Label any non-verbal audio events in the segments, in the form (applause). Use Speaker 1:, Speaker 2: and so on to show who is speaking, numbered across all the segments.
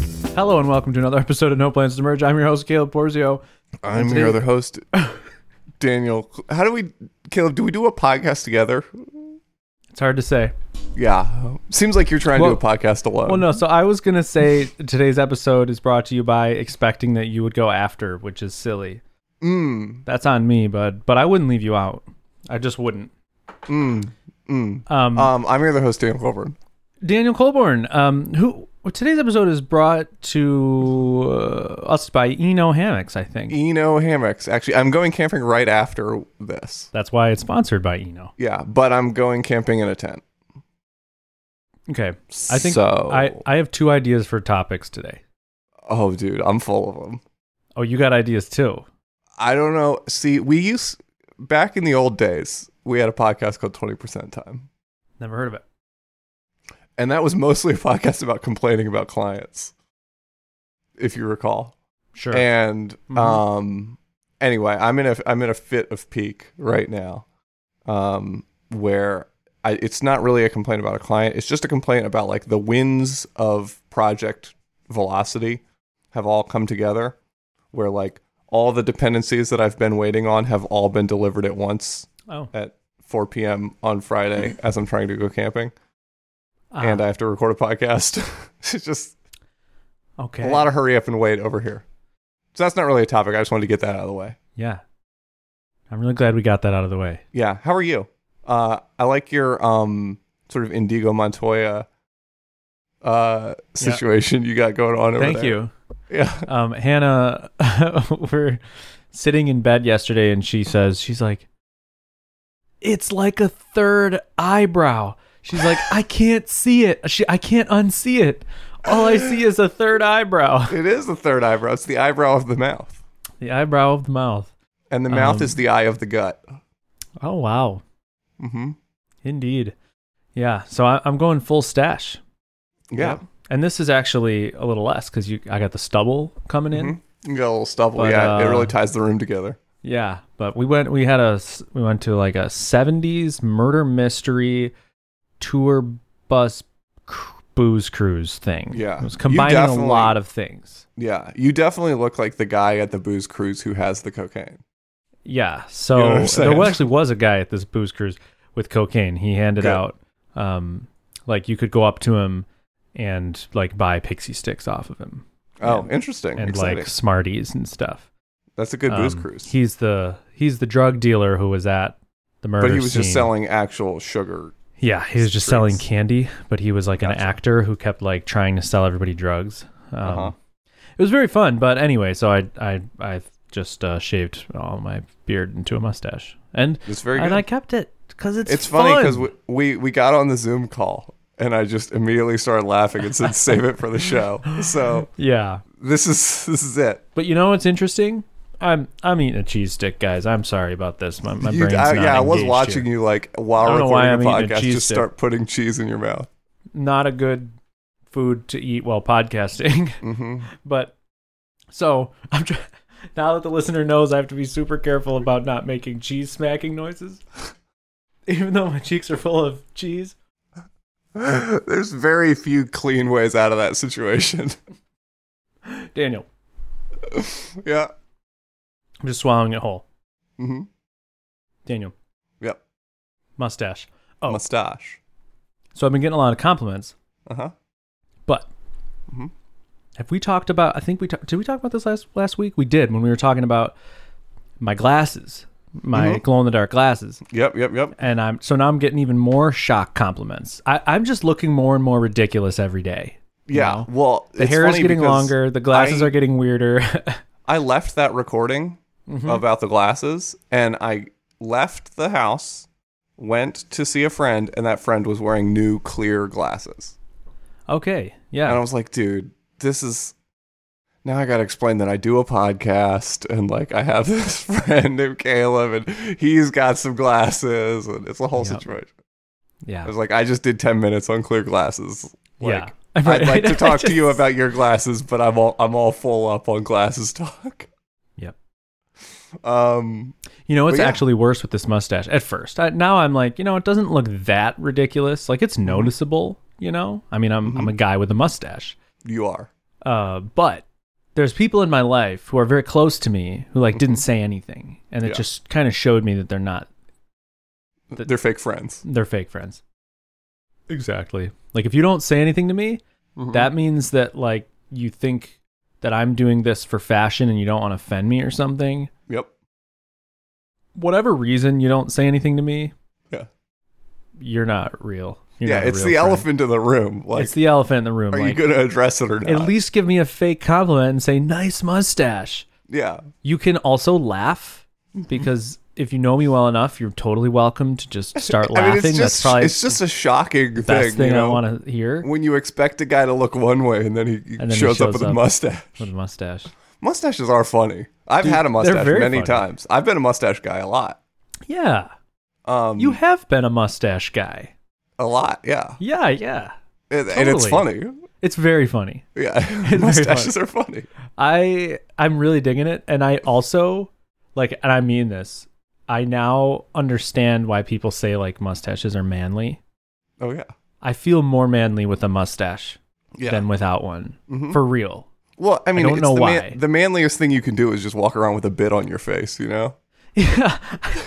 Speaker 1: and welcome to another (laughs) episode of No Plans to Merge. I'm your host, Caleb Porzio.
Speaker 2: I'm
Speaker 1: Today-
Speaker 2: your other
Speaker 1: (laughs)
Speaker 2: host, Daniel. How do we, Caleb? Do we do a podcast together?
Speaker 1: It's hard to say.
Speaker 2: Yeah, seems like you're trying
Speaker 1: Well-
Speaker 2: to do a podcast alone.
Speaker 1: Well, no, so I was going to say today's episode is brought to you by expecting that you would go after, which is silly.
Speaker 2: Mm,
Speaker 1: That's on me, bud. But I wouldn't leave you out. I just wouldn't.
Speaker 2: mm, mm.
Speaker 1: Um,
Speaker 2: Um, I'm your other host, Daniel Colburn.
Speaker 1: Daniel Colborn, um, who well, today's episode is brought to uh, us by Eno Hammocks, I think.
Speaker 2: Eno hammocks. Actually, I'm going camping right after this.
Speaker 1: That's why it's sponsored by Eno.
Speaker 2: Yeah, but I'm going camping in a tent.
Speaker 1: Okay, I think
Speaker 2: so.
Speaker 1: I I have two ideas for topics today.
Speaker 2: oh, dude, I'm full of them.
Speaker 1: Oh, you got ideas too.
Speaker 2: I don't know. See, we used back in the old days. We had a podcast called Twenty Percent Time,
Speaker 1: Never heard of it.
Speaker 2: and that was mostly a podcast about complaining about clients, if you recall.
Speaker 1: Sure.
Speaker 2: And
Speaker 1: Mhm.
Speaker 2: um, anyway, I'm in a I'm in a fit of peak right now, um, where I, it's not really a complaint about a client. It's just a complaint about like the winds of project velocity have all come together, where like all the dependencies that I've been waiting on have all been delivered at once
Speaker 1: oh,
Speaker 2: at 4 p.m. on Friday as I'm trying to go camping,
Speaker 1: ah,
Speaker 2: and I have to record a podcast. (laughs) it's just
Speaker 1: okay.
Speaker 2: a lot of hurry up and wait over here. So that's not really a topic. I just wanted to get that out of the way.
Speaker 1: yeah. I'm really glad we got that out of the way.
Speaker 2: Yeah. How are you? Uh, I like your um sort of Indigo Montoya uh situation you got going on over
Speaker 1: Thank
Speaker 2: there.
Speaker 1: you,
Speaker 2: (laughs) Yeah.
Speaker 1: um, Hannah. (laughs) we're sitting in bed yesterday, and she says, "She's like, it's like a third eyebrow." She's like, "I can't see it. She, I can't unsee it. All I see is a third eyebrow. (laughs)
Speaker 2: It is the third eyebrow. It's the eyebrow of the mouth.
Speaker 1: The eyebrow of the mouth.
Speaker 2: And the mouth
Speaker 1: Um,
Speaker 2: is the eye of the gut.
Speaker 1: Oh wow,
Speaker 2: Mm-hmm.
Speaker 1: indeed. Yeah. So I, I'm going full stash.
Speaker 2: Yeah.
Speaker 1: Yep. And this is actually a little less because you, I got the stubble coming in.
Speaker 2: Mhm. You got a little stubble.
Speaker 1: But,
Speaker 2: yeah. it
Speaker 1: uh,
Speaker 2: really ties the room together.
Speaker 1: Yeah, but we went. We had a. s- We went to like a '70s murder mystery tour bus cr- booze cruise thing.
Speaker 2: Yeah.
Speaker 1: it was
Speaker 2: You
Speaker 1: combining a
Speaker 2: definitely-
Speaker 1: lot of things.
Speaker 2: Yeah. You definitely look like the guy at the booze cruise who has the cocaine.
Speaker 1: Yeah,
Speaker 2: You know
Speaker 1: so
Speaker 2: what I'm
Speaker 1: there
Speaker 2: saying?
Speaker 1: was- actually was a guy at this booze cruise with cocaine. He handed
Speaker 2: Good.
Speaker 1: out, um, like you could go up to him and like buy pixie sticks off of him
Speaker 2: Oh,
Speaker 1: And-
Speaker 2: interesting.
Speaker 1: and
Speaker 2: Exciting.
Speaker 1: like Smarties and stuff.
Speaker 2: that's a good booze
Speaker 1: Um,
Speaker 2: cruise.
Speaker 1: He's the he's the drug dealer who was at the murder.
Speaker 2: but he was just
Speaker 1: scene.
Speaker 2: selling actual sugar.
Speaker 1: Yeah, he was just
Speaker 2: Streets.
Speaker 1: selling candy, but he was like an
Speaker 2: Gotcha.
Speaker 1: actor who kept like trying to sell everybody drugs. Um,
Speaker 2: Uh-huh.
Speaker 1: It was very fun, but anyway, so I I I just uh, shaved all my beard into a mustache, and
Speaker 2: It's very
Speaker 1: and
Speaker 2: good.
Speaker 1: I kept it because it's
Speaker 2: it's funny because
Speaker 1: fun.
Speaker 2: we, we we got on the Zoom call and I just immediately started laughing and said, "Save it for the show." So
Speaker 1: yeah.
Speaker 2: this is this is it.
Speaker 1: But you know what's interesting? I'm I'm eating a cheese stick, guys. I'm sorry about this. My my
Speaker 2: You-
Speaker 1: brain's
Speaker 2: I,
Speaker 1: not
Speaker 2: yeah, I was
Speaker 1: engaged
Speaker 2: watching
Speaker 1: here.
Speaker 2: you like
Speaker 1: I
Speaker 2: while
Speaker 1: don't know why
Speaker 2: recording a
Speaker 1: I'm eating a
Speaker 2: podcast.
Speaker 1: cheese
Speaker 2: just
Speaker 1: stick.
Speaker 2: start putting cheese in your mouth.
Speaker 1: Not a good food to eat while podcasting. (laughs)
Speaker 2: hmm
Speaker 1: But so (laughs) I'm try- now that the listener knows, I have to be super careful about not making cheese smacking noises, (laughs) even though my cheeks are full of cheese.
Speaker 2: (gasps) There's very few clean ways out of that situation. (laughs)
Speaker 1: Daniel,
Speaker 2: yeah.
Speaker 1: I'm just swallowing it whole.
Speaker 2: hmm
Speaker 1: Daniel,
Speaker 2: Yep.
Speaker 1: mustache. Oh.
Speaker 2: Mustache.
Speaker 1: So I've been getting a lot of compliments,
Speaker 2: Uh huh.
Speaker 1: but
Speaker 2: Mhm.
Speaker 1: have we talked about? I think we ta- did. We talk about this last last week. We did when we were talking about my glasses, my
Speaker 2: Mhm.
Speaker 1: glow in the dark glasses.
Speaker 2: Yep. Yep. Yep.
Speaker 1: and I'm so now I'm getting even more shock compliments. I, I'm just looking more and more ridiculous every day. you
Speaker 2: Yeah.
Speaker 1: know?
Speaker 2: Well,
Speaker 1: the hair is getting longer, the glasses
Speaker 2: I-
Speaker 1: are getting
Speaker 2: (laughs)
Speaker 1: weirder.
Speaker 2: I left that recording
Speaker 1: Mm-hmm.
Speaker 2: about the glasses and I left the house, went to see a friend, and that friend was wearing new clear glasses.
Speaker 1: okay,
Speaker 2: And I
Speaker 1: yeah,
Speaker 2: was like, dude, this is now I gotta explain that I do a podcast and like I have (laughs) this friend named Caleb and he's got some glasses and it's a whole
Speaker 1: Yep.
Speaker 2: situation. I
Speaker 1: yeah,
Speaker 2: was like, I just did ten minutes on clear glasses. Like,
Speaker 1: yeah.
Speaker 2: (laughs) I'd like
Speaker 1: (laughs)
Speaker 2: to
Speaker 1: Right.
Speaker 2: talk
Speaker 1: (laughs)
Speaker 2: to you
Speaker 1: Just-
Speaker 2: about your glasses, but I'm all I'm all full up on glasses talk.
Speaker 1: Yep.
Speaker 2: Um
Speaker 1: You know, it's
Speaker 2: But yeah.
Speaker 1: actually worse with this mustache. At first, I, now I'm like, you know, it doesn't look that
Speaker 2: Mm-hmm.
Speaker 1: ridiculous. Like it's noticeable. You know, I mean, I'm I'm a guy with a mustache.
Speaker 2: you are.
Speaker 1: Uh, but there's people in my life who are very close to me who like didn't say anything, and it
Speaker 2: Mm-hmm. Yeah.
Speaker 1: just kind of showed me that they're not Th-
Speaker 2: They're fake friends.
Speaker 1: they're fake friends. Exactly. Like if you don't say anything to me,
Speaker 2: Mhm.
Speaker 1: that means that like you think that I'm doing this for fashion and you don't want to offend me or something.
Speaker 2: Yep.
Speaker 1: Whatever reason you don't say anything to me,
Speaker 2: Yeah.
Speaker 1: you're not real. You're
Speaker 2: Yeah.
Speaker 1: not a
Speaker 2: It's
Speaker 1: real
Speaker 2: the
Speaker 1: friend.
Speaker 2: elephant in the room. Like,
Speaker 1: it's the elephant in the room.
Speaker 2: are you
Speaker 1: like,
Speaker 2: going to address it or not?
Speaker 1: at least give me a fake compliment and say nice mustache.
Speaker 2: Yeah.
Speaker 1: You can also laugh
Speaker 2: Mm-hmm.
Speaker 1: because if you know me well enough, you're totally welcome to just start laughing.
Speaker 2: (laughs) I mean, it's
Speaker 1: That's
Speaker 2: just
Speaker 1: probably
Speaker 2: it's just a shocking
Speaker 1: the best
Speaker 2: thing.
Speaker 1: thing
Speaker 2: you know?
Speaker 1: I want to hear
Speaker 2: when you expect a guy to look one way and then he, he
Speaker 1: And then he
Speaker 2: shows, up
Speaker 1: shows
Speaker 2: with a
Speaker 1: up.
Speaker 2: mustache.
Speaker 1: with a mustache.
Speaker 2: Mustaches are funny. I've
Speaker 1: Dude,
Speaker 2: had a
Speaker 1: they're
Speaker 2: mustache
Speaker 1: very
Speaker 2: many
Speaker 1: funny.
Speaker 2: times. I've been a mustache guy a lot.
Speaker 1: Yeah.
Speaker 2: Um,
Speaker 1: You have been a mustache guy.
Speaker 2: a lot, yeah,
Speaker 1: Yeah, yeah.
Speaker 2: and, and it's
Speaker 1: Totally.
Speaker 2: funny.
Speaker 1: It's very funny. (laughs)
Speaker 2: Yeah,
Speaker 1: funny.
Speaker 2: (laughs) mustaches are funny.
Speaker 1: I I'm really digging it and I also like and I mean this. I now understand why people say like mustaches are manly.
Speaker 2: Oh yeah,
Speaker 1: I feel more manly with a mustache
Speaker 2: yeah.
Speaker 1: than without one.
Speaker 2: Mhm.
Speaker 1: For real. (laughs)
Speaker 2: well, I mean,
Speaker 1: don't
Speaker 2: it's
Speaker 1: know
Speaker 2: the,
Speaker 1: why.
Speaker 2: Man, the manliest thing you can do is just walk around with a bit on your face. You know,
Speaker 1: Yeah.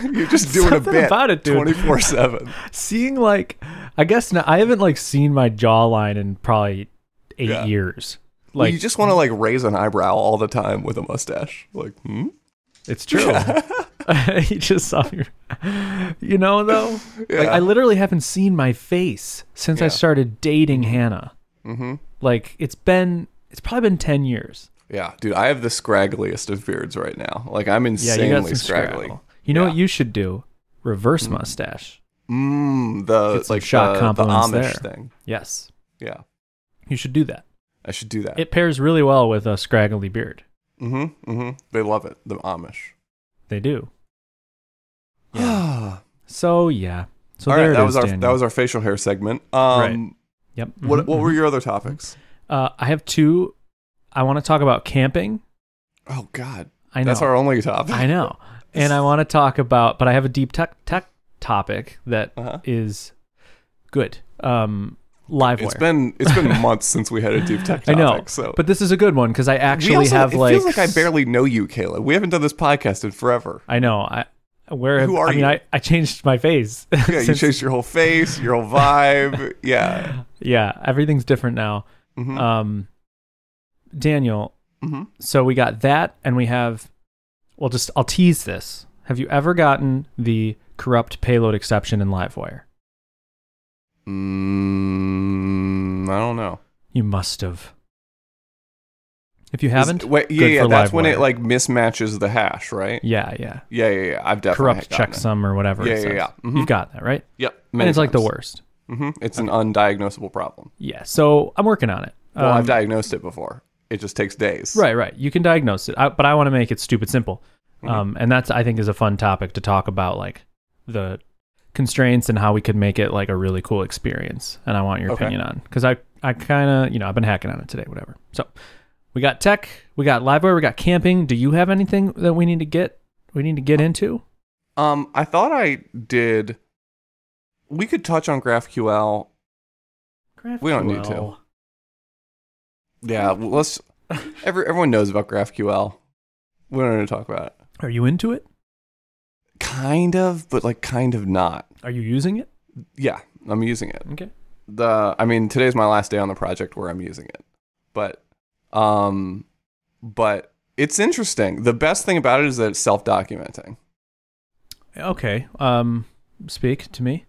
Speaker 2: you're just doing a
Speaker 1: Something
Speaker 2: bit
Speaker 1: about it, dude.
Speaker 2: twenty four seven.
Speaker 1: Seeing like I guess now, I haven't like seen my jawline in probably 8
Speaker 2: Yeah.
Speaker 1: years. (laughs)
Speaker 2: Like
Speaker 1: Like mm.
Speaker 2: you just want to like raise an eyebrow all the time with a mustache. Like, hmm?
Speaker 1: It's true. (laughs) he just saw me. You know, though,
Speaker 2: Yeah.
Speaker 1: like I literally haven't seen my face since I
Speaker 2: Yeah.
Speaker 1: started dating Hannah.
Speaker 2: mm-hmm.
Speaker 1: Like it's been, it's probably been ten years.
Speaker 2: Yeah, dude, I have the scraggliest of beards right now. Like I'm
Speaker 1: Yeah,
Speaker 2: insanely
Speaker 1: you got some
Speaker 2: scraggly.
Speaker 1: scraggle. You know
Speaker 2: Yeah. Mm-hmm.
Speaker 1: what you should do? Reverse mustache.
Speaker 2: Mmm, the
Speaker 1: Get some
Speaker 2: like
Speaker 1: shock
Speaker 2: the, the
Speaker 1: compliments
Speaker 2: Amish
Speaker 1: there.
Speaker 2: thing.
Speaker 1: Yes,
Speaker 2: Yeah,
Speaker 1: you should do that.
Speaker 2: I should do that.
Speaker 1: It pairs really well with a scraggly beard.
Speaker 2: mm-hmm, mm-hmm. They love it, the Amish.
Speaker 1: They
Speaker 2: (sighs)
Speaker 1: do. Yeah.
Speaker 2: Yeah.
Speaker 1: so yeah. So
Speaker 2: All
Speaker 1: there
Speaker 2: right,
Speaker 1: it
Speaker 2: that
Speaker 1: is,
Speaker 2: was our
Speaker 1: Daniel.
Speaker 2: that was our facial hair segment. Um,
Speaker 1: Right. Yep.
Speaker 2: what
Speaker 1: Mhm,
Speaker 2: what were
Speaker 1: mhm.
Speaker 2: your other topics?
Speaker 1: Uh, I have two. I want to talk about camping.
Speaker 2: Oh God,
Speaker 1: I know
Speaker 2: that's our only topic.
Speaker 1: I know. And I want to talk about, but I have a deep tech tech topic that is
Speaker 2: Uh-huh.
Speaker 1: good. Um, live
Speaker 2: It's been it's been
Speaker 1: (laughs)
Speaker 2: months since we had a deep tech
Speaker 1: I
Speaker 2: topic.
Speaker 1: know,
Speaker 2: so
Speaker 1: but this is a good one because I
Speaker 2: we
Speaker 1: actually
Speaker 2: also,
Speaker 1: have
Speaker 2: it
Speaker 1: like.
Speaker 2: feels like I barely know you, Caleb. We haven't done this podcast
Speaker 1: (laughs)
Speaker 2: in forever.
Speaker 1: I know. I where
Speaker 2: Who are
Speaker 1: I mean,
Speaker 2: you?
Speaker 1: I, I changed my face.
Speaker 2: Yeah, you
Speaker 1: since-
Speaker 2: changed your whole face, your whole vibe. (laughs) yeah.
Speaker 1: (laughs) yeah, everything's different now.
Speaker 2: Mm-hmm.
Speaker 1: Um, Daniel.
Speaker 2: mm-hmm.
Speaker 1: So we got that, and we have. Well, just I'll tease this. Have you ever gotten the corrupt payload exception in LiveWire?
Speaker 2: Mm, I don't know.
Speaker 1: You must have. If you haven't,
Speaker 2: Is- wait, yeah,
Speaker 1: good
Speaker 2: yeah.
Speaker 1: for
Speaker 2: That's when
Speaker 1: LiveWire.
Speaker 2: it like mismatches the hash, right?
Speaker 1: Yeah, yeah.
Speaker 2: Yeah, yeah, yeah. I've definitely
Speaker 1: Corrupt checksum or whatever.
Speaker 2: Yeah,
Speaker 1: it
Speaker 2: yeah,
Speaker 1: says.
Speaker 2: yeah. Mhm.
Speaker 1: You've got that right,
Speaker 2: Yep.
Speaker 1: and it's like the worst.
Speaker 2: hmm It's an undiagnosable problem.
Speaker 1: Yeah. So I'm working on it.
Speaker 2: Well,
Speaker 1: Um,
Speaker 2: I've diagnosed it before. It just takes days.
Speaker 1: right, right. You can diagnose it, I, but I want to make it stupid simple.
Speaker 2: Mm-hmm.
Speaker 1: Um, and that's I think is a fun topic to talk about, like the constraints and how we could make it like a really cool experience. And I want your
Speaker 2: Okay.
Speaker 1: opinion on because I I kind of you know I've been hacking on it today, whatever. So we got tech, we got liveware, we got camping. Do you have anything that we need to get we need to get into?
Speaker 2: Um, I thought I did. We could touch on GraphQL. We don't need to.
Speaker 1: GraphQL.
Speaker 2: Yeah. well, Let's. Every, everyone knows about GraphQL. We don't need to talk about it.
Speaker 1: Are you into it?
Speaker 2: Kind of, but like kind of not.
Speaker 1: Are you using it?
Speaker 2: Yeah, I'm using it.
Speaker 1: Okay.
Speaker 2: the I mean today's my last day on the project where I'm using it. But um but it's interesting. The best thing about it is that it's self-documenting.
Speaker 1: Okay. Um, speak to me.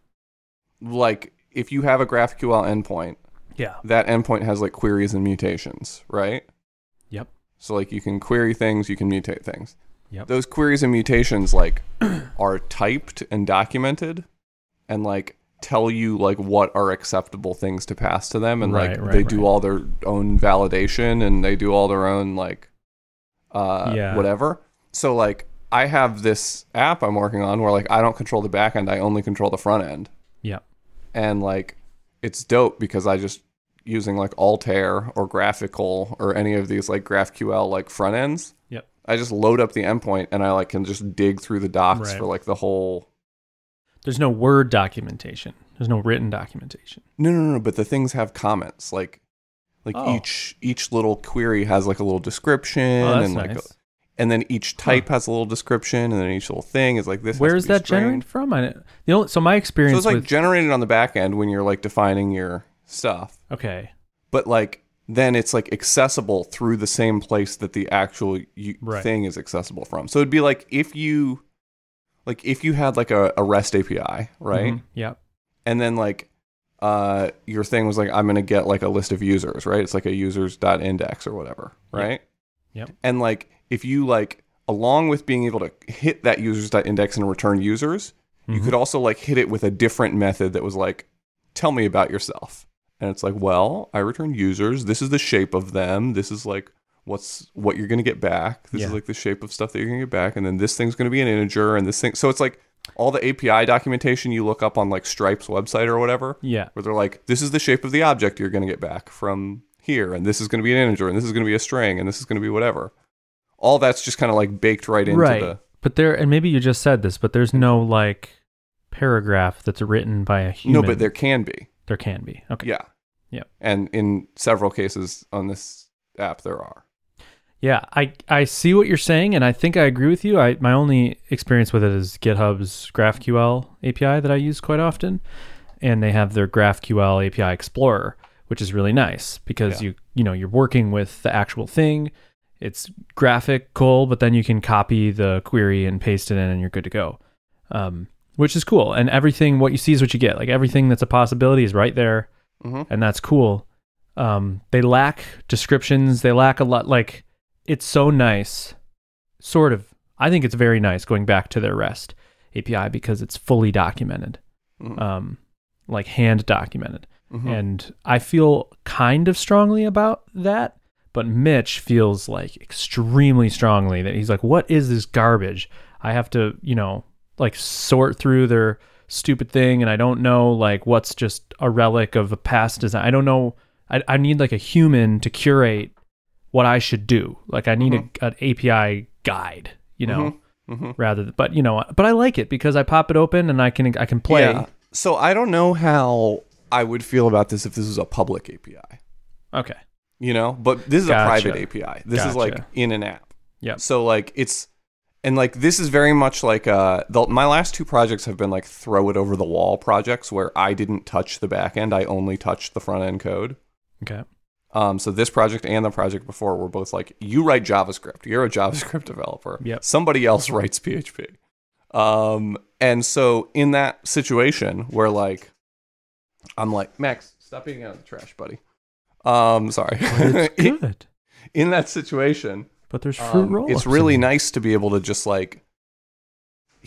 Speaker 2: Like if you have a GraphQL endpoint,
Speaker 1: Yeah.
Speaker 2: that endpoint has like queries and mutations, right?
Speaker 1: Yep.
Speaker 2: So like you can query things, you can mutate things.
Speaker 1: Yep.
Speaker 2: Those queries and mutations
Speaker 1: (clears throat)
Speaker 2: like are typed and documented and like tell you like what are acceptable things to pass to them and like
Speaker 1: Right, right,
Speaker 2: they do
Speaker 1: right.
Speaker 2: all their own validation and they do all their own like uh
Speaker 1: Yeah.
Speaker 2: whatever. So like I have this app I'm working on where like I don't control the back end, I only control the front end
Speaker 1: Yep.
Speaker 2: and like it's dope because I just using like Altair or Graphical or any of these like GraphQL like front ends.
Speaker 1: Yep.
Speaker 2: I just load up the endpoint and I like can just dig through the docs
Speaker 1: Right.
Speaker 2: for like the whole.
Speaker 1: There's no word documentation. There's no written documentation.
Speaker 2: No, no, no, no. But the things have comments. Like Like
Speaker 1: Oh.
Speaker 2: each each little query has like a little description
Speaker 1: Oh, that's
Speaker 2: and like a-
Speaker 1: nice.
Speaker 2: and then each type has a little description and then each little thing is like this. has
Speaker 1: Where
Speaker 2: to
Speaker 1: is
Speaker 2: be
Speaker 1: that
Speaker 2: strained.
Speaker 1: generated from? I, don't- the only, so my
Speaker 2: So
Speaker 1: experience
Speaker 2: it's like
Speaker 1: with
Speaker 2: generated on the back end when you're like defining your stuff,
Speaker 1: okay,
Speaker 2: but like then it's like accessible through the same place that the actual u-
Speaker 1: Right.
Speaker 2: thing is accessible from. So it'd be like if you like if you had like a, a REST API, right?
Speaker 1: mhm, yeah,
Speaker 2: and then like uh your thing was like i'm gonna get like a list of users right it's like a users dot index or whatever
Speaker 1: Yep.
Speaker 2: right
Speaker 1: Yep.
Speaker 2: and like if you like along with being able to hit that users dot index and return users you
Speaker 1: Mhm.
Speaker 2: could also like hit it with a different method that was like tell me about yourself and it's like well i return users this is the shape of them this is like what's what you're gonna get back this is
Speaker 1: Yeah.
Speaker 2: like the shape of stuff that you're gonna get back and then this thing's gonna be an integer and this thing so it's like all the api documentation you look up on like stripe's website or whatever
Speaker 1: yeah,
Speaker 2: where they're like this is the shape of the object you're gonna get back from here and this is gonna be an integer and this is gonna be a string and this is gonna be whatever all that's just kind of like baked right into
Speaker 1: right.
Speaker 2: the
Speaker 1: but there, and maybe you just said this, but there's no like paragraph that's written by a human.
Speaker 2: no but there can be
Speaker 1: there can be. Okay,
Speaker 2: Yeah.
Speaker 1: Yep.
Speaker 2: And in several cases on this app, there are.
Speaker 1: Yeah, I I see what you're saying, and I think I agree with you. I my only experience with it is GitHub's GraphQL API that I use quite often, and they have their GraphQL API Explorer, which is really nice because
Speaker 2: Yeah.
Speaker 1: you you know you're working with the actual thing. It's graphical, but then you can copy the query and paste it in, and you're good to go, um, which is cool. And everything what you see is what you get. Like everything that's a possibility is right there
Speaker 2: Mm-hmm.
Speaker 1: and that's cool. Um, they lack descriptions. They lack a lot. Like it's so nice, sort of. I think it's very nice going back to their REST API because it's fully documented,
Speaker 2: Mm-hmm.
Speaker 1: um, like hand documented.
Speaker 2: Hmm.
Speaker 1: And I feel kind of strongly about that, but Mitch feels like extremely strongly that he's like, what is this garbage? I have to, you know, like sort through their stupid thing and I don't know like what's just a relic of a past design. I don't know. I, I need like a human to curate what I should do. Like I need a, an API guide, you know,
Speaker 2: hmm
Speaker 1: rather than, but you know, but I like it because I pop it open and I can, I can play.
Speaker 2: Yeah. So I don't know how I would feel about this if this was a public API,
Speaker 1: Okay.
Speaker 2: you know, but this is
Speaker 1: Gotcha.
Speaker 2: a private API. This is
Speaker 1: Gotcha.
Speaker 2: like in an app.
Speaker 1: Yep.
Speaker 2: So like it's, and like this is very much like uh, the, my last two projects have been like throw it over the wall projects where I didn't touch the back end. I only touched the front end code.
Speaker 1: Okay.
Speaker 2: Um, so this project and the project before were both like, you write JavaScript. You're a (laughs) JavaScript developer.
Speaker 1: Yep.
Speaker 2: Somebody else writes PHP. Um, and so in that situation where like, I'm like, Max, stop eating out of the trash, buddy. Um, sorry. (laughs)
Speaker 1: It's
Speaker 2: in,
Speaker 1: good.
Speaker 2: in that situation,
Speaker 1: But there's fruit
Speaker 2: um,
Speaker 1: roll.
Speaker 2: it's really nice to be able to just like,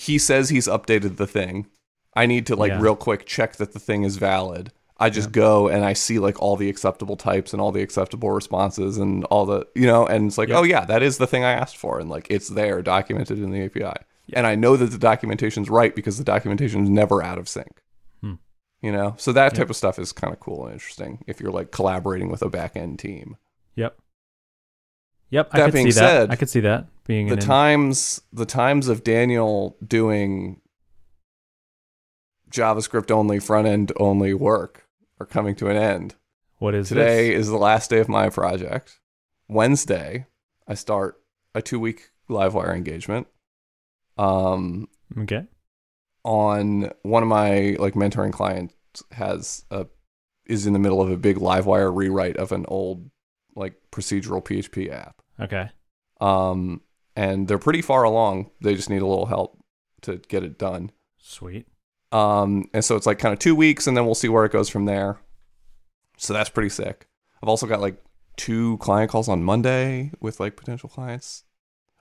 Speaker 2: he says he's updated the thing. I need to like
Speaker 1: Yeah.
Speaker 2: real quick check that the thing is valid. I just go and I see like all the acceptable types and all the acceptable responses and all the, you know, and it's like,
Speaker 1: Yeah.
Speaker 2: oh yeah, that is the thing I asked for. And like it's there documented in the API. And I know that the documentation's right because the documentation is never out of sync.
Speaker 1: Hmm.
Speaker 2: You know, so that
Speaker 1: Yeah.
Speaker 2: type of stuff is kind of cool and interesting if you're like collaborating with a back end team.
Speaker 1: Yep. Yep. I
Speaker 2: That
Speaker 1: could
Speaker 2: being
Speaker 1: see
Speaker 2: said,
Speaker 1: that. I could see that being
Speaker 2: the
Speaker 1: an in-
Speaker 2: times the times of Daniel doing JavaScript only front end only work are coming to an end.
Speaker 1: What is
Speaker 2: Today
Speaker 1: This?
Speaker 2: is the last day of my project. Wednesday, I start a two week Livewire engagement. Um,
Speaker 1: Okay.
Speaker 2: on one of my like mentoring clients has a is in the middle of a big Livewire rewrite of an old like procedural PHP app
Speaker 1: Okay.
Speaker 2: um, and they're pretty far along. They just need a little help to get it done.
Speaker 1: Sweet.
Speaker 2: Um, and so it's like kind of two weeks, and then we'll see where it goes from there. So that's pretty sick. I've also got like two client calls on Monday with like potential clients.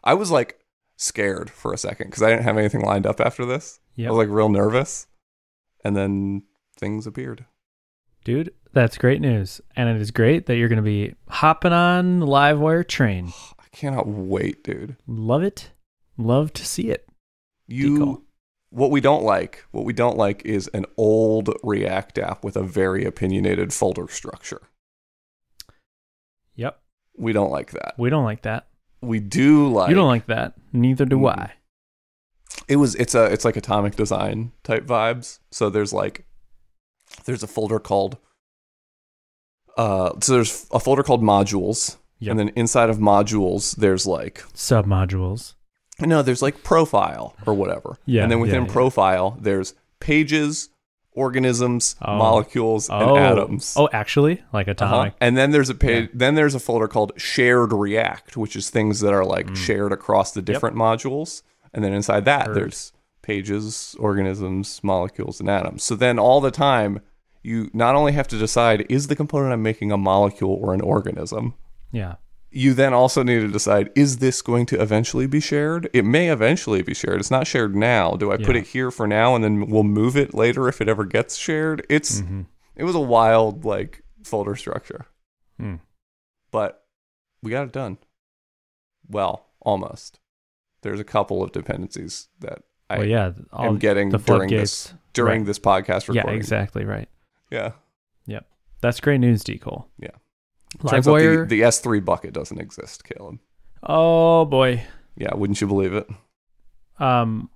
Speaker 2: I was like scared for a second because I didn't have anything lined up after this.
Speaker 1: Yeah.
Speaker 2: I was like real nervous, and then things appeared. (sighs)
Speaker 1: Dude, that's great news. And it is great that you're going to be hopping on the Livewire train.
Speaker 2: I cannot wait, dude.
Speaker 1: Love it. Love to see it.
Speaker 2: You
Speaker 1: Decal.
Speaker 2: what we don't like, what we don't like is an old React app with a very opinionated folder structure.
Speaker 1: Yep.
Speaker 2: We don't like that.
Speaker 1: We don't like that.
Speaker 2: We do like
Speaker 1: you don't like that. Neither do
Speaker 2: Mm.
Speaker 1: I.
Speaker 2: it was it's a it's like atomic design type vibes. So there's like there's a folder called uh, so there's a folder called modules,
Speaker 1: Yep.
Speaker 2: and then inside of modules, there's like
Speaker 1: Submodules.
Speaker 2: no, there's like profile or whatever.
Speaker 1: Yeah,
Speaker 2: and then within
Speaker 1: yeah, yeah.
Speaker 2: profile, there's pages, organisms,
Speaker 1: Oh.
Speaker 2: molecules,
Speaker 1: Oh.
Speaker 2: and atoms.
Speaker 1: Oh, actually, like
Speaker 2: Uh-huh.
Speaker 1: atomic.
Speaker 2: And then there's a page. Then there's a folder called Shared React, which is things that are like shared across the different modules. And then inside that,
Speaker 1: Mm. Heard.
Speaker 2: there's pages, organisms, molecules, and atoms. So then all the time, you not only have to decide is the component I'm making a molecule or an organism.
Speaker 1: Yeah.
Speaker 2: You then also need to decide is this going to eventually be shared? It may eventually be shared. It's not shared now. Do I put
Speaker 1: Yeah.
Speaker 2: it here for now and then we'll move it later if it ever gets shared? It's
Speaker 1: Mm. Mm-hmm.
Speaker 2: it was a wild like folder structure
Speaker 1: Hmm.
Speaker 2: but we got it done. Well, almost. There's a couple of dependencies that I
Speaker 1: well, yeah. All
Speaker 2: am getting
Speaker 1: the
Speaker 2: during
Speaker 1: floodgates.
Speaker 2: this during
Speaker 1: Right.
Speaker 2: this podcast
Speaker 1: Yeah,
Speaker 2: recording.
Speaker 1: exactly right.
Speaker 2: Yeah.
Speaker 1: That's great news, D. Cole.
Speaker 2: Yeah. Turns out
Speaker 1: LiveWire.
Speaker 2: The, the S3 bucket doesn't exist, Caleb.
Speaker 1: oh boy.
Speaker 2: Yeah, wouldn't you believe it?
Speaker 1: Um,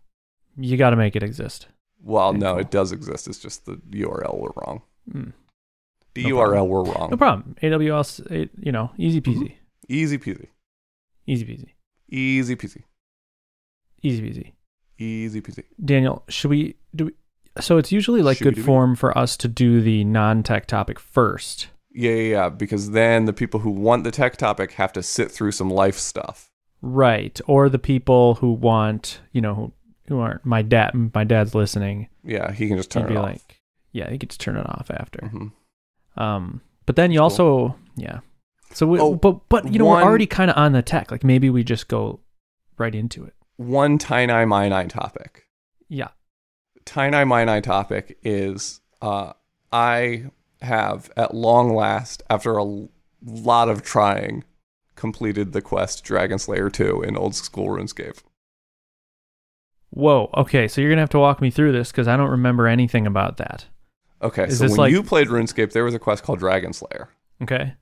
Speaker 1: you got to make it exist.
Speaker 2: Well, no,
Speaker 1: Painful.
Speaker 2: it does exist. It's just the URL we're wrong.
Speaker 1: Mm.
Speaker 2: The
Speaker 1: No
Speaker 2: URL
Speaker 1: problem.
Speaker 2: we're wrong.
Speaker 1: No problem. AWS. It, you know, easy peasy.
Speaker 2: mm-hmm. Easy peasy.
Speaker 1: Easy peasy.
Speaker 2: Easy peasy.
Speaker 1: Easy peasy.
Speaker 2: Easy peasy.
Speaker 1: Daniel, should we do? We, so it's usually like good
Speaker 2: Shooby-dooby.
Speaker 1: form for us to do the non-tech topic first.
Speaker 2: Yeah, yeah, yeah. Because then the people who want the tech topic have to sit through some life stuff.
Speaker 1: Right. Or the people who want, you know, who, who aren't my dad my dad's listening.
Speaker 2: Yeah, he can just turn
Speaker 1: he'd be
Speaker 2: it off.
Speaker 1: like, yeah, you could just turn it off after.
Speaker 2: Mhm.
Speaker 1: Um but then you
Speaker 2: That's
Speaker 1: also yeah. So we,
Speaker 2: Oh,
Speaker 1: but but you know
Speaker 2: one-
Speaker 1: we're already kind of on the tech. Like maybe we just go right into it.
Speaker 2: one Tiny Minai topic.
Speaker 1: Yeah.
Speaker 2: Tiny Minai topic is uh, I have at long last, after a l- lot of trying, completed the quest Dragon Slayer 2 in old school RuneScape.
Speaker 1: Whoa. Okay, so you're going to have to walk me through this cuz I don't remember anything about that.
Speaker 2: Okay,
Speaker 1: Is
Speaker 2: so
Speaker 1: this
Speaker 2: when
Speaker 1: like-
Speaker 2: you played RuneScape, there was a quest called Dragon Slayer.
Speaker 1: Okay?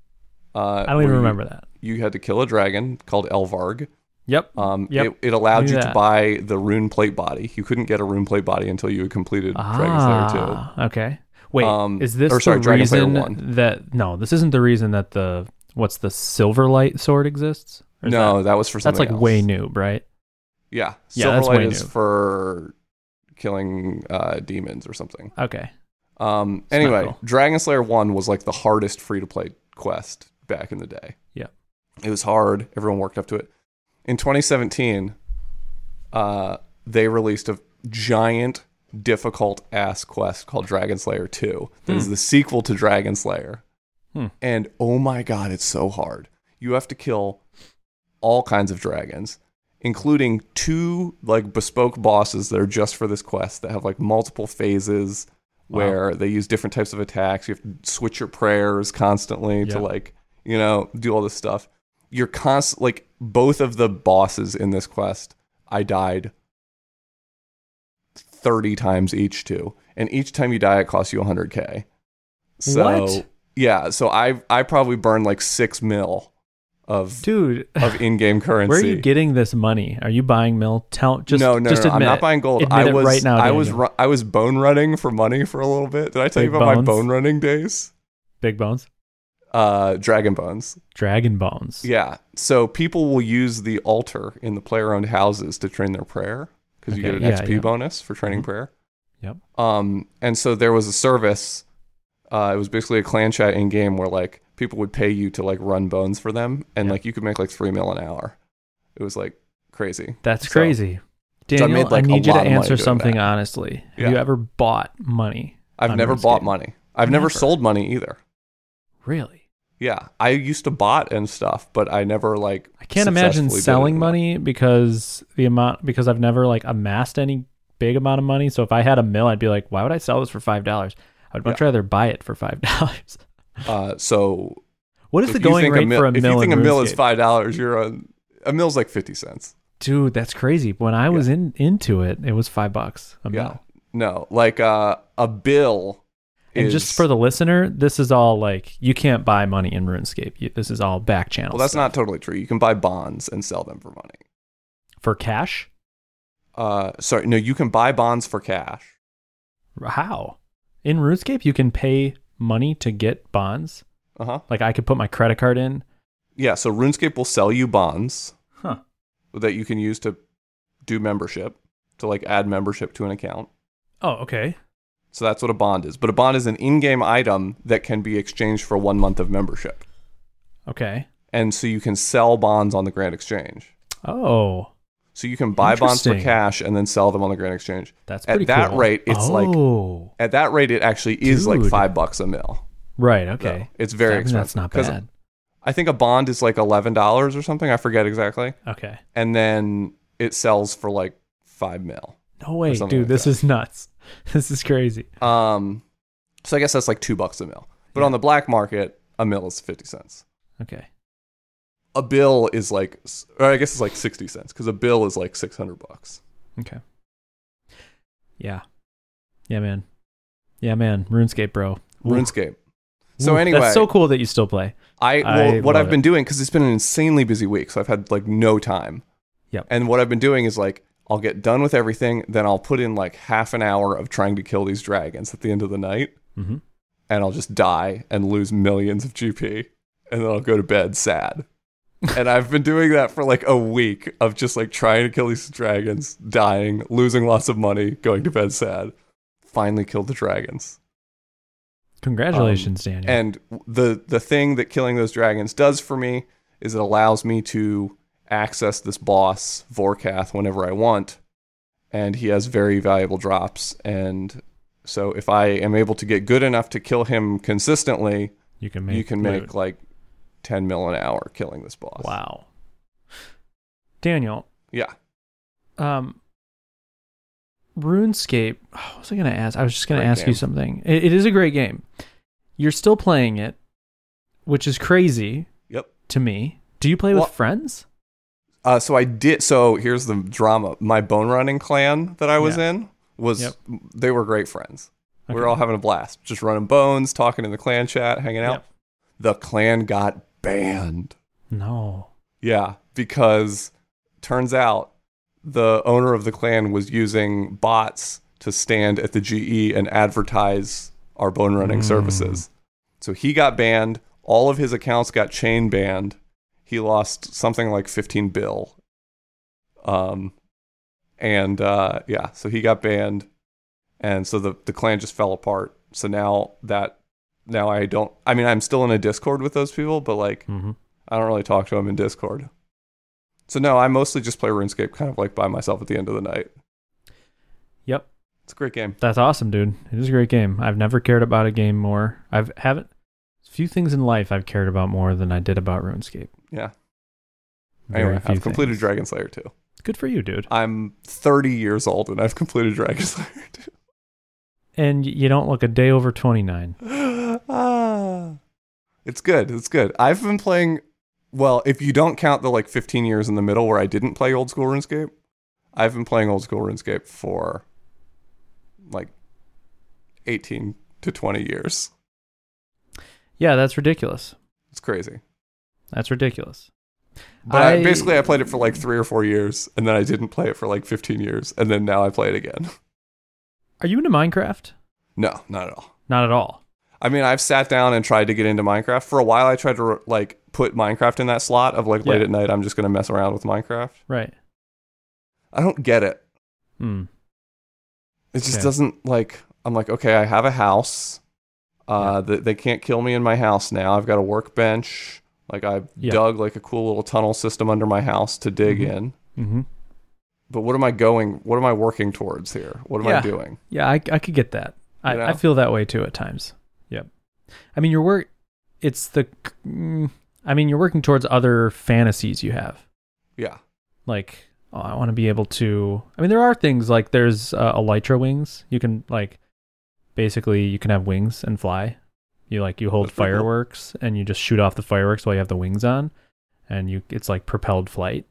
Speaker 2: Uh,
Speaker 1: I don't
Speaker 2: where
Speaker 1: even
Speaker 2: you-
Speaker 1: remember that.
Speaker 2: You had to kill a dragon called Elvarg.
Speaker 1: Yep.
Speaker 2: Um,
Speaker 1: Yep.
Speaker 2: it, it allowed
Speaker 1: Knew
Speaker 2: you to
Speaker 1: that.
Speaker 2: buy the rune plate body. You couldn't get a rune plate body until you had completed Dragon Slayer 2.
Speaker 1: Ah, Okay. Wait,
Speaker 2: Um,
Speaker 1: is this
Speaker 2: or sorry,
Speaker 1: the
Speaker 2: Dragon Slayer
Speaker 1: reason
Speaker 2: 1.
Speaker 1: that no? This isn't the reason that the what's the silver light sword exists. Or is
Speaker 2: No,
Speaker 1: that-
Speaker 2: that, was for something
Speaker 1: that's like
Speaker 2: else.
Speaker 1: way noob, right?
Speaker 2: Yeah,
Speaker 1: Yeah, that's
Speaker 2: Silverlight
Speaker 1: way
Speaker 2: is
Speaker 1: new.
Speaker 2: for killing uh, demons or something.
Speaker 1: Okay,
Speaker 2: Um,
Speaker 1: not
Speaker 2: anyway,
Speaker 1: cool.
Speaker 2: Dragon Slayer One was like the hardest free to play quest back in the day.
Speaker 1: Yeah.
Speaker 2: it was hard. Everyone worked up to it. In 2017, uh, they released a giant, difficult ass quest called Dragon Slayer Two. That is the sequel to Dragon Slayer.
Speaker 1: Hmm.
Speaker 2: And oh my god, it's so hard. You have to kill all kinds of dragons, including two like bespoke bosses that are just for this quest that have like multiple phases
Speaker 1: Wow.
Speaker 2: where they use different types of attacks. You have to switch your prayers constantly
Speaker 1: Yeah.
Speaker 2: to like, you know, do all this stuff. You're constant like both of the bosses in this quest, I died 30 times each two. And each time you die it costs you 100k. So
Speaker 1: What?
Speaker 2: yeah, so I I probably burned like 6 mil of
Speaker 1: dude, (laughs)
Speaker 2: of in-game currency.
Speaker 1: where are you getting this money? Are you buying mill? Tell just
Speaker 2: no, no,
Speaker 1: just
Speaker 2: no,
Speaker 1: admit
Speaker 2: I'm not
Speaker 1: it.
Speaker 2: buying gold.
Speaker 1: Admit
Speaker 2: I
Speaker 1: it
Speaker 2: was
Speaker 1: right now.
Speaker 2: I was
Speaker 1: Daniel.
Speaker 2: ru- I was bone running for money for a little bit. Did I tell
Speaker 1: Big
Speaker 2: you about
Speaker 1: bones?
Speaker 2: my bone running days?
Speaker 1: big bones,
Speaker 2: Uh, dragon bones.
Speaker 1: dragon bones.
Speaker 2: Yeah. So people will use the altar in the player-owned houses to train their prayer because you
Speaker 1: Okay,
Speaker 2: get an
Speaker 1: yeah,
Speaker 2: XP
Speaker 1: yeah.
Speaker 2: bonus for training prayer.
Speaker 1: Yep.
Speaker 2: Um, and so there was a service. Uh, it was basically a clan chat in game where like people would pay you to like run bones for them, and
Speaker 1: Yeah.
Speaker 2: like you could make like three mil an hour. It was like crazy.
Speaker 1: That's
Speaker 2: So-
Speaker 1: crazy.
Speaker 2: I
Speaker 1: Daniel, I,
Speaker 2: made, like, a
Speaker 1: need you to
Speaker 2: lot of money
Speaker 1: answer
Speaker 2: doing that.
Speaker 1: something honestly. Have you
Speaker 2: Yeah.
Speaker 1: ever bought money?
Speaker 2: I've
Speaker 1: on
Speaker 2: never
Speaker 1: RuneScape?
Speaker 2: bought money. I've never
Speaker 1: Never.
Speaker 2: sold money either.
Speaker 1: Really?
Speaker 2: Yeah, I used to bot and stuff, but I never like.
Speaker 1: I can't imagine
Speaker 2: successfully did it.
Speaker 1: selling money because the amount because I've never like amassed any big amount of money. So if I had a mill, I'd be like, why would I sell this for five dollars? I would much rather buy it for five (laughs) dollars.
Speaker 2: Uh, so
Speaker 1: What is
Speaker 2: if
Speaker 1: the
Speaker 2: you
Speaker 1: going
Speaker 2: think
Speaker 1: rate
Speaker 2: mil-
Speaker 1: for a
Speaker 2: if
Speaker 1: mill?
Speaker 2: you think
Speaker 1: in
Speaker 2: a mill is
Speaker 1: RuneScape?
Speaker 2: five dollars, you're on a mill's like fifty cents.
Speaker 1: dude, that's crazy. When I was in into it, it was five bucks a
Speaker 2: Yeah,
Speaker 1: mill.
Speaker 2: no, like uh, a bill.
Speaker 1: And
Speaker 2: is,
Speaker 1: just for the listener, this is all like you can't buy money in RuneScape. You, this is all back channels.
Speaker 2: well, that's not totally true. You can buy bonds and sell them for money.
Speaker 1: for cash.
Speaker 2: Uh, sorry, no, you can buy bonds for cash.
Speaker 1: How in RuneScape you can pay money to get bonds?
Speaker 2: Uh huh.
Speaker 1: Like I could put my credit card in.
Speaker 2: Yeah. So RuneScape will sell you bonds
Speaker 1: Huh.
Speaker 2: that you can use to do membership, to like add membership to an account.
Speaker 1: Oh, okay.
Speaker 2: So that's what a bond is. But a bond is an in game item that can be exchanged for one month of membership.
Speaker 1: Okay.
Speaker 2: And so you can sell bonds on the Grand Exchange.
Speaker 1: Oh,
Speaker 2: So you can buy bonds for
Speaker 1: Interesting.
Speaker 2: cash and then sell them on the Grand Exchange.
Speaker 1: that's
Speaker 2: At
Speaker 1: pretty
Speaker 2: that
Speaker 1: cool.
Speaker 2: rate, it's like-
Speaker 1: oh,
Speaker 2: At that rate, it actually is like
Speaker 1: Dude.
Speaker 2: five bucks a mil.
Speaker 1: right.
Speaker 2: though.
Speaker 1: Okay.
Speaker 2: It's very
Speaker 1: I mean,
Speaker 2: expensive.
Speaker 1: That's not
Speaker 2: 'Cause
Speaker 1: bad.
Speaker 2: I think a bond is like eleven dollars or something. I forget exactly.
Speaker 1: Okay.
Speaker 2: And then it sells for like five mil.
Speaker 1: No way,
Speaker 2: something
Speaker 1: dude.
Speaker 2: like
Speaker 1: this
Speaker 2: that.
Speaker 1: is nuts. (laughs) This is crazy.
Speaker 2: Um, so I guess that's like two bucks a mil. But on the black market, a mil is fifty cents.
Speaker 1: Okay.
Speaker 2: A bill is like, s- or I guess it's like sixty cents because a bill is like six hundred bucks.
Speaker 1: Okay. Yeah. Yeah, man. Yeah, man. RuneScape, bro. Ooh.
Speaker 2: RuneScape. So
Speaker 1: Ooh,
Speaker 2: anyway,
Speaker 1: that's so cool that you still play.
Speaker 2: I well,
Speaker 1: I
Speaker 2: what
Speaker 1: love
Speaker 2: I've been doing because it's been an insanely busy week, so I've had like no time.
Speaker 1: Yep.
Speaker 2: And what I've been doing is like I'll get done with everything, then I'll put in like half an hour of trying to kill these dragons at the end of the night,
Speaker 1: Mhm.
Speaker 2: and I'll just die and lose millions of GP, and then I'll go to
Speaker 1: (laughs)
Speaker 2: bed sad. and I've been doing that for like a week of just like trying to kill these dragons, dying, losing lots of money, going to bed sad. Finally killed the dragons.
Speaker 1: Congratulations, Daniel.
Speaker 2: Um, And the the thing that killing those dragons does for me is it allows me to access this boss Vorkath whenever I want, and he has very valuable drops. And so if I am able to get good enough to kill him consistently,
Speaker 1: you can make
Speaker 2: you can
Speaker 1: loot.
Speaker 2: make like ten mil an hour killing this boss.
Speaker 1: Wow. Daniel,
Speaker 2: Yeah.
Speaker 1: um RuneScape, oh, what was I going to ask? I was just going to
Speaker 2: Great
Speaker 1: ask you
Speaker 2: game.
Speaker 1: something. It, it is a great game. You're still playing it, which is crazy
Speaker 2: Yep.
Speaker 1: to me. Do you play
Speaker 2: Well-
Speaker 1: with friends?
Speaker 2: Uh, so I did. So here's the drama. My bone running clan that I was
Speaker 1: Yeah.
Speaker 2: in was
Speaker 1: Yep.
Speaker 2: they were great friends. We
Speaker 1: Okay.
Speaker 2: were all having a blast, just running bones, talking in the clan chat, hanging out.
Speaker 1: Yep.
Speaker 2: The clan got banned.
Speaker 1: No.
Speaker 2: Yeah, because turns out the owner of the clan was using bots to stand at the GE and advertise our bone running
Speaker 1: Mm.
Speaker 2: services. So he got banned. All of his accounts got chain banned. He lost something like 15 bill. Um, and uh, yeah, so he got banned. And so the, the clan just fell apart. So now that, now I don't, I mean, I'm still in a Discord with those people, but like,
Speaker 1: hmm
Speaker 2: I don't really talk to him in Discord. So no, I mostly just play RuneScape kind of like by myself at the end of the night.
Speaker 1: Yep.
Speaker 2: It's a great game.
Speaker 1: That's awesome, dude. It is a great game. I've never cared about a game more. I've haven't few things in life I've cared about more than I did about RuneScape.
Speaker 2: Yeah.
Speaker 1: Very
Speaker 2: Anyway,
Speaker 1: few
Speaker 2: I've completed
Speaker 1: things.
Speaker 2: Dragon Slayer 2.
Speaker 1: Good for you, dude.
Speaker 2: I'm 30 years old and I've completed Dragon (laughs) Slayer 2.
Speaker 1: And y- you don't look a day over 29.
Speaker 2: ah. It's good. It's good. I've been playing well, if you don't count the like 15 years in the middle where I didn't play old school RuneScape, I've been playing old school RuneScape for like 18 to 20 years.
Speaker 1: Yeah, that's ridiculous.
Speaker 2: It's crazy.
Speaker 1: That's ridiculous.
Speaker 2: But I,
Speaker 1: I-
Speaker 2: basically, I played it for like three or four years, and then I didn't play it for like 15 years, and then now I play it again. (laughs)
Speaker 1: Are you into Minecraft?
Speaker 2: No, not at all.
Speaker 1: Not at all.
Speaker 2: I mean, I've sat down and tried to get into Minecraft. For a while, I tried to like put Minecraft in that slot of like late
Speaker 1: Yeah.
Speaker 2: at night, I'm just going to mess around with Minecraft.
Speaker 1: Right.
Speaker 2: I don't get it.
Speaker 1: Hmm.
Speaker 2: It just
Speaker 1: Okay.
Speaker 2: doesn't like, I'm like, okay, I have a house. Uh, th- they can't kill me in my house now. I've got a workbench. Like, I've
Speaker 1: Yeah.
Speaker 2: dug like a cool little tunnel system under my house to dig
Speaker 1: Mhm.
Speaker 2: in.
Speaker 1: Mm-hmm.
Speaker 2: But what am I going? What am I working towards here? What am I
Speaker 1: Yeah.
Speaker 2: doing?
Speaker 1: Yeah, I, I could get that. I,
Speaker 2: You know?
Speaker 1: I feel that way too at times. Yep. I mean, your work, it's the, mm, I mean, you're working towards other fantasies you have.
Speaker 2: Yeah.
Speaker 1: like oh, I want to be able to. I mean, there are things like there's uh, elytra wings. You can like basically you can have wings and fly. You like you hold
Speaker 2: That's pretty cool.
Speaker 1: fireworks and you just shoot off the fireworks while you have the wings on, and you it's like propelled flight.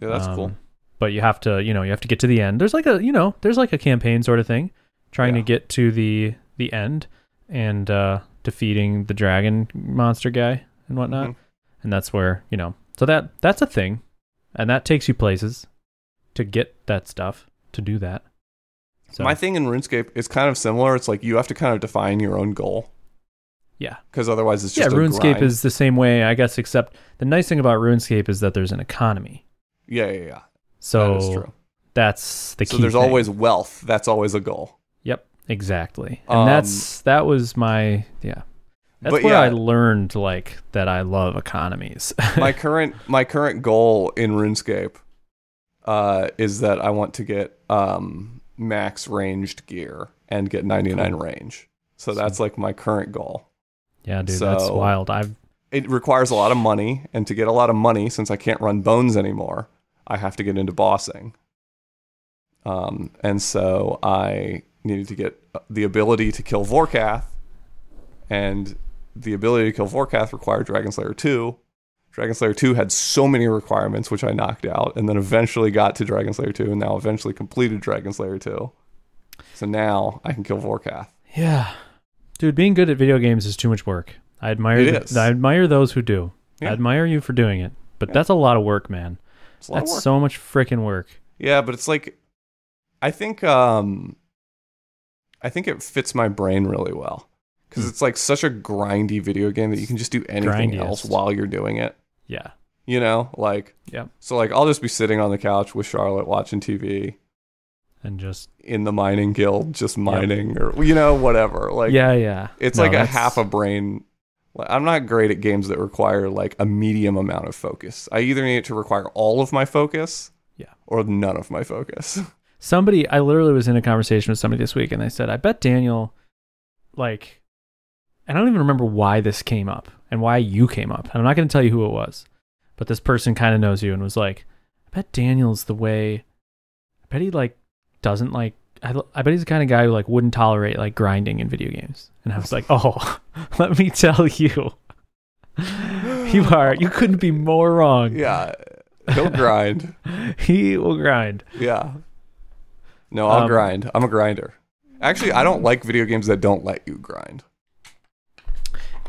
Speaker 2: Yeah, that's cool.
Speaker 1: Um, But you have to you know you have to get to the end. There's like a you know there's like a campaign sort of thing, trying
Speaker 2: Yeah.
Speaker 1: to get to the the end and uh, defeating the dragon monster guy and whatnot
Speaker 2: Mhm.
Speaker 1: and that's where you know so that that's a thing and that takes you places to get that stuff to do that so
Speaker 2: My thing in RuneScape is kind of similar. It's like you have to kind of define your own goal.
Speaker 1: Yeah.
Speaker 2: because otherwise it's
Speaker 1: Yeah,
Speaker 2: just a
Speaker 1: RuneScape
Speaker 2: grind.
Speaker 1: is the same way, I guess, except the nice thing about RuneScape is that there's an economy.
Speaker 2: yeah yeah yeah.
Speaker 1: So
Speaker 2: that is true.
Speaker 1: that's the key.
Speaker 2: So there's
Speaker 1: thing.
Speaker 2: always wealth. That's always a
Speaker 1: (laughs)
Speaker 2: goal.
Speaker 1: Yep, exactly. And
Speaker 2: Um,
Speaker 1: that's that was my yeah. That's
Speaker 2: but
Speaker 1: where
Speaker 2: yeah.
Speaker 1: I learned like that I love economies. (laughs)
Speaker 2: my current my current goal in RuneScape uh, is that I want to get um, max ranged gear and get 99 range. So that's like my current goal.
Speaker 1: yeah, dude, that's
Speaker 2: So-
Speaker 1: wild. I've
Speaker 2: It requires a lot of money, and to get a lot of money, since I can't run bones anymore, I have to get into bossing. Um, and so I needed to get uh, the ability to kill Vorkath, and the ability to kill Vorkath required Dragon Slayer 2. Dragon Slayer 2 had so many requirements, which I knocked out, and then eventually got to Dragon Slayer 2, and now eventually completed Dragon Slayer 2. So now I can kill Vorkath.
Speaker 1: yeah, dude, being good at video games is too much work. I admire
Speaker 2: It
Speaker 1: th-
Speaker 2: is.
Speaker 1: I admire those who do. I
Speaker 2: Yeah.
Speaker 1: admire you for doing it, but that's a lot of work, man.
Speaker 2: It's a lot of
Speaker 1: That's
Speaker 2: work.
Speaker 1: so much freaking work.
Speaker 2: Yeah, but it's like I think um I think it fits my brain really well cuz
Speaker 1: Hmm.
Speaker 2: it's like such a grindy video game that you can just do anything else
Speaker 1: Grindiest.
Speaker 2: while you're doing it,
Speaker 1: Yeah,
Speaker 2: you know? Like
Speaker 1: Yep.
Speaker 2: So like I'll just be sitting on the couch with Charlotte watching TV
Speaker 1: and just
Speaker 2: in the mining guild just mining or you know whatever. Like
Speaker 1: yeah, yeah.
Speaker 2: it's
Speaker 1: No,
Speaker 2: like a
Speaker 1: that's-
Speaker 2: half a brain like, I'm not great at games that require like a medium amount of focus. I either need it to require all of my focus
Speaker 1: Yeah.
Speaker 2: or none of my focus.
Speaker 1: somebody i literally was in a conversation with somebody this week and they said i bet daniel like and i don't even remember why this came up and why you came up and i'm not going to tell you who it was but this person kind of knows you and was like i bet daniel's the way i bet he like doesn't like I, I bet he's the kind of guy who like wouldn't tolerate like grinding in video games and i was like oh (laughs) let me tell you (laughs) you are you couldn't be more wrong
Speaker 2: Yeah, he'll grind.
Speaker 1: he will grind
Speaker 2: Yeah. No, I'll
Speaker 1: Um,
Speaker 2: grind. I'm a grinder. Actually, I don't like video games that don't let you grind.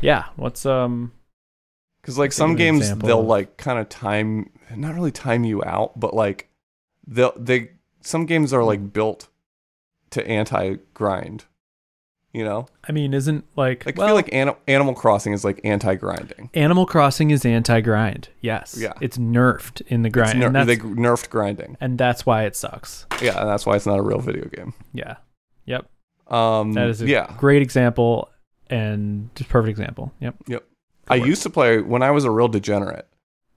Speaker 1: yeah what's um
Speaker 2: Because like
Speaker 1: Give
Speaker 2: some
Speaker 1: an
Speaker 2: games,
Speaker 1: example
Speaker 2: they'll
Speaker 1: of-
Speaker 2: like kind of time, not really time you out, but like they'll they some games are like built to anti grind. You know,
Speaker 1: I mean, isn't like,
Speaker 2: like I
Speaker 1: well,
Speaker 2: feel like Ani- Animal Crossing is like anti grinding.
Speaker 1: Animal Crossing is anti-grind. Yes,
Speaker 2: Yeah.
Speaker 1: it's nerfed in the grind, and, that's,
Speaker 2: they gr- nerfed grinding.
Speaker 1: and that's why it sucks.
Speaker 2: Yeah, and that's why it's not a real video game.
Speaker 1: Yeah, yep,
Speaker 2: Um,
Speaker 1: that is a
Speaker 2: yeah.
Speaker 1: great example and just perfect example. Yep,
Speaker 2: I
Speaker 1: work.
Speaker 2: used to play when I was a real degenerate.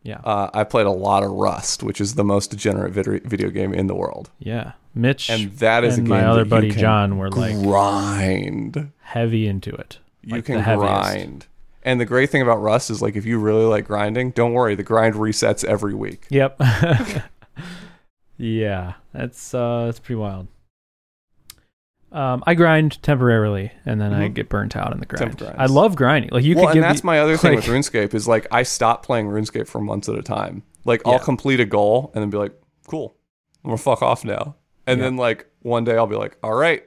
Speaker 1: yeah,
Speaker 2: Uh, I played a lot of Rust, which is the most degenerate vid- video game in the world,
Speaker 1: yeah. Mitch
Speaker 2: and that is a
Speaker 1: and
Speaker 2: game
Speaker 1: my
Speaker 2: that
Speaker 1: other
Speaker 2: you
Speaker 1: buddy
Speaker 2: can
Speaker 1: John were like
Speaker 2: grind.
Speaker 1: heavy into it.
Speaker 2: You
Speaker 1: like, the
Speaker 2: can
Speaker 1: heaviest.
Speaker 2: grind, and the great thing about Rust is like if you really like grinding, don't worry, the grind resets every week.
Speaker 1: Yep. (laughs) yeah, that's uh, that's pretty wild. Um, I grind temporarily, and then I
Speaker 2: Mhm.
Speaker 1: get burnt out in the grind.
Speaker 2: Temp
Speaker 1: I
Speaker 2: grinds.
Speaker 1: love grinding. Like you
Speaker 2: well,
Speaker 1: could
Speaker 2: and
Speaker 1: give
Speaker 2: that's
Speaker 1: me-
Speaker 2: my other thing
Speaker 1: like-
Speaker 2: with RuneScape is like I stopped playing RuneScape for months at a time. Like
Speaker 1: Yeah.
Speaker 2: I'll complete a goal and then be like, "Cool, I'm gonna fuck off now," and
Speaker 1: Yeah.
Speaker 2: then like one day I'll be like, "All right,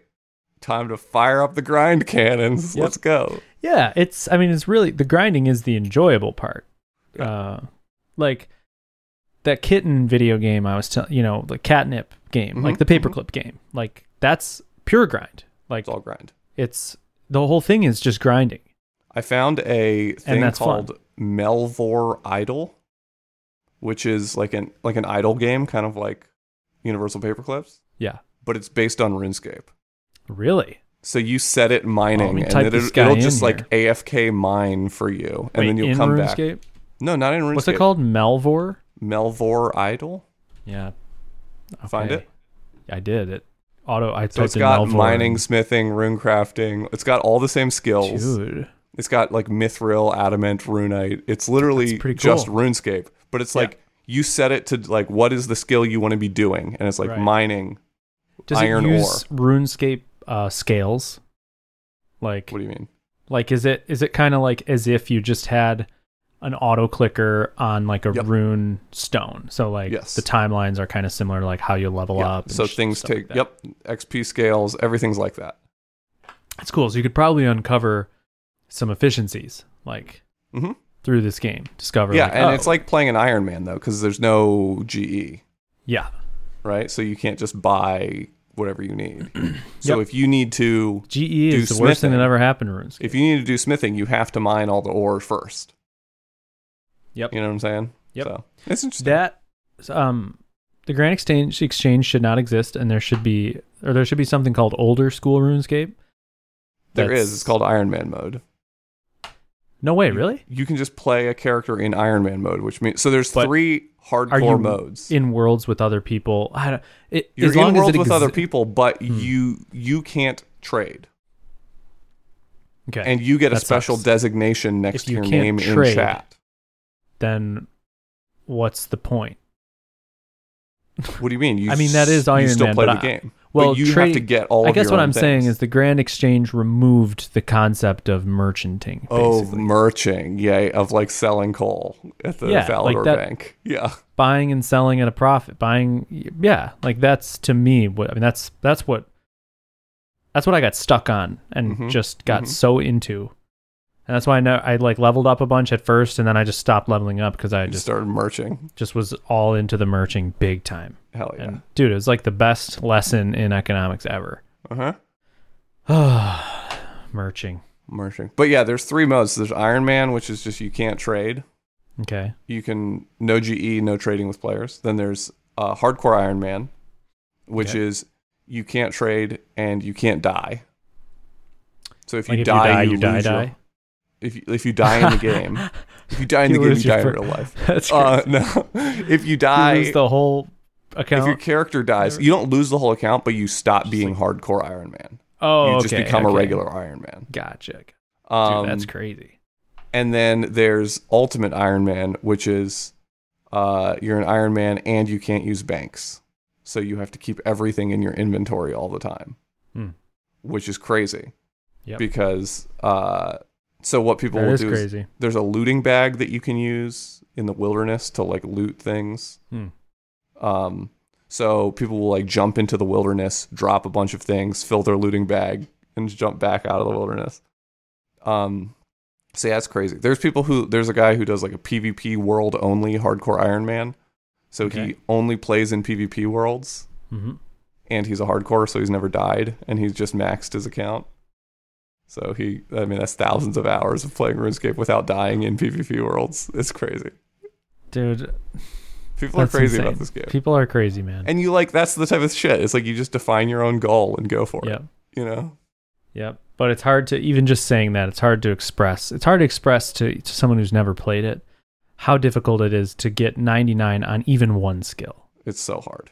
Speaker 2: time to fire up the grind cannons.
Speaker 1: Yep.
Speaker 2: Let's go."
Speaker 1: Yeah, it's. I mean, it's really the grinding is the enjoyable part.
Speaker 2: Yeah.
Speaker 1: Uh, like that kitten video game I was telling you know the catnip game, like
Speaker 2: Mhm,
Speaker 1: the
Speaker 2: mhm.
Speaker 1: paperclip game, like that's pure grind. Like
Speaker 2: It's all grind.
Speaker 1: it's the whole thing is just grinding.
Speaker 2: I found a thing
Speaker 1: that's
Speaker 2: called Melvor Idol, which is like an like an idol game, kind of like Universal Paperclips,
Speaker 1: Yeah,
Speaker 2: but it's based on RuneScape.
Speaker 1: really.
Speaker 2: So you set it mining,
Speaker 1: Oh, let me type
Speaker 2: and it,
Speaker 1: this
Speaker 2: it'll,
Speaker 1: guy
Speaker 2: just
Speaker 1: in
Speaker 2: like AFK mine for you, and
Speaker 1: Wait,
Speaker 2: then you'll
Speaker 1: in
Speaker 2: come back.
Speaker 1: RuneScape?
Speaker 2: No, not in RuneScape.
Speaker 1: What's it called? Malvor.
Speaker 2: Melvor Idol.
Speaker 1: Yeah.
Speaker 2: Find
Speaker 1: Okay.
Speaker 2: it?
Speaker 1: I did it. Auto. I
Speaker 2: So
Speaker 1: typed
Speaker 2: it's
Speaker 1: in
Speaker 2: got
Speaker 1: Malvor
Speaker 2: mining,
Speaker 1: and-
Speaker 2: smithing, rune crafting. It's got all the same skills.
Speaker 1: Dude.
Speaker 2: It's got like mithril, adamant, runite. It's literally
Speaker 1: That's pretty
Speaker 2: just
Speaker 1: cool.
Speaker 2: RuneScape, but it's
Speaker 1: Yeah.
Speaker 2: like you set it to like what is the skill you want to be doing, and it's like
Speaker 1: Right.
Speaker 2: mining.
Speaker 1: Does
Speaker 2: Iron
Speaker 1: it use RuneScape uh, scales? Like
Speaker 2: What do you mean?
Speaker 1: Like, is it is it kind of like as if you just had an auto clicker on like a
Speaker 2: Yep.
Speaker 1: rune stone? So like
Speaker 2: Yes.
Speaker 1: the timelines are kind of similar, to like how you level
Speaker 2: Yeah,
Speaker 1: up. and
Speaker 2: So
Speaker 1: sh-
Speaker 2: things
Speaker 1: stuff like
Speaker 2: take
Speaker 1: that.
Speaker 2: yep XP scales, everything's like that.
Speaker 1: That's cool. So you could probably uncover some efficiencies like
Speaker 2: hmm
Speaker 1: through this game. Discover.
Speaker 2: Yeah,
Speaker 1: like,
Speaker 2: and
Speaker 1: oh,
Speaker 2: it's like playing an E, Iron Man though, because there's no GE,
Speaker 1: yeah,
Speaker 2: right? So you can't just buy whatever
Speaker 1: (clears throat)
Speaker 2: you need. So if you need to
Speaker 1: GE E is the worst thing that
Speaker 2: smithing.
Speaker 1: ever happened to RuneScape.
Speaker 2: if you need to do smithing, you have to mine all the ore first.
Speaker 1: Yep.
Speaker 2: You know what I'm saying?
Speaker 1: Yep.
Speaker 2: So it's interesting.
Speaker 1: that um the grand exchange exchange should not exist and there should be or there should be something called older school runescape
Speaker 2: there
Speaker 1: That's-
Speaker 2: is. It's called Mm. Iron Man mode.
Speaker 1: no way really
Speaker 2: You can just play a character in Iron Man mode, which means so there's
Speaker 1: But
Speaker 2: three
Speaker 1: are
Speaker 2: hardcore
Speaker 1: you
Speaker 2: modes.
Speaker 1: in worlds with other people i don't it,
Speaker 2: You're
Speaker 1: as long
Speaker 2: in
Speaker 1: as
Speaker 2: worlds
Speaker 1: it
Speaker 2: with
Speaker 1: exi-
Speaker 2: other people, but
Speaker 1: Hmm.
Speaker 2: you you can't trade.
Speaker 1: okay
Speaker 2: And you get a
Speaker 1: That
Speaker 2: special
Speaker 1: sucks.
Speaker 2: designation next
Speaker 1: If
Speaker 2: to
Speaker 1: you
Speaker 2: your
Speaker 1: can't
Speaker 2: name
Speaker 1: trade-
Speaker 2: in chat.
Speaker 1: then what's the point
Speaker 2: What do you mean? You
Speaker 1: I mean, that is
Speaker 2: s-
Speaker 1: Iron
Speaker 2: you still
Speaker 1: Man,
Speaker 2: play
Speaker 1: but
Speaker 2: the
Speaker 1: I- (laughs)
Speaker 2: game.
Speaker 1: well,
Speaker 2: but you
Speaker 1: trade-
Speaker 2: have to get all.
Speaker 1: i
Speaker 2: of
Speaker 1: guess
Speaker 2: your
Speaker 1: what
Speaker 2: own
Speaker 1: i'm saying
Speaker 2: things.
Speaker 1: is the grand exchange removed the concept of merchanting
Speaker 2: oh,
Speaker 1: basically.
Speaker 2: merching, yeah, of like selling coal at the
Speaker 1: Yeah, like
Speaker 2: Valador
Speaker 1: that-
Speaker 2: Bank. Yeah,
Speaker 1: buying and selling at a profit buying yeah like that's to me what i mean that's that's what that's what i got stuck on and
Speaker 2: Mhm,
Speaker 1: just got
Speaker 2: mhm.
Speaker 1: so into and that's why i know i like leveled up a bunch at first and then i just stopped leveling up because (laughs) i
Speaker 2: you
Speaker 1: just
Speaker 2: started merching.
Speaker 1: just was all into the merching big time
Speaker 2: Hell Oh, yeah.
Speaker 1: and dude it was like the best lesson in economics ever (sighs)
Speaker 2: Uh huh.
Speaker 1: merching
Speaker 2: Merching, but yeah, there's three modes. There's Iron Man, which is just you can't trade.
Speaker 1: okay
Speaker 2: You can no GE, no trading with players. Then there's uh, Hardcore Iron Man, which
Speaker 1: Okay.
Speaker 2: is you can't trade and you can't die. So if you
Speaker 1: Like, if you
Speaker 2: die,
Speaker 1: die,
Speaker 2: you,
Speaker 1: you die,
Speaker 2: lose your-
Speaker 1: die?
Speaker 2: If you, if you die in
Speaker 1: (laughs)
Speaker 2: the game, if you die in
Speaker 1: You
Speaker 2: the game,
Speaker 1: lose
Speaker 2: you
Speaker 1: your
Speaker 2: die in
Speaker 1: fir-
Speaker 2: real life.
Speaker 1: (laughs) that's crazy.
Speaker 2: Uh, (laughs) no, if you
Speaker 1: you
Speaker 2: die,
Speaker 1: lose the whole
Speaker 2: if your
Speaker 1: account
Speaker 2: character dies, you don't lose the whole account, but you stop being hardcore Iron Man.
Speaker 1: oh
Speaker 2: you
Speaker 1: okay,
Speaker 2: just become
Speaker 1: okay.
Speaker 2: a regular Iron Man.
Speaker 1: gotcha dude
Speaker 2: Um,
Speaker 1: that's crazy
Speaker 2: and then there's Ultimate Iron Man, which is uh, you're an Iron Man and you can't use banks, so you have to keep everything in your inventory all the time,
Speaker 1: Hmm.
Speaker 2: which is crazy.
Speaker 1: Yep.
Speaker 2: Because uh, so what people
Speaker 1: that
Speaker 2: will
Speaker 1: is
Speaker 2: do is
Speaker 1: crazy
Speaker 2: there's a looting bag that you can use in the wilderness to like loot things.
Speaker 1: Hmm.
Speaker 2: Um, so people will like jump into the wilderness, drop a bunch of things, fill their looting bag, and jump back out of the wilderness. Um, so yeah, that's crazy. There's people who there's a guy who does like a PvP world only hardcore Iron Man. So
Speaker 1: Okay.
Speaker 2: he only plays in PvP worlds,
Speaker 1: hmm
Speaker 2: and he's a hardcore, so he's never died, and he's just maxed his account. So he, I mean, that's thousands of hours of playing RuneScape without dying in PvP worlds. It's crazy.
Speaker 1: Dude,
Speaker 2: People
Speaker 1: That's
Speaker 2: are crazy
Speaker 1: insane.
Speaker 2: about this game.
Speaker 1: people are crazy, man.
Speaker 2: And you like that's the type of shit. It's like you just define your own goal and go for it.
Speaker 1: Yep.
Speaker 2: You know?
Speaker 1: Yep. But it's hard to even just saying that, it's hard to express. It's hard to express to, to someone who's never played it how difficult it is to get 99 on even one skill.
Speaker 2: It's so hard.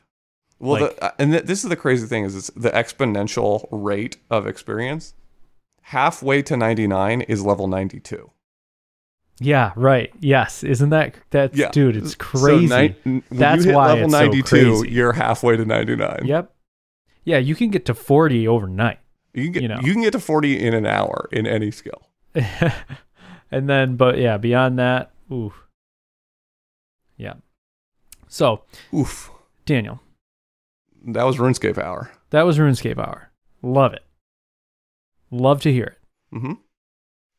Speaker 2: Well,
Speaker 1: Like-
Speaker 2: the, uh, and th- this is the crazy thing is it's the exponential rate of experience. Halfway to 99 is level 92.
Speaker 1: Yeah, right. Yes, isn't that that's
Speaker 2: Yeah.
Speaker 1: dude, it's
Speaker 2: So
Speaker 1: crazy.
Speaker 2: ni- n- when
Speaker 1: That's
Speaker 2: you hit
Speaker 1: why
Speaker 2: level
Speaker 1: it's so
Speaker 2: 92,
Speaker 1: crazy.
Speaker 2: you're halfway to 99.
Speaker 1: yep. Yeah, you can get to 40 overnight. (laughs)
Speaker 2: You can get
Speaker 1: you know.
Speaker 2: you can get to 40 in an hour in any skill.
Speaker 1: and then but yeah, beyond that, ooh. Yeah. So,
Speaker 2: Oof.
Speaker 1: Daniel,
Speaker 2: That was RuneScape hour.
Speaker 1: that was RuneScape hour. Love it. Love to hear it.
Speaker 2: Mhm.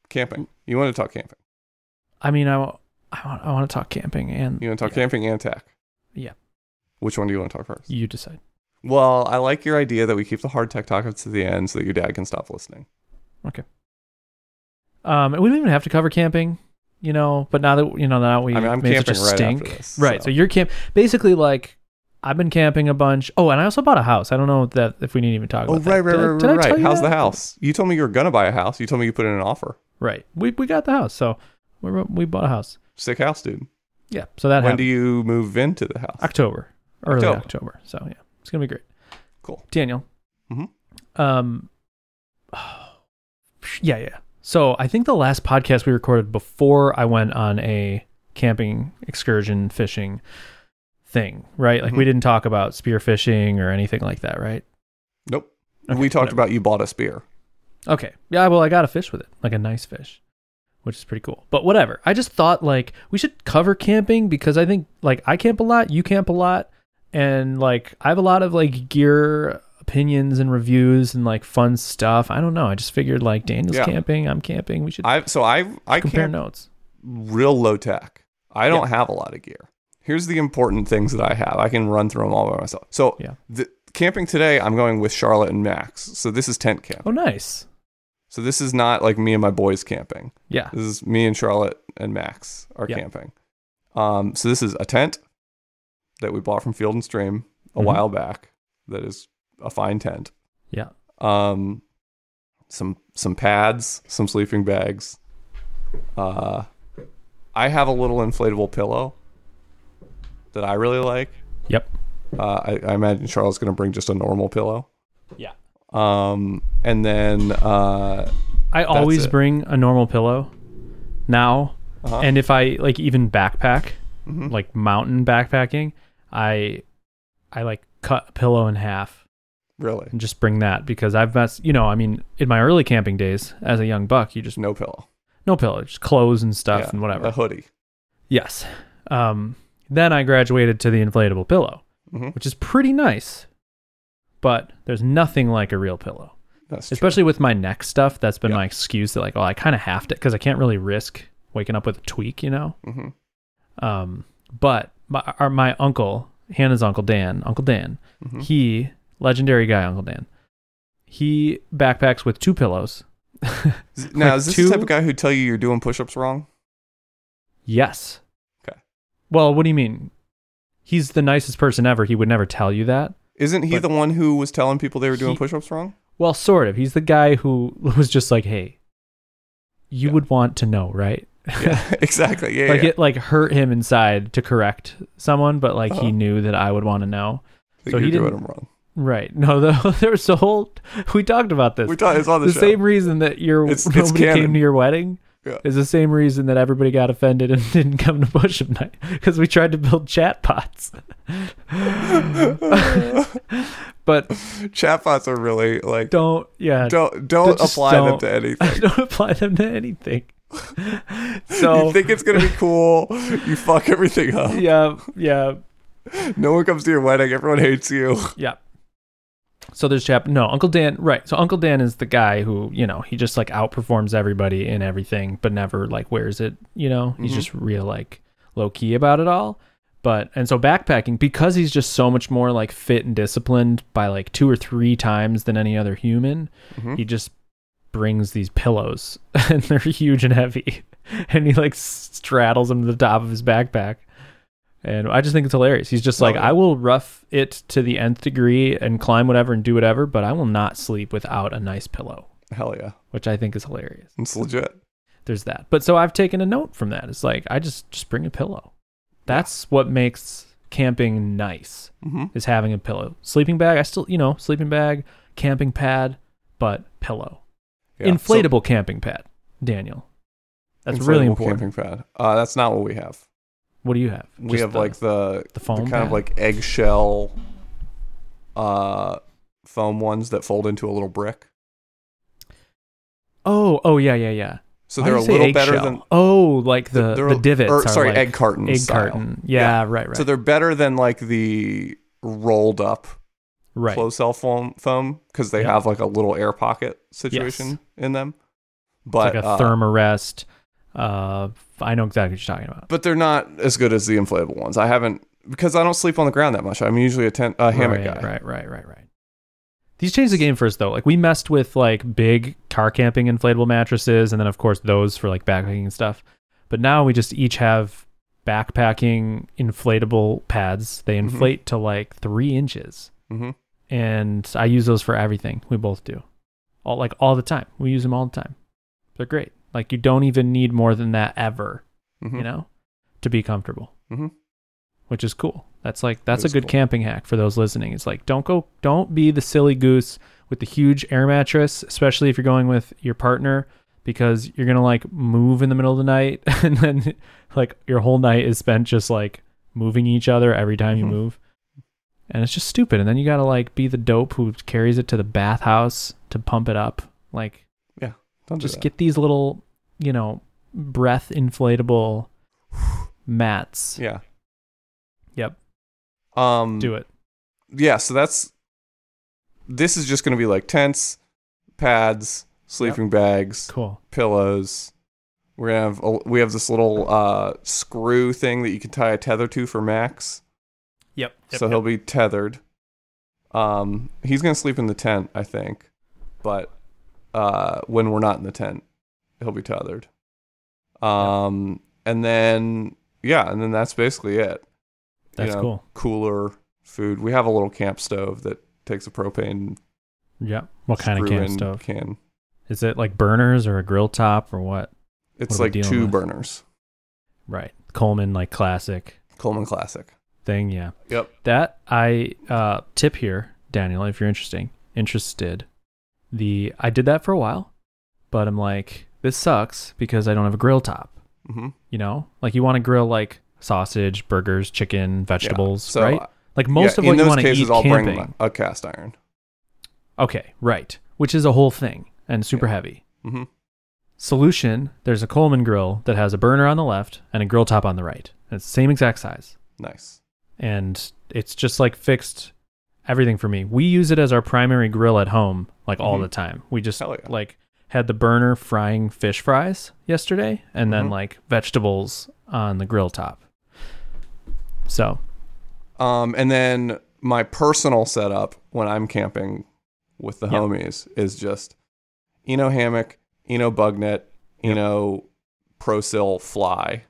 Speaker 2: Camping. You want to talk camping.
Speaker 1: I mean, I, wa- I want I want to talk camping and
Speaker 2: You want to talk
Speaker 1: yeah,
Speaker 2: camping and tech.
Speaker 1: Yeah.
Speaker 2: Which one do you want to talk first?
Speaker 1: You decide.
Speaker 2: Well, I like your idea that we keep the hard tech talk up to the end so that your dad can stop listening.
Speaker 1: Um, and we don't even have to cover camping, you know. But now that you know now we
Speaker 2: I mean, I'm
Speaker 1: made such a
Speaker 2: camping right
Speaker 1: stink,
Speaker 2: after this,
Speaker 1: right? So.
Speaker 2: so.
Speaker 1: you're camp basically like I've been camping a bunch. Oh, and I also bought a house. I don't know that if we need to even talk
Speaker 2: Oh,
Speaker 1: about that.
Speaker 2: right, right,
Speaker 1: Did I-
Speaker 2: right,
Speaker 1: did I
Speaker 2: right,
Speaker 1: tell
Speaker 2: right.
Speaker 1: you
Speaker 2: How's
Speaker 1: that?
Speaker 2: the house? You told me you were gonna buy a house. You told me you put in an offer.
Speaker 1: Right, we we got the house, so we were- we bought a house.
Speaker 2: Sick house, dude.
Speaker 1: Yeah, so that
Speaker 2: when
Speaker 1: happened
Speaker 2: do you move into the house?
Speaker 1: October, early
Speaker 2: October.
Speaker 1: October. So yeah, it's gonna be great.
Speaker 2: Cool.
Speaker 1: Daniel.
Speaker 2: Mhm.
Speaker 1: Um. (sighs) Yeah, yeah. So I think the last podcast we recorded before I went on a camping excursion fishing thing, right? Like we
Speaker 2: Mhm.
Speaker 1: didn't talk about spear fishing or anything like that, right?
Speaker 2: Nope.
Speaker 1: Okay,
Speaker 2: we talked
Speaker 1: whatever.
Speaker 2: about you bought a spear.
Speaker 1: Okay. Yeah, well, I got a fish with it, like a nice fish, which is pretty cool. But whatever. I just thought like we should cover camping because I think like I camp a lot, you camp a lot, and like I have a lot of like gear opinions and reviews and like fun stuff. I don't know. I just figured like Daniel's
Speaker 2: Yeah.
Speaker 1: camping, I'm camping. We should
Speaker 2: I so I I
Speaker 1: compare
Speaker 2: camp
Speaker 1: notes.
Speaker 2: real low tech. I don't have a lot of gear. Here's the important things that I have. I can run through them all by myself. So
Speaker 1: Yeah.
Speaker 2: the camping today, I'm going with Charlotte and Max. So this is tent camp.
Speaker 1: Oh, nice.
Speaker 2: So this is not like me and my boys camping.
Speaker 1: Yeah.
Speaker 2: This is me and Charlotte and Max are
Speaker 1: Yeah.
Speaker 2: camping. Um, so this is a tent that we bought from Field and Stream a
Speaker 1: Mhm.
Speaker 2: while back. That is a fine tent.
Speaker 1: Yeah.
Speaker 2: Um, some some pads, some sleeping bags. Uh, I have a little inflatable pillow that I really like.
Speaker 1: Yep.
Speaker 2: Uh, I, I imagine Charlotte's going to bring just a normal pillow.
Speaker 1: Yeah.
Speaker 2: Um, and then uh,
Speaker 1: I always
Speaker 2: it.
Speaker 1: bring a normal pillow now.
Speaker 2: Uh-huh.
Speaker 1: And if I like even backpack,
Speaker 2: mhm.
Speaker 1: like mountain backpacking, I I like cut a pillow in half
Speaker 2: really
Speaker 1: and just bring that because I've messed, you know, I mean, in my early camping days as a young buck, you just
Speaker 2: no pillow
Speaker 1: no pillow, just clothes and stuff
Speaker 2: Yeah, Uh-huh.
Speaker 1: and whatever.
Speaker 2: a hoodie.
Speaker 1: Yes. Um, then I graduated to the inflatable pillow,
Speaker 2: Mhm.
Speaker 1: which is pretty nice, but there's nothing like a real pillow,
Speaker 2: That's true.
Speaker 1: especially with my neck stuff. That's been
Speaker 2: Yeah.
Speaker 1: my excuse that like, oh, I kind of have to because I can't really risk waking up with a tweak, you know.
Speaker 2: Mhm.
Speaker 1: Um, but my our, my uncle Hannah's uncle Dan, Uncle Dan,
Speaker 2: Mhm.
Speaker 1: he legendary guy, Uncle Dan. He backpacks with two pillows. (laughs)
Speaker 2: Z- Now
Speaker 1: like
Speaker 2: is this the type
Speaker 1: two-
Speaker 2: of guy who tell you you're doing push-ups wrong?
Speaker 1: Yes.
Speaker 2: Okay.
Speaker 1: Well, what do you mean? He's the nicest person ever. He would never tell you that.
Speaker 2: Isn't he
Speaker 1: But-
Speaker 2: the one who was telling people they were doing
Speaker 1: He-
Speaker 2: push-ups wrong?
Speaker 1: Well, sort of. He's the guy who (laughs) was just like, "Hey, you
Speaker 2: Yeah.
Speaker 1: would want to know, right?" (laughs)
Speaker 2: Yeah, (laughs) exactly. Yeah,
Speaker 1: like
Speaker 2: yeah.
Speaker 1: it like hurt him inside to correct someone, but like
Speaker 2: Uh-huh.
Speaker 1: he knew that I would want to know.
Speaker 2: That
Speaker 1: so
Speaker 2: you're
Speaker 1: he
Speaker 2: doing
Speaker 1: didn't-
Speaker 2: them wrong.
Speaker 1: Right? (laughs) No, the, there was a whole. We talked about this.
Speaker 2: We're talking. It's on the,
Speaker 1: the
Speaker 2: show. (laughs)
Speaker 1: same reason that your
Speaker 2: It's- it's
Speaker 1: nobody
Speaker 2: canon.
Speaker 1: came to your wedding
Speaker 2: Yeah.
Speaker 1: is the same reason that everybody got offended and (laughs) didn't come to push-up night because we tried to build chatbots. (laughs) but
Speaker 2: Chatbots are really like don't
Speaker 1: don't, yeah,
Speaker 2: don't,
Speaker 1: just
Speaker 2: apply them
Speaker 1: don't.
Speaker 2: to
Speaker 1: (laughs)
Speaker 2: anything.
Speaker 1: I (laughs) don't apply them to
Speaker 2: (laughs)
Speaker 1: anything.
Speaker 2: you
Speaker 1: so
Speaker 2: think it's gonna be cool, you fuck everything up.
Speaker 1: yeah, yeah,
Speaker 2: No one comes to your wedding. Everyone hates you.
Speaker 1: yeah. So there's chap. No, Uncle Dan. Right. So Uncle Dan is the guy who you know he just like outperforms everybody in everything, but never like wears it. You know, he's
Speaker 2: Mhm.
Speaker 1: just real like low key about it all. But and so backpacking because he's just so much more like fit and disciplined by like two or three times than any other human.
Speaker 2: Mhm.
Speaker 1: He just brings these pillows (laughs) and they're huge and heavy (laughs) and he like straddles them to the top of his backpack and i just think it's hilarious he's just like
Speaker 2: Love it.
Speaker 1: i will rough it to the nth degree and climb whatever and do whatever but i will not sleep without a nice pillow
Speaker 2: Hell yeah,
Speaker 1: which i think is hilarious
Speaker 2: it's legit.
Speaker 1: there's that but so i've taken a note from that it's like i just just bring a pillow that's what makes camping nice
Speaker 2: Mm-hmm.
Speaker 1: is having a pillow. Sleeping bag, I still, you know, sleeping bag, camping pad, but pillow.
Speaker 2: Yeah.
Speaker 1: Inflatable camping pad, Daniel. That's
Speaker 2: Inflatable
Speaker 1: really important.
Speaker 2: Camping pad. Uh, that's not what we have.
Speaker 1: What do you have?
Speaker 2: We
Speaker 1: Just
Speaker 2: have
Speaker 1: the-
Speaker 2: like the,
Speaker 1: the foam
Speaker 2: kind of
Speaker 1: pad?
Speaker 2: like eggshell uh, foam ones that fold into a little brick.
Speaker 1: Oh, oh yeah, yeah, yeah.
Speaker 2: So
Speaker 1: Why
Speaker 2: they're a
Speaker 1: do you say
Speaker 2: little better
Speaker 1: eggshell?
Speaker 2: than
Speaker 1: Oh, like the
Speaker 2: they're
Speaker 1: the,
Speaker 2: a-
Speaker 1: divots.
Speaker 2: or,
Speaker 1: are
Speaker 2: sorry,
Speaker 1: like
Speaker 2: egg carton.
Speaker 1: egg
Speaker 2: style.
Speaker 1: carton. Yeah, right, right.
Speaker 2: So they're better than like the rolled up
Speaker 1: right.
Speaker 2: closed cell foam foam because they
Speaker 1: Yeah.
Speaker 2: have like a little air pocket situation in them. But
Speaker 1: It's like a
Speaker 2: uh,
Speaker 1: thermarest. Uh, I know exactly what you're talking about.
Speaker 2: but they're not as good as the inflatable ones. I haven't because I don't sleep on the ground that much. I'm usually a tent a hammock
Speaker 1: right,
Speaker 2: guy.
Speaker 1: Right, right, right, right. These changed the game for us though. Like we messed with like big car camping inflatable mattresses, and then of course those for like backpacking and stuff. But now we just each have backpacking inflatable pads. They
Speaker 2: Mhm.
Speaker 1: inflate to like three inches,
Speaker 2: hmm
Speaker 1: and I use those for everything. We both do, all like all the time. We use them all the time. They're great. Like you don't even need more than that ever,
Speaker 2: hmm
Speaker 1: you know, to be comfortable
Speaker 2: hmm
Speaker 1: which is cool. That's like that's a
Speaker 2: is
Speaker 1: good
Speaker 2: cool.
Speaker 1: camping hack for those listening. It's like don't go don't be the silly goose with the huge air mattress, especially if you're going with your partner because you're going to like move in the middle of the night (laughs) and then like your whole night is spent just like moving each other every time you
Speaker 2: Mhm.
Speaker 1: move. And it's just stupid. And then you got to like be the dope who carries it to the bathhouse to pump it up. Like
Speaker 2: Don't do
Speaker 1: just
Speaker 2: that.
Speaker 1: get these little, you know, breath inflatable (sighs) mats.
Speaker 2: yeah.
Speaker 1: Yep.
Speaker 2: Um,
Speaker 1: Do it.
Speaker 2: yeah, so that's this is just going to be like tents, pads, sleeping bags,
Speaker 1: Cool.
Speaker 2: pillows. We're gonna have a, we have this little uh, screw thing that you can tie a tether to for Max,
Speaker 1: Yep.
Speaker 2: so he'll be tethered. Um, he's gonna sleep in the tent, I think, but uh, when we're not in the tent, he'll be tethered. Um, and then yeah, and then that's basically it. You
Speaker 1: That's
Speaker 2: know,
Speaker 1: cool.
Speaker 2: Cooler food. We have a little camp stove that takes a propane
Speaker 1: Yeah. What kind of
Speaker 2: screw
Speaker 1: can
Speaker 2: in
Speaker 1: stove?
Speaker 2: Can
Speaker 1: Is it like burners or a grill top or what?
Speaker 2: it's
Speaker 1: What are we
Speaker 2: like
Speaker 1: dealing
Speaker 2: two
Speaker 1: with?
Speaker 2: burners.
Speaker 1: Right. Coleman like classic
Speaker 2: Coleman Classic.
Speaker 1: thing, yeah.
Speaker 2: Yep.
Speaker 1: That I uh tip here, Daniel, if you're interesting, interested. The I did that for a while, but I'm like this sucks because I don't have a grill top,
Speaker 2: Mm-hmm.
Speaker 1: you know? Like you want to grill like sausage, burgers, chicken, vegetables,
Speaker 2: So
Speaker 1: right?
Speaker 2: uh,
Speaker 1: Like most
Speaker 2: yeah,
Speaker 1: of what
Speaker 2: in
Speaker 1: you
Speaker 2: those
Speaker 1: want to
Speaker 2: cases,
Speaker 1: eat
Speaker 2: I'll
Speaker 1: camping.
Speaker 2: bring a cast iron.
Speaker 1: Okay, right. Which is a whole thing and super
Speaker 2: Yeah.
Speaker 1: heavy.
Speaker 2: Mm-hmm.
Speaker 1: Solution there's a Coleman grill that has a burner on the left and a grill top on the right. And it's the same exact size.
Speaker 2: Nice.
Speaker 1: And it's just like fixed everything for me. We use it as our primary grill at home, like all
Speaker 2: Mhm.
Speaker 1: the time. We just
Speaker 2: Hell yeah.
Speaker 1: like had the burner frying fish fries yesterday and then
Speaker 2: Mhm.
Speaker 1: like vegetables on the grill top. So
Speaker 2: Um, and then my personal setup when I'm camping with the
Speaker 1: Yep.
Speaker 2: homies is just Eno hammock, Eno bug net, Eno Procil fly,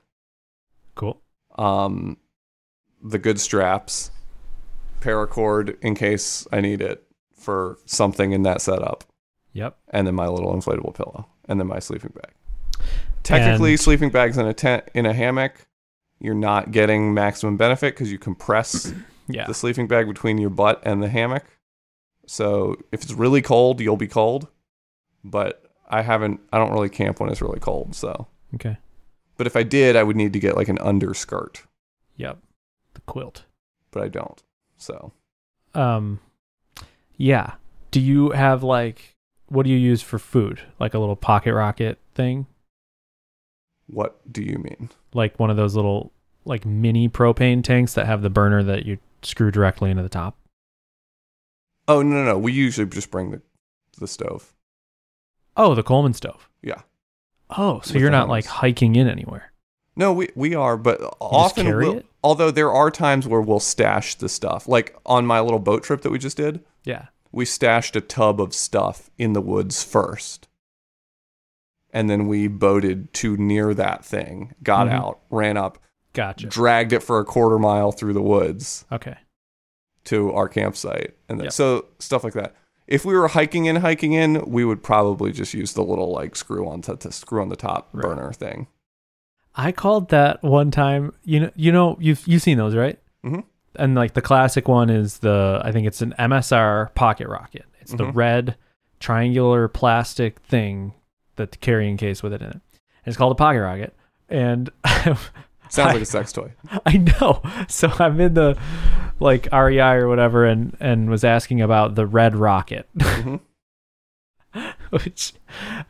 Speaker 1: cool.
Speaker 2: um, the good straps, paracord in case I need it for something in that setup,
Speaker 1: Yep.
Speaker 2: and then my little inflatable pillow, and then my sleeping bag. Technically,
Speaker 1: And-
Speaker 2: sleeping bags in a tent in a hammock, you're not getting maximum benefit because you compress
Speaker 1: (clears throat) Yeah.
Speaker 2: the sleeping bag between your butt and the hammock. So if it's really cold, you'll be cold. But I haven't. I don't really camp when it's really cold. So,
Speaker 1: okay.
Speaker 2: but if I did, I would need to get like an underskirt.
Speaker 1: Yep. The quilt.
Speaker 2: But I don't. So
Speaker 1: um yeah do you have like what do you use for food like a little pocket rocket thing
Speaker 2: what do you mean?
Speaker 1: like one of those little like mini propane tanks that have the burner that you screw directly into the top
Speaker 2: Oh no no no. We usually just bring the the stove.
Speaker 1: oh the coleman stove
Speaker 2: Yeah.
Speaker 1: oh so
Speaker 2: With
Speaker 1: you're
Speaker 2: the
Speaker 1: not like
Speaker 2: hose.
Speaker 1: hiking in anywhere
Speaker 2: No, we we are, but often
Speaker 1: carry
Speaker 2: we'll-
Speaker 1: it?
Speaker 2: although there are times where we'll stash the stuff. Like on my little boat trip that we just did,
Speaker 1: yeah
Speaker 2: we stashed a tub of stuff in the woods first. And then we boated to near that thing, got
Speaker 1: Mhm.
Speaker 2: out, ran up,
Speaker 1: gotcha
Speaker 2: dragged it for a quarter mile through the woods
Speaker 1: okay
Speaker 2: to our campsite. And then,
Speaker 1: Yep.
Speaker 2: so stuff like that. If we were hiking in, hiking in, we would probably just use the little like screw on to, to screw on the top
Speaker 1: Right.
Speaker 2: burner thing.
Speaker 1: i called that one time you know you know you've you've seen those right (laughs)
Speaker 2: Mhm.
Speaker 1: and like the classic one is the i think it's an msr pocket rocket it's the
Speaker 2: Mhm.
Speaker 1: red triangular plastic thing that the carrying case with it in it and it's called a pocket rocket and (laughs)
Speaker 2: Sounds like a sex toy.
Speaker 1: I know. So I'm in the like REI or whatever, and and was asking about the Red Rocket, (laughs)
Speaker 2: Mhm.
Speaker 1: which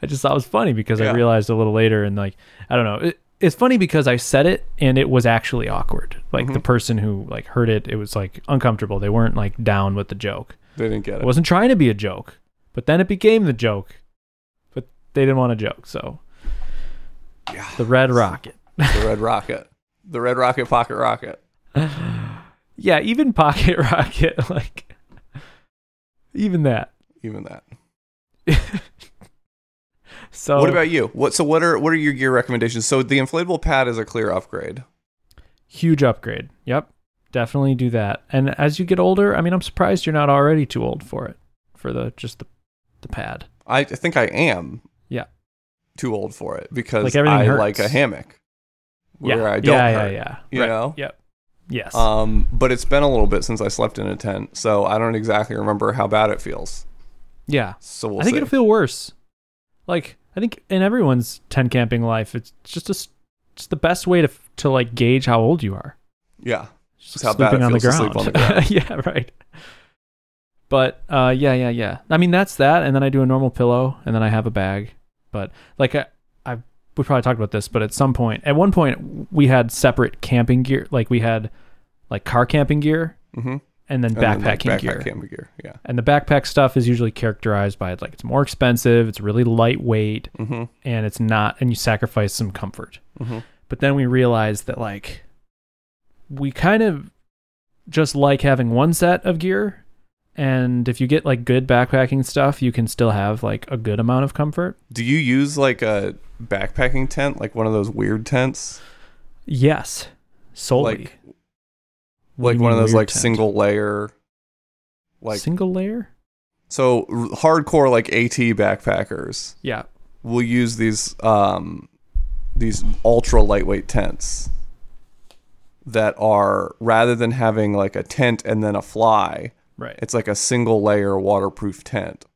Speaker 1: I just thought was funny because
Speaker 2: Yeah.
Speaker 1: I realized a little later, and like I don't know, it, it's funny because I said it and it was actually awkward. Like the
Speaker 2: Mhm.
Speaker 1: person who like heard it, it was like uncomfortable. They weren't like down with the joke.
Speaker 2: They didn't get
Speaker 1: It
Speaker 2: it.
Speaker 1: wasn't trying to be a joke, but then it became the joke. But they didn't want to joke, so
Speaker 2: Yeah.
Speaker 1: the Red Rocket.
Speaker 2: the red rocket. The red rocket pocket rocket.
Speaker 1: yeah, even Pocket (laughs) Rocket, like even that. (laughs)
Speaker 2: Even that.
Speaker 1: So
Speaker 2: What about you? What so what are what are your gear recommendations? So the inflatable pad is a clear upgrade.
Speaker 1: huge upgrade. Yep. Definitely do that. And as you get older, I mean, I'm surprised you're not already too old for it. For the just the the pad.
Speaker 2: I I think I am.
Speaker 1: Yeah.
Speaker 2: Too old for it because
Speaker 1: Like, everything
Speaker 2: I
Speaker 1: hurts.
Speaker 2: like a hammock where
Speaker 1: yeah.
Speaker 2: I don't
Speaker 1: yeah,
Speaker 2: hurt,
Speaker 1: yeah, yeah.
Speaker 2: you
Speaker 1: Right.
Speaker 2: know?
Speaker 1: Yep. Yes.
Speaker 2: Um, but it's been a little bit since I slept in a tent, so I don't exactly remember how bad it feels.
Speaker 1: yeah.
Speaker 2: So we'll
Speaker 1: I think
Speaker 2: see.
Speaker 1: it'll feel worse. Like I think in everyone's tent camping life, it's just a s just the best way to f- to like gauge how old you are.
Speaker 2: yeah.
Speaker 1: Just
Speaker 2: how bad
Speaker 1: sleeping
Speaker 2: it
Speaker 1: on, the
Speaker 2: feels to sleep
Speaker 1: ground. (laughs) yeah, right. But uh, yeah, yeah, yeah. I mean, that's that, and then I do a normal pillow, and then I have a bag. But like I, I we probably talked about this, but at some point, at one point, we had separate camping gear. Like we had like car camping gear,
Speaker 2: Mm-hmm.
Speaker 1: and then backpacking gear.
Speaker 2: Backpack camping gear. Yeah.
Speaker 1: And the backpack stuff is usually characterized by like it's more expensive, it's really lightweight,
Speaker 2: Mm-hmm.
Speaker 1: and it's not, and you sacrifice some comfort.
Speaker 2: Mm-hmm.
Speaker 1: But then we realized that like we kind of just like having one set of gear And if you get like good backpacking stuff, you can still have like a good amount of comfort.
Speaker 2: Do you use like a backpacking tent, like one of those weird tents,
Speaker 1: Yes, solely.
Speaker 2: like
Speaker 1: What do
Speaker 2: like
Speaker 1: you
Speaker 2: one of
Speaker 1: mean
Speaker 2: those
Speaker 1: weird
Speaker 2: like
Speaker 1: tent?
Speaker 2: single layer, like
Speaker 1: single layer.
Speaker 2: so r- hardcore like AT backpackers
Speaker 1: Yeah,
Speaker 2: will use these um these ultra lightweight tents that are rather than having like a tent and then a fly,
Speaker 1: right.
Speaker 2: it's like a single layer waterproof tent.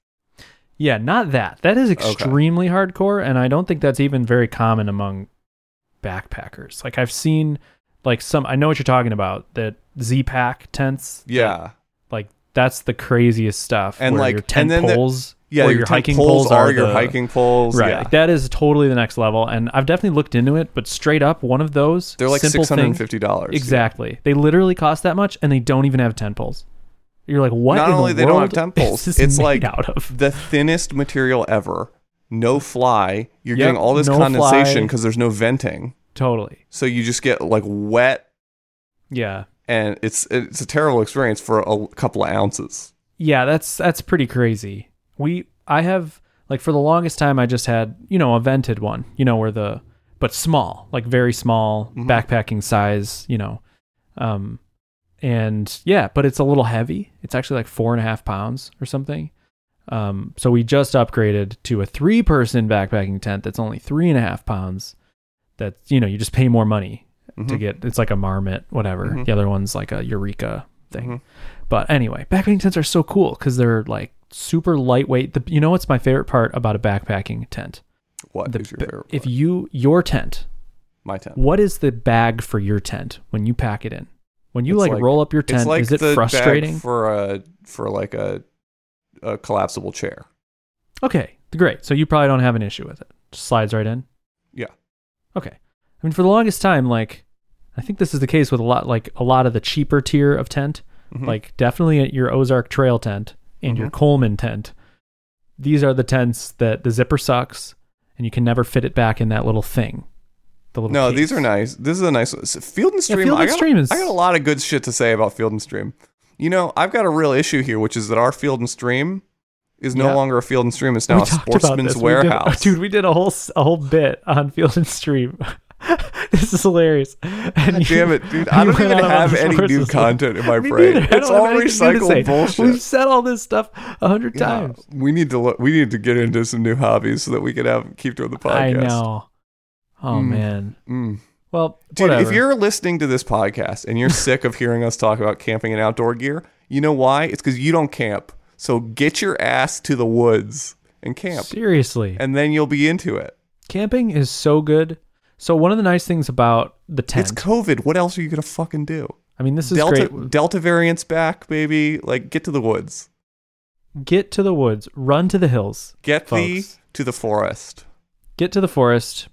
Speaker 1: Yeah, not that. That is extremely hardcore, and I don't think that's even very common among backpackers. Like I've seen, like some. I know what you're talking about. That Z Pack tents.
Speaker 2: Yeah.
Speaker 1: Like that's the craziest stuff.
Speaker 2: And,
Speaker 1: where
Speaker 2: like-
Speaker 1: your tent
Speaker 2: and then the-
Speaker 1: poles.
Speaker 2: Yeah,
Speaker 1: or
Speaker 2: your, tent
Speaker 1: hiking
Speaker 2: poles,
Speaker 1: poles
Speaker 2: are your
Speaker 1: the-
Speaker 2: hiking poles.
Speaker 1: Right,
Speaker 2: Yeah.
Speaker 1: like, that is totally the next level, and I've definitely looked into it. But straight up, one of those
Speaker 2: They're like
Speaker 1: simple
Speaker 2: six hundred and
Speaker 1: things.
Speaker 2: fifty dollars.
Speaker 1: Exactly. They literally cost that much, and they don't even have tent poles. You're like, what?
Speaker 2: Not
Speaker 1: in
Speaker 2: only
Speaker 1: the
Speaker 2: they don't
Speaker 1: world
Speaker 2: have
Speaker 1: (laughs)
Speaker 2: tent
Speaker 1: is
Speaker 2: poles,
Speaker 1: this
Speaker 2: it's
Speaker 1: made
Speaker 2: like
Speaker 1: out of
Speaker 2: The thinnest material ever. No fly. You're
Speaker 1: Yep,
Speaker 2: getting all this
Speaker 1: no
Speaker 2: condensation
Speaker 1: fly.
Speaker 2: because there's no venting.
Speaker 1: totally.
Speaker 2: So you just get like wet,
Speaker 1: Yeah,
Speaker 2: and it's it's a terrible experience for a couple of ounces.
Speaker 1: yeah. That's that's pretty crazy. We I have like for the longest time I just had you know a vented one, you know where the but small, like very small
Speaker 2: Mhm.
Speaker 1: backpacking size, you know, um, and yeah, but it's a little heavy. It's actually like four and a half pounds or something. Um, so we just upgraded to a three-person backpacking tent that's only three and a half pounds. That you know you just pay more money to
Speaker 2: Mhm.
Speaker 1: get it's like a marmot whatever
Speaker 2: Mhm.
Speaker 1: the other one's like a eureka thing
Speaker 2: Mhm.
Speaker 1: but anyway backpacking tents are so cool because they're like super lightweight the, you know what's my favorite part about a backpacking tent
Speaker 2: What is
Speaker 1: The
Speaker 2: your
Speaker 1: ba-
Speaker 2: favorite?
Speaker 1: if
Speaker 2: part?
Speaker 1: you your tent
Speaker 2: my tent,
Speaker 1: what is the bag for your tent when you pack it in when you
Speaker 2: It's
Speaker 1: like,
Speaker 2: like-
Speaker 1: roll up your
Speaker 2: it's
Speaker 1: tent
Speaker 2: like
Speaker 1: is it
Speaker 2: the bag
Speaker 1: frustrating
Speaker 2: for a for like a a collapsible chair.
Speaker 1: okay great so you probably don't have an issue with it just slides right in
Speaker 2: Yeah,
Speaker 1: Okay. I mean, for the longest time, like, I think this is the case with a lot, like, a lot of the cheaper tier of tent,
Speaker 2: Mhm.
Speaker 1: like, definitely at your Ozark Trail tent and your
Speaker 2: Mhm.
Speaker 1: Coleman tent. These are the tents that the zipper sucks and you can never fit it back in that little thing. The little
Speaker 2: no,
Speaker 1: case.
Speaker 2: these are nice. This is a nice one. So Field and Stream.
Speaker 1: Field
Speaker 2: I
Speaker 1: and
Speaker 2: got,
Speaker 1: Stream is-
Speaker 2: I got a lot of good shit to say about Field and Stream. You know, I've got a real issue here, which is that our Field and Stream is no
Speaker 1: Yeah.
Speaker 2: longer a Field and Stream. It's
Speaker 1: We
Speaker 2: now a
Speaker 1: talked about
Speaker 2: Sportsman's
Speaker 1: this. We did- (laughs)
Speaker 2: Warehouse.
Speaker 1: dude, we did a whole s- a whole bit on Field and Stream. (laughs) this is hilarious. And you-
Speaker 2: Damn it,
Speaker 1: (laughs)
Speaker 2: dude!
Speaker 1: you
Speaker 2: I
Speaker 1: went
Speaker 2: don't even
Speaker 1: on about
Speaker 2: have
Speaker 1: the
Speaker 2: any
Speaker 1: sources
Speaker 2: new
Speaker 1: list.
Speaker 2: content in my
Speaker 1: Me
Speaker 2: brain.
Speaker 1: neither. I
Speaker 2: It's
Speaker 1: don't
Speaker 2: all
Speaker 1: have anything new to say.
Speaker 2: recycled bullshit.
Speaker 1: We've said all this stuff a hundred
Speaker 2: Yeah.
Speaker 1: times.
Speaker 2: We need to look, we need to get into some new hobbies so that we can have keep doing the podcast.
Speaker 1: I know. Oh
Speaker 2: Mm.
Speaker 1: man.
Speaker 2: Mm.
Speaker 1: Well,
Speaker 2: Dude,
Speaker 1: whatever.
Speaker 2: if you're listening to this podcast
Speaker 1: (laughs)
Speaker 2: and you're sick of hearing us talk about camping and outdoor gear, you know why? It's because you don't camp. So get your ass to the woods and camp,
Speaker 1: seriously
Speaker 2: and then you'll be into it.
Speaker 1: camping is so good. So one of the nice things about the
Speaker 2: It's
Speaker 1: tent,
Speaker 2: COVID. What else are you gonna fucking do?
Speaker 1: I mean, this is
Speaker 2: Delta
Speaker 1: great.
Speaker 2: Delta variants back, baby. Like get to the woods.
Speaker 1: Get to the woods, run to the hills,
Speaker 2: Get thee
Speaker 1: Folks.
Speaker 2: to the forest.
Speaker 1: get to the forest.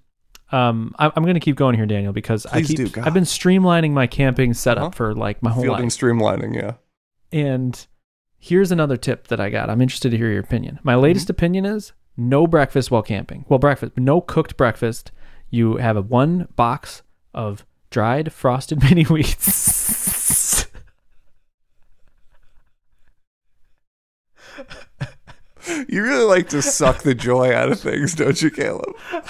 Speaker 1: Um, I, I'm going to keep going here, Daniel, because I
Speaker 2: Please
Speaker 1: keep
Speaker 2: do, God.
Speaker 1: I've been streamlining my camping setup
Speaker 2: Uh-huh.
Speaker 1: for like my whole
Speaker 2: Field
Speaker 1: life.
Speaker 2: and streamlining, yeah.
Speaker 1: And here's another tip that I got. I'm interested to hear your opinion.
Speaker 2: Mm-hmm.
Speaker 1: My latest opinion is no breakfast while camping. Well, breakfast, no cooked breakfast. You have a one box of dried frosted (laughs) mini wheats.
Speaker 2: You really like to suck the joy out of things, don't you, Caleb?
Speaker 1: (laughs)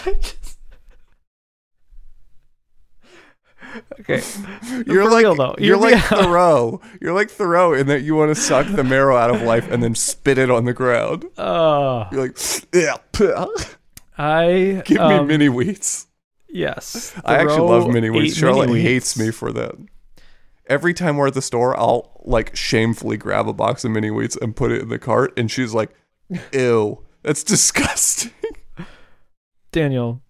Speaker 1: okay.
Speaker 2: (laughs) You're
Speaker 1: For
Speaker 2: like
Speaker 1: real, though. (laughs)
Speaker 2: you're
Speaker 1: Hear me
Speaker 2: like
Speaker 1: out.
Speaker 2: Thoreau. You're like Thoreau in that you want to suck the marrow out of life and then spit it on the ground.
Speaker 1: (laughs) Oh,
Speaker 2: You're like, yeah, (laughs) puh,
Speaker 1: I
Speaker 2: give me
Speaker 1: um,
Speaker 2: mini wheats.
Speaker 1: Yes,
Speaker 2: I actually
Speaker 1: Thoreau
Speaker 2: love mini wheats.
Speaker 1: ate
Speaker 2: Charlotte
Speaker 1: mini
Speaker 2: hates
Speaker 1: wheats.
Speaker 2: me for that. Every time we're at the store, I'll like shamefully grab a box of mini wheats and put it in the cart, and
Speaker 1: (laughs)
Speaker 2: she's like, "Ew, that's disgusting."
Speaker 1: Daniel,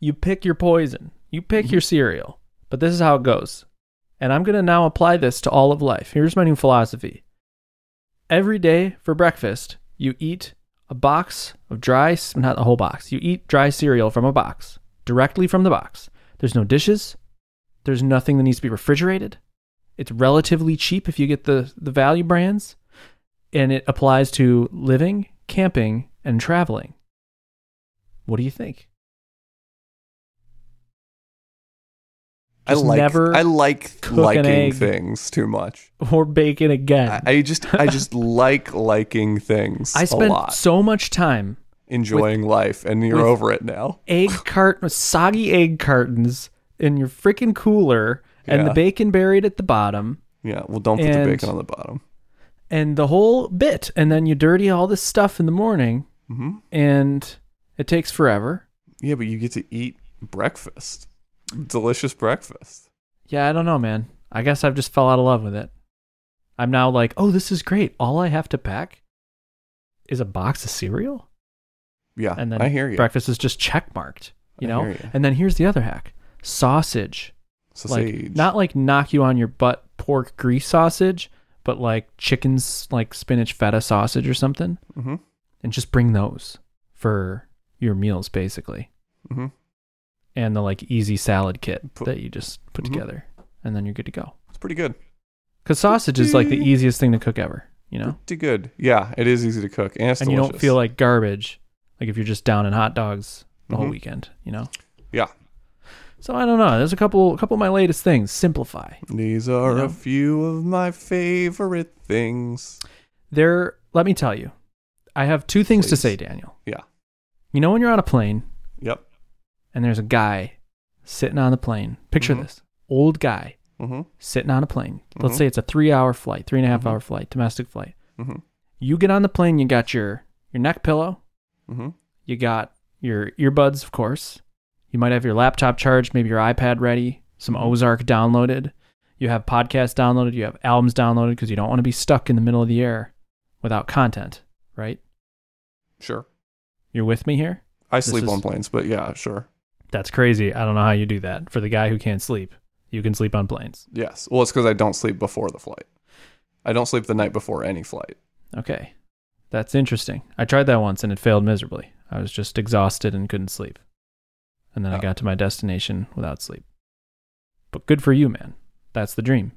Speaker 1: you pick your poison, you pick your cereal, but this is how it goes. And I'm going to now apply this to all of life. Here's my new philosophy every day for breakfast, you eat a box of dry, s- not a whole box, you eat dry cereal from a box, directly from the box. There's no dishes, there's nothing that needs to be refrigerated. It's relatively cheap if you get the, the value brands, and it applies to living, camping, and traveling. What do you think?
Speaker 2: I
Speaker 1: Just
Speaker 2: like
Speaker 1: never
Speaker 2: I like
Speaker 1: cook an
Speaker 2: liking
Speaker 1: egg.
Speaker 2: things too much.
Speaker 1: or bacon again.
Speaker 2: I, I just
Speaker 1: (laughs)
Speaker 2: I just like liking things
Speaker 1: I
Speaker 2: a
Speaker 1: spent
Speaker 2: lot.
Speaker 1: so much time
Speaker 2: enjoying life and you're
Speaker 1: with-
Speaker 2: over it now. (sighs)
Speaker 1: egg cart soggy egg cartons in your freaking cooler and
Speaker 2: Yeah.
Speaker 1: the bacon buried at the bottom
Speaker 2: Yeah, well don't put
Speaker 1: And-
Speaker 2: the bacon on the bottom.
Speaker 1: and the whole bit and then you dirty all this stuff in the morning
Speaker 2: Mhm.
Speaker 1: and it takes forever.
Speaker 2: Yeah, but you get to eat breakfast. Delicious breakfast.
Speaker 1: Yeah, I don't know, man. I guess I've just fell out of love with it. I'm now like, "Oh, this is great. All I have to pack is a box of cereal."
Speaker 2: Yeah.
Speaker 1: and then
Speaker 2: I hear you.
Speaker 1: breakfast is just check marked you
Speaker 2: I
Speaker 1: know
Speaker 2: hear you.
Speaker 1: and then here's the other hack sausage
Speaker 2: Sausage.
Speaker 1: like not like knock you on your butt pork grease sausage but like chickens like spinach feta sausage or something
Speaker 2: mm-hmm.
Speaker 1: and just bring those for your meals basically
Speaker 2: Mm-hmm.
Speaker 1: and the like easy salad kit
Speaker 2: Pu-
Speaker 1: that you just put
Speaker 2: Mhm.
Speaker 1: together and then you're good to go
Speaker 2: It's pretty good.
Speaker 1: because sausage is like the easiest thing to cook ever you know
Speaker 2: Pretty good. Yeah, it is easy to cook. And, it's
Speaker 1: and you don't
Speaker 2: delicious.
Speaker 1: feel like garbage like if you're just down in hot dogs the whole
Speaker 2: Mhm.
Speaker 1: weekend you know
Speaker 2: Yeah.
Speaker 1: So I don't know. There's a couple couple of my latest things. Simplify.
Speaker 2: These are
Speaker 1: You know?
Speaker 2: a few of my favorite things.
Speaker 1: There let me tell you. I have two things to
Speaker 2: Please.
Speaker 1: say, Daniel.
Speaker 2: Yeah.
Speaker 1: You know when you're on a plane
Speaker 2: Yep.
Speaker 1: and there's a guy sitting on the plane. Picture
Speaker 2: Mhm.
Speaker 1: this. Old guy
Speaker 2: Mm-hmm.
Speaker 1: sitting on a plane. Let's
Speaker 2: Mhm.
Speaker 1: say it's a three hour flight, three and a half
Speaker 2: Mhm.
Speaker 1: hour flight, domestic flight.
Speaker 2: Mm-hmm.
Speaker 1: You get on the plane, you got your your neck pillow,
Speaker 2: Mm-hmm.
Speaker 1: you got your earbuds, of course. You might have your laptop charged, maybe your iPad ready, some Ozark downloaded. You have podcasts downloaded, you have albums downloaded because you don't want to be stuck in the middle of the air without content, right?
Speaker 2: Sure.
Speaker 1: You're with me here?
Speaker 2: I
Speaker 1: This
Speaker 2: sleep
Speaker 1: is-
Speaker 2: on planes, but yeah, sure.
Speaker 1: That's crazy. I don't know how you do that. For the guy who can't sleep, you can sleep on planes.
Speaker 2: Yes. Well, it's because I don't sleep before the flight. I don't sleep the night before any flight.
Speaker 1: Okay. That's interesting. I tried that once and it failed miserably. I was just exhausted and couldn't sleep. And then I
Speaker 2: Oh.
Speaker 1: got to my destination without sleep. But good for you, man. That's the dream.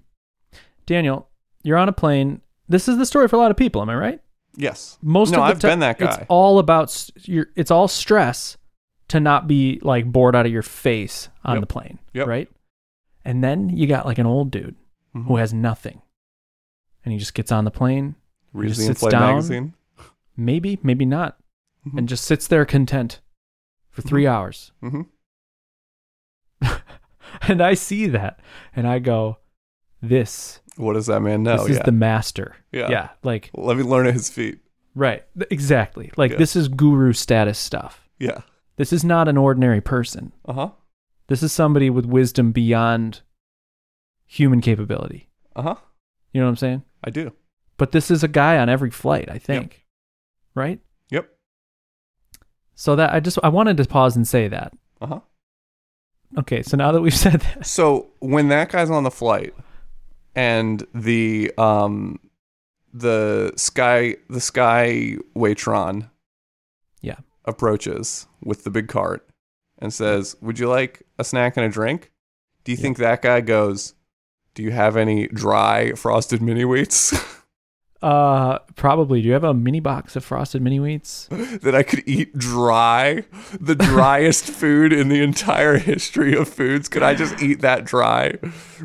Speaker 1: Daniel, you're on a plane. This is the story for a lot of people, am I right?
Speaker 2: Yes.
Speaker 1: Most
Speaker 2: no,
Speaker 1: of the
Speaker 2: I've
Speaker 1: ti-
Speaker 2: been that guy.
Speaker 1: It's all about s- your it's all stress to not be like bored out of your face on
Speaker 2: Yep.
Speaker 1: the plane,
Speaker 2: Yep.
Speaker 1: right? And then you got like an old dude
Speaker 2: Mhm.
Speaker 1: who has nothing. And he just gets on the plane,
Speaker 2: Reads
Speaker 1: just
Speaker 2: the
Speaker 1: sits
Speaker 2: Inflight
Speaker 1: down.
Speaker 2: magazine.
Speaker 1: maybe, maybe not, and just sits there content for 3
Speaker 2: Mhm.
Speaker 1: hours. (laughs)
Speaker 2: Mm-hmm.
Speaker 1: And I see that and I go, This,
Speaker 2: What does that man know?
Speaker 1: this is
Speaker 2: yeah.
Speaker 1: the master.
Speaker 2: Yeah.
Speaker 1: Yeah. Like,
Speaker 2: Let me learn at his feet.
Speaker 1: right. Th- Exactly. Like
Speaker 2: Yeah.
Speaker 1: this is guru status stuff.
Speaker 2: Yeah.
Speaker 1: This is not an ordinary person.
Speaker 2: Uh huh.
Speaker 1: This is somebody with wisdom beyond human capability.
Speaker 2: Uh huh.
Speaker 1: You know what I'm saying?
Speaker 2: I do.
Speaker 1: But this is a guy on every flight, I think. Right?
Speaker 2: Yep.
Speaker 1: So that I just I wanted to pause and say that.
Speaker 2: Uh huh.
Speaker 1: Okay, so now that we've (laughs) said that,
Speaker 2: So when that guy's on the flight, and the um, the sky the sky waitron,
Speaker 1: Yeah.
Speaker 2: approaches with the big cart and says, "Would you like a snack and a drink?" Do you
Speaker 1: Yeah.
Speaker 2: think that guy goes? Do you have any dry frosted mini wheats (laughs)
Speaker 1: uh probably do you have a mini box of frosted mini wheats?
Speaker 2: that I could eat dry?
Speaker 1: (laughs)
Speaker 2: The driest food in the entire history of foods. Could I just eat that dry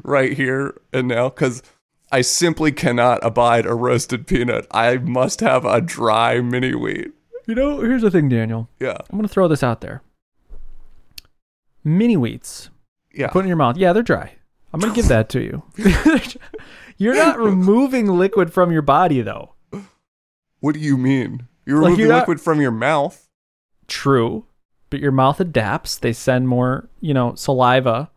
Speaker 2: right here and now? Because I simply cannot abide a roasted peanut. I must have a dry mini wheat.
Speaker 1: You know, here's the thing, Daniel.
Speaker 2: Yeah.
Speaker 1: I'm gonna throw this out there. Mini wheats.
Speaker 2: Yeah.
Speaker 1: Put in your mouth. Yeah, they're dry. I'm gonna give that to you. (laughs) You're
Speaker 2: (laughs)
Speaker 1: not removing liquid from your body though.
Speaker 2: What do you mean? You
Speaker 1: Like,
Speaker 2: remove
Speaker 1: you're
Speaker 2: the
Speaker 1: not-
Speaker 2: liquid from your mouth.
Speaker 1: True, but your mouth adapts. They send more, you know, saliva.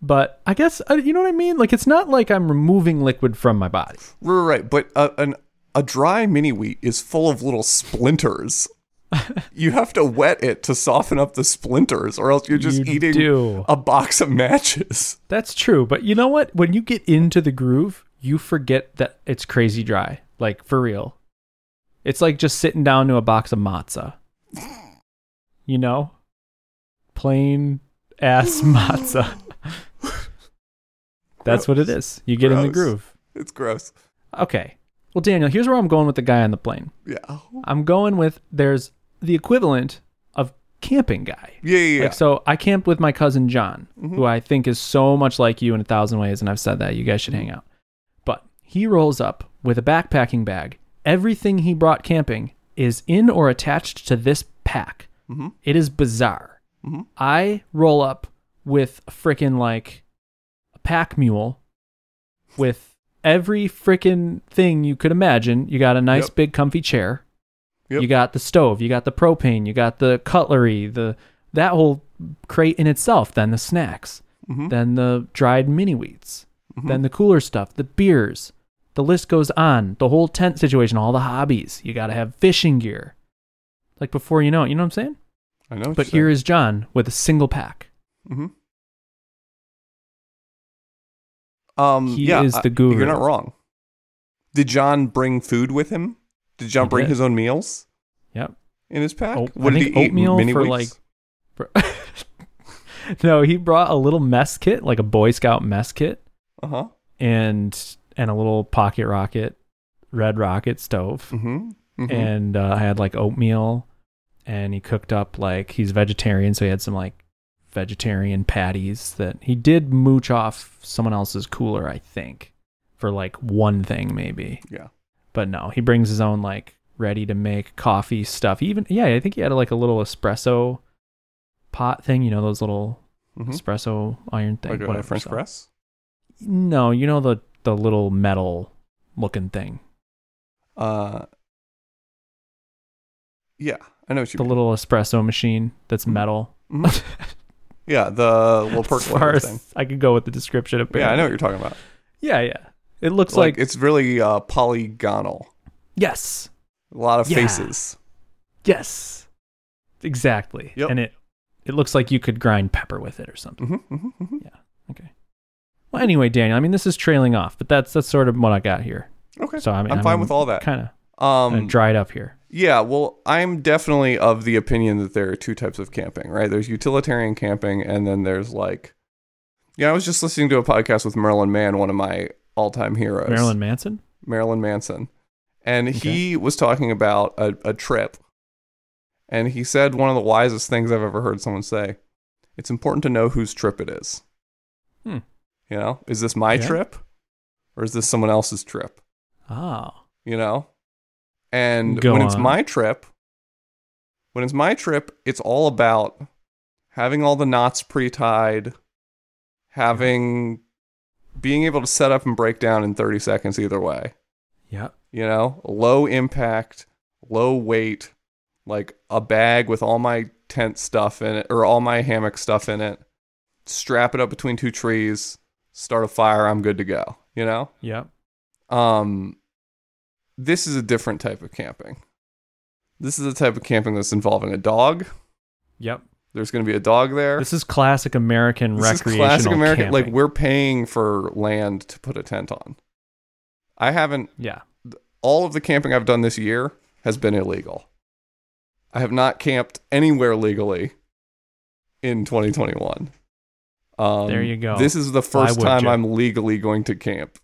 Speaker 1: But I guess uh, you know what I mean. Like it's not like I'm removing liquid from my body.
Speaker 2: Right, right, right. But a, an, a dry mini wheat is full of
Speaker 1: (laughs)
Speaker 2: little splinters. you have to wet it to soften up the splinters, or else you're just
Speaker 1: You
Speaker 2: eating
Speaker 1: do.
Speaker 2: a box of matches.
Speaker 1: That's true. But you know what? When you get into the groove, you forget that it's crazy dry. Like for real, it's like just sitting down to a box of matzah. You know, plain ass (laughs) matzah. That's what it is. You get in the
Speaker 2: Gross.
Speaker 1: groove.
Speaker 2: It's gross.
Speaker 1: Okay. Well, Daniel, here's where I'm going with the guy on the plane.
Speaker 2: Yeah.
Speaker 1: I'm going with there's the equivalent of camping guy.
Speaker 2: Yeah, yeah, yeah.
Speaker 1: Like so I camped with my cousin John,
Speaker 2: Mhm.
Speaker 1: who I think is so much like you in a thousand ways, and I've said that. You guys should hang out. But he rolls up with a backpacking bag. Everything he brought camping is in or attached to this pack.
Speaker 2: Mhm.
Speaker 1: It is bizarre.
Speaker 2: Mhm.
Speaker 1: I roll up with a frickin' like a pack mule with every frickin' thing you could imagine. You got a nice
Speaker 2: Yep.
Speaker 1: big comfy chair.
Speaker 2: Yep.
Speaker 1: You got the stove, you got the propane, you got the cutlery, the that whole crate in itself, then the snacks,
Speaker 2: Mhm.
Speaker 1: then the dried mini wheats,
Speaker 2: Mhm.
Speaker 1: then the cooler stuff, the beers. The list goes on. The whole tent situation, all the hobbies. You got to have fishing gear. Like before you know it, you know what I'm saying?
Speaker 2: I know.
Speaker 1: but here is John with a single pack.
Speaker 2: hmm Um,
Speaker 1: He
Speaker 2: yeah,
Speaker 1: is
Speaker 2: I-
Speaker 1: the guru.
Speaker 2: You're not wrong. Did John bring food with him? Did John
Speaker 1: He
Speaker 2: bring
Speaker 1: did.
Speaker 2: his own meals
Speaker 1: Yep.
Speaker 2: in his pack?
Speaker 1: Oh, I
Speaker 2: what did
Speaker 1: think
Speaker 2: he eat?
Speaker 1: oatmeal
Speaker 2: Mini
Speaker 1: for,
Speaker 2: wheats?
Speaker 1: like- (laughs) no, he brought a little mess kit, like a Boy Scout mess kit,
Speaker 2: uh huh.
Speaker 1: and and a little pocket rocket, red rocket stove.
Speaker 2: Mm-hmm. hmm
Speaker 1: and uh, I had like oatmeal, and he cooked up like he's vegetarian, so he had some like vegetarian patties that he did mooch off someone else's cooler, I think, for like one thing maybe.
Speaker 2: yeah.
Speaker 1: But no, he brings his own like ready to make coffee stuff. He even yeah, I think he had like a little espresso pot thing, you know those little
Speaker 2: hmm
Speaker 1: espresso iron thing,
Speaker 2: Like a
Speaker 1: whatever,
Speaker 2: French
Speaker 1: so-
Speaker 2: press.
Speaker 1: No, you know the the little metal looking thing,
Speaker 2: Uh. Yeah, I know what you
Speaker 1: the
Speaker 2: mean.
Speaker 1: little espresso machine that's
Speaker 2: Mhm.
Speaker 1: metal.
Speaker 2: Mhm. yeah, the
Speaker 1: (laughs)
Speaker 2: little
Speaker 1: As far
Speaker 2: percolator
Speaker 1: as
Speaker 2: thing.
Speaker 1: I could go with the description.
Speaker 2: Yeah, I
Speaker 1: Apparently.
Speaker 2: know what you're talking about.
Speaker 1: Yeah, yeah. It looks
Speaker 2: It's like,
Speaker 1: like,
Speaker 2: it's really uh, polygonal.
Speaker 1: yes,
Speaker 2: A lot of
Speaker 1: Yeah.
Speaker 2: faces.
Speaker 1: yes, exactly.
Speaker 2: Yep.
Speaker 1: And it it looks like you could grind pepper with it or something.
Speaker 2: hmm hmm hmm
Speaker 1: Okay. Well, anyway, Daniel. I mean, this is trailing off, but that's that's sort of what I got here.
Speaker 2: Okay,
Speaker 1: So I mean,
Speaker 2: I'm fine with all that.
Speaker 1: Kind of
Speaker 2: Um,
Speaker 1: dried up here.
Speaker 2: Yeah, well, I'm definitely of the opinion that there are two types of camping, right? There's utilitarian camping, and then there's like, yeah, I was just listening to a podcast with Marilyn Mann, one of my all-time heroes,
Speaker 1: Marilyn Manson.
Speaker 2: Marilyn Manson, and
Speaker 1: Okay.
Speaker 2: he was talking about a, a trip, and he said one of the wisest things I've ever heard someone say: "It's important to know whose trip it is."
Speaker 1: Hmm.
Speaker 2: You know, is this my
Speaker 1: Yeah.
Speaker 2: trip, or is this someone else's trip?
Speaker 1: Oh,
Speaker 2: you know? And
Speaker 1: Go
Speaker 2: when it's
Speaker 1: on.
Speaker 2: my trip, when it's my trip, it's all about having all the knots pre tied, having being able to set up and break down in 30 seconds either way,
Speaker 1: yeah.
Speaker 2: you know? Low impact, low weight, like a bag with all my tent stuff in it or all my hammock stuff in it, strap it up between two trees, start a fire, I'm good to go, you know?
Speaker 1: Yeah.
Speaker 2: um this is a different type of camping this is a type of camping that's involving a dog
Speaker 1: Yep.
Speaker 2: there's going to be a dog there
Speaker 1: This is classic American
Speaker 2: This
Speaker 1: recreational
Speaker 2: american like
Speaker 1: camping.
Speaker 2: we're paying for land to put a tent on i haven't
Speaker 1: yeah.
Speaker 2: all of the camping i've done this year has been illegal i have not camped anywhere legally in 2021 um,
Speaker 1: There you go.
Speaker 2: this is the
Speaker 1: Why
Speaker 2: first
Speaker 1: would
Speaker 2: time
Speaker 1: ya?
Speaker 2: i'm legally going to camp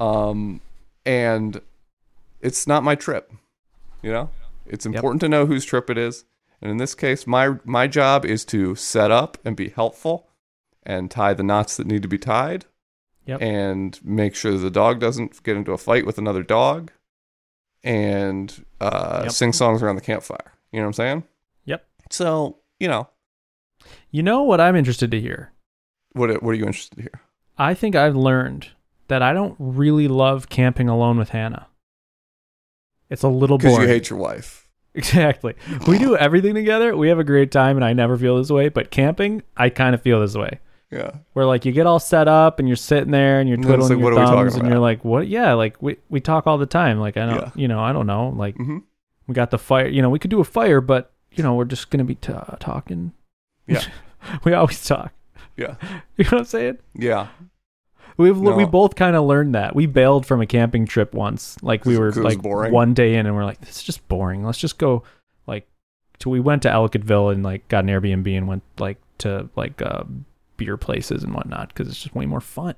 Speaker 2: um, and it's not my trip you know it's
Speaker 1: Yep.
Speaker 2: important to know whose trip it is and in this case my my job is to set up and be helpful and tie the knots that need to be tied
Speaker 1: Yep.
Speaker 2: and make sure the dog doesn't get into a fight with another dog and uh,
Speaker 1: Yep.
Speaker 2: sing songs around the campfire you know what i'm saying
Speaker 1: Yep.
Speaker 2: so you know
Speaker 1: You know what I'm interested to hear.
Speaker 2: what, what are you interested to hear
Speaker 1: I think I've learned that I don't really love camping alone with Hannah. It's a little
Speaker 2: because
Speaker 1: boring.
Speaker 2: you hate your wife
Speaker 1: (laughs) exactly. We do everything together. We have a great time, and I never feel this way. But camping, I kind of feel this way.
Speaker 2: yeah
Speaker 1: Where like you get all set up and you're sitting there and you're
Speaker 2: And then it's
Speaker 1: twiddling
Speaker 2: like,
Speaker 1: your
Speaker 2: what are we talking
Speaker 1: thumbs and you're
Speaker 2: about?
Speaker 1: like, what? Yeah, like we we talk all the time. Like I don't,
Speaker 2: Yeah.
Speaker 1: you know, I don't know. Like
Speaker 2: mm-hmm.
Speaker 1: we got the fire. You know, we could do a fire, but you know, we're just gonna be t- talking.
Speaker 2: Yeah.
Speaker 1: (laughs) we always talk. (laughs)
Speaker 2: Yeah.
Speaker 1: You know what I'm saying?
Speaker 2: yeah
Speaker 1: We've we
Speaker 2: No.
Speaker 1: both kind of learned that. We bailed from a camping trip once. Like we
Speaker 2: 'Cause-
Speaker 1: were
Speaker 2: 'cause it was
Speaker 1: like
Speaker 2: boring?
Speaker 1: one day in and we're like this is just boring. Let's just go like to we went to Ellicottville and like got an Airbnb and went like to like uh beer places and whatnot cuz it's just way more fun.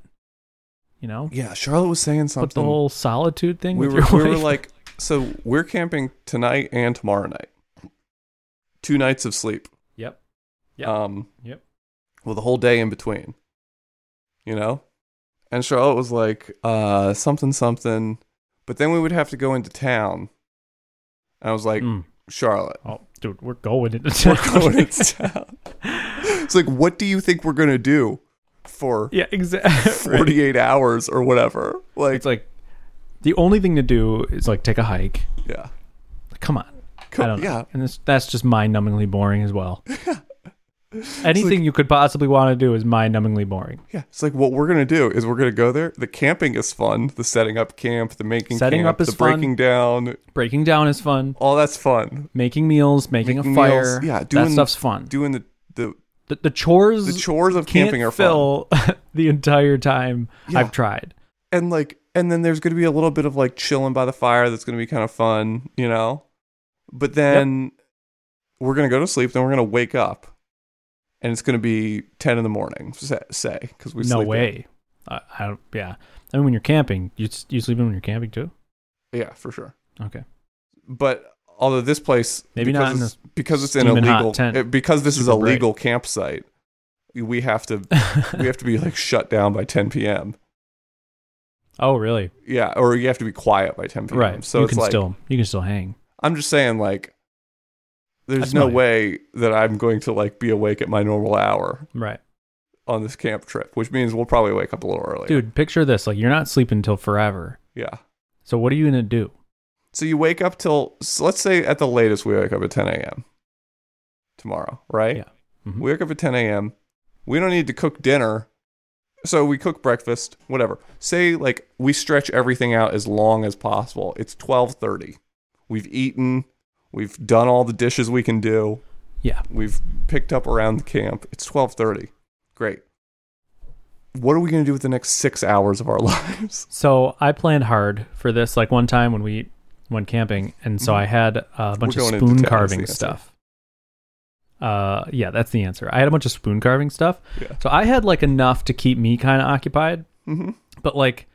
Speaker 1: You know?
Speaker 2: yeah charlotte was saying something
Speaker 1: But the whole solitude thing
Speaker 2: we
Speaker 1: with
Speaker 2: were
Speaker 1: your
Speaker 2: we were
Speaker 1: wife-
Speaker 2: like so we're camping tonight and tomorrow night two nights of sleep
Speaker 1: Yep.
Speaker 2: Um,
Speaker 1: Yep.
Speaker 2: With a whole day in between, you know? And Charlotte was like, uh, something, something. But then we would have to go into town. And I was like,
Speaker 1: Mm. (laughs)
Speaker 2: Charlotte,
Speaker 1: Oh, dude, we're going into
Speaker 2: we're
Speaker 1: town.
Speaker 2: going into town. It's like, what do you think we're going to do
Speaker 1: (laughs)
Speaker 2: for
Speaker 1: (laughs) yeah, exactly.
Speaker 2: (laughs) 48 hours or whatever? Like,
Speaker 1: It's like the only thing to do is like take a hike.
Speaker 2: yeah.
Speaker 1: Like, come on.
Speaker 2: Co-
Speaker 1: I don't know.
Speaker 2: yeah.
Speaker 1: And this, that's just mind numbingly boring as well.
Speaker 2: (laughs)
Speaker 1: Anything you could possibly want to do is mind numbingly boring.
Speaker 2: Yeah. It's like, what we're going to do is we're going to go there. The camping is fun. The setting up camp, the making
Speaker 1: Setting
Speaker 2: camp,
Speaker 1: up is
Speaker 2: the breaking down,
Speaker 1: Breaking down is fun.
Speaker 2: all that's fun.
Speaker 1: Making meals, making,
Speaker 2: Making
Speaker 1: a fire.
Speaker 2: meals, yeah,
Speaker 1: that
Speaker 2: doing-
Speaker 1: stuff fun.
Speaker 2: Doing the, the,
Speaker 1: the, the chores,
Speaker 2: the chores of
Speaker 1: can't
Speaker 2: camping are fun.
Speaker 1: fill (laughs) the entire time
Speaker 2: Yeah.
Speaker 1: I've tried.
Speaker 2: And like, and then there's going to be a little bit of like chilling by the fire that's going to be kind of fun, you know? But then we're going to go to sleep, then we're going to wake up. And it's going to be 10 in the morning, sa- say, because we
Speaker 1: no
Speaker 2: sleep in.
Speaker 1: way. I, I don't. Yeah. I mean, when you're camping, you s- you sleeping when you're camping too.
Speaker 2: Yeah, for sure.
Speaker 1: Okay.
Speaker 2: But although this place,
Speaker 1: Maybe
Speaker 2: because
Speaker 1: not in
Speaker 2: it's, because it's in a
Speaker 1: steaming hot
Speaker 2: legal
Speaker 1: tent.
Speaker 2: uh, because this is
Speaker 1: Super
Speaker 2: a
Speaker 1: bright.
Speaker 2: legal campsite, we have to (laughs) we have to be like shut down by 10 p.m.
Speaker 1: (laughs) oh, really?
Speaker 2: Yeah, or you have to be quiet by 10 p.m.
Speaker 1: Right.
Speaker 2: So
Speaker 1: you
Speaker 2: it's
Speaker 1: can
Speaker 2: like
Speaker 1: still you can still hang.
Speaker 2: I'm just saying like there's
Speaker 1: smell
Speaker 2: no
Speaker 1: you.
Speaker 2: way that I'm going to like be awake at my normal hour
Speaker 1: Right.
Speaker 2: on this camp trip, which means we'll probably wake up a little early.
Speaker 1: Dude, picture this. Like you're not sleeping till forever.
Speaker 2: Yeah.
Speaker 1: So what are you gonna do?
Speaker 2: So you wake up till so let's say at the latest we wake up at 10 a.m. tomorrow, right?
Speaker 1: Yeah. Mhm.
Speaker 2: We wake up at 10 a.m. We don't need to cook dinner, so we cook breakfast, whatever. Say like we stretch everything out as long as possible. It's 12:30. We've eaten. We've done all the dishes we can do.
Speaker 1: Yeah.
Speaker 2: We've picked up around the camp. It's 12:30. Great. What are we going to do with the next 6 hours of our (laughs) lives?
Speaker 1: So I planned hard for this. Like one time when we went camping, and so I had a bunch of
Speaker 2: Mm-hmm. going into town,
Speaker 1: spoon
Speaker 2: that's the
Speaker 1: carving
Speaker 2: answer.
Speaker 1: stuff. Uh, yeah, that's the answer. I had a bunch of spoon carving stuff.
Speaker 2: Yeah.
Speaker 1: So I had like enough to keep me kind of occupied.
Speaker 2: Mhm.
Speaker 1: But like,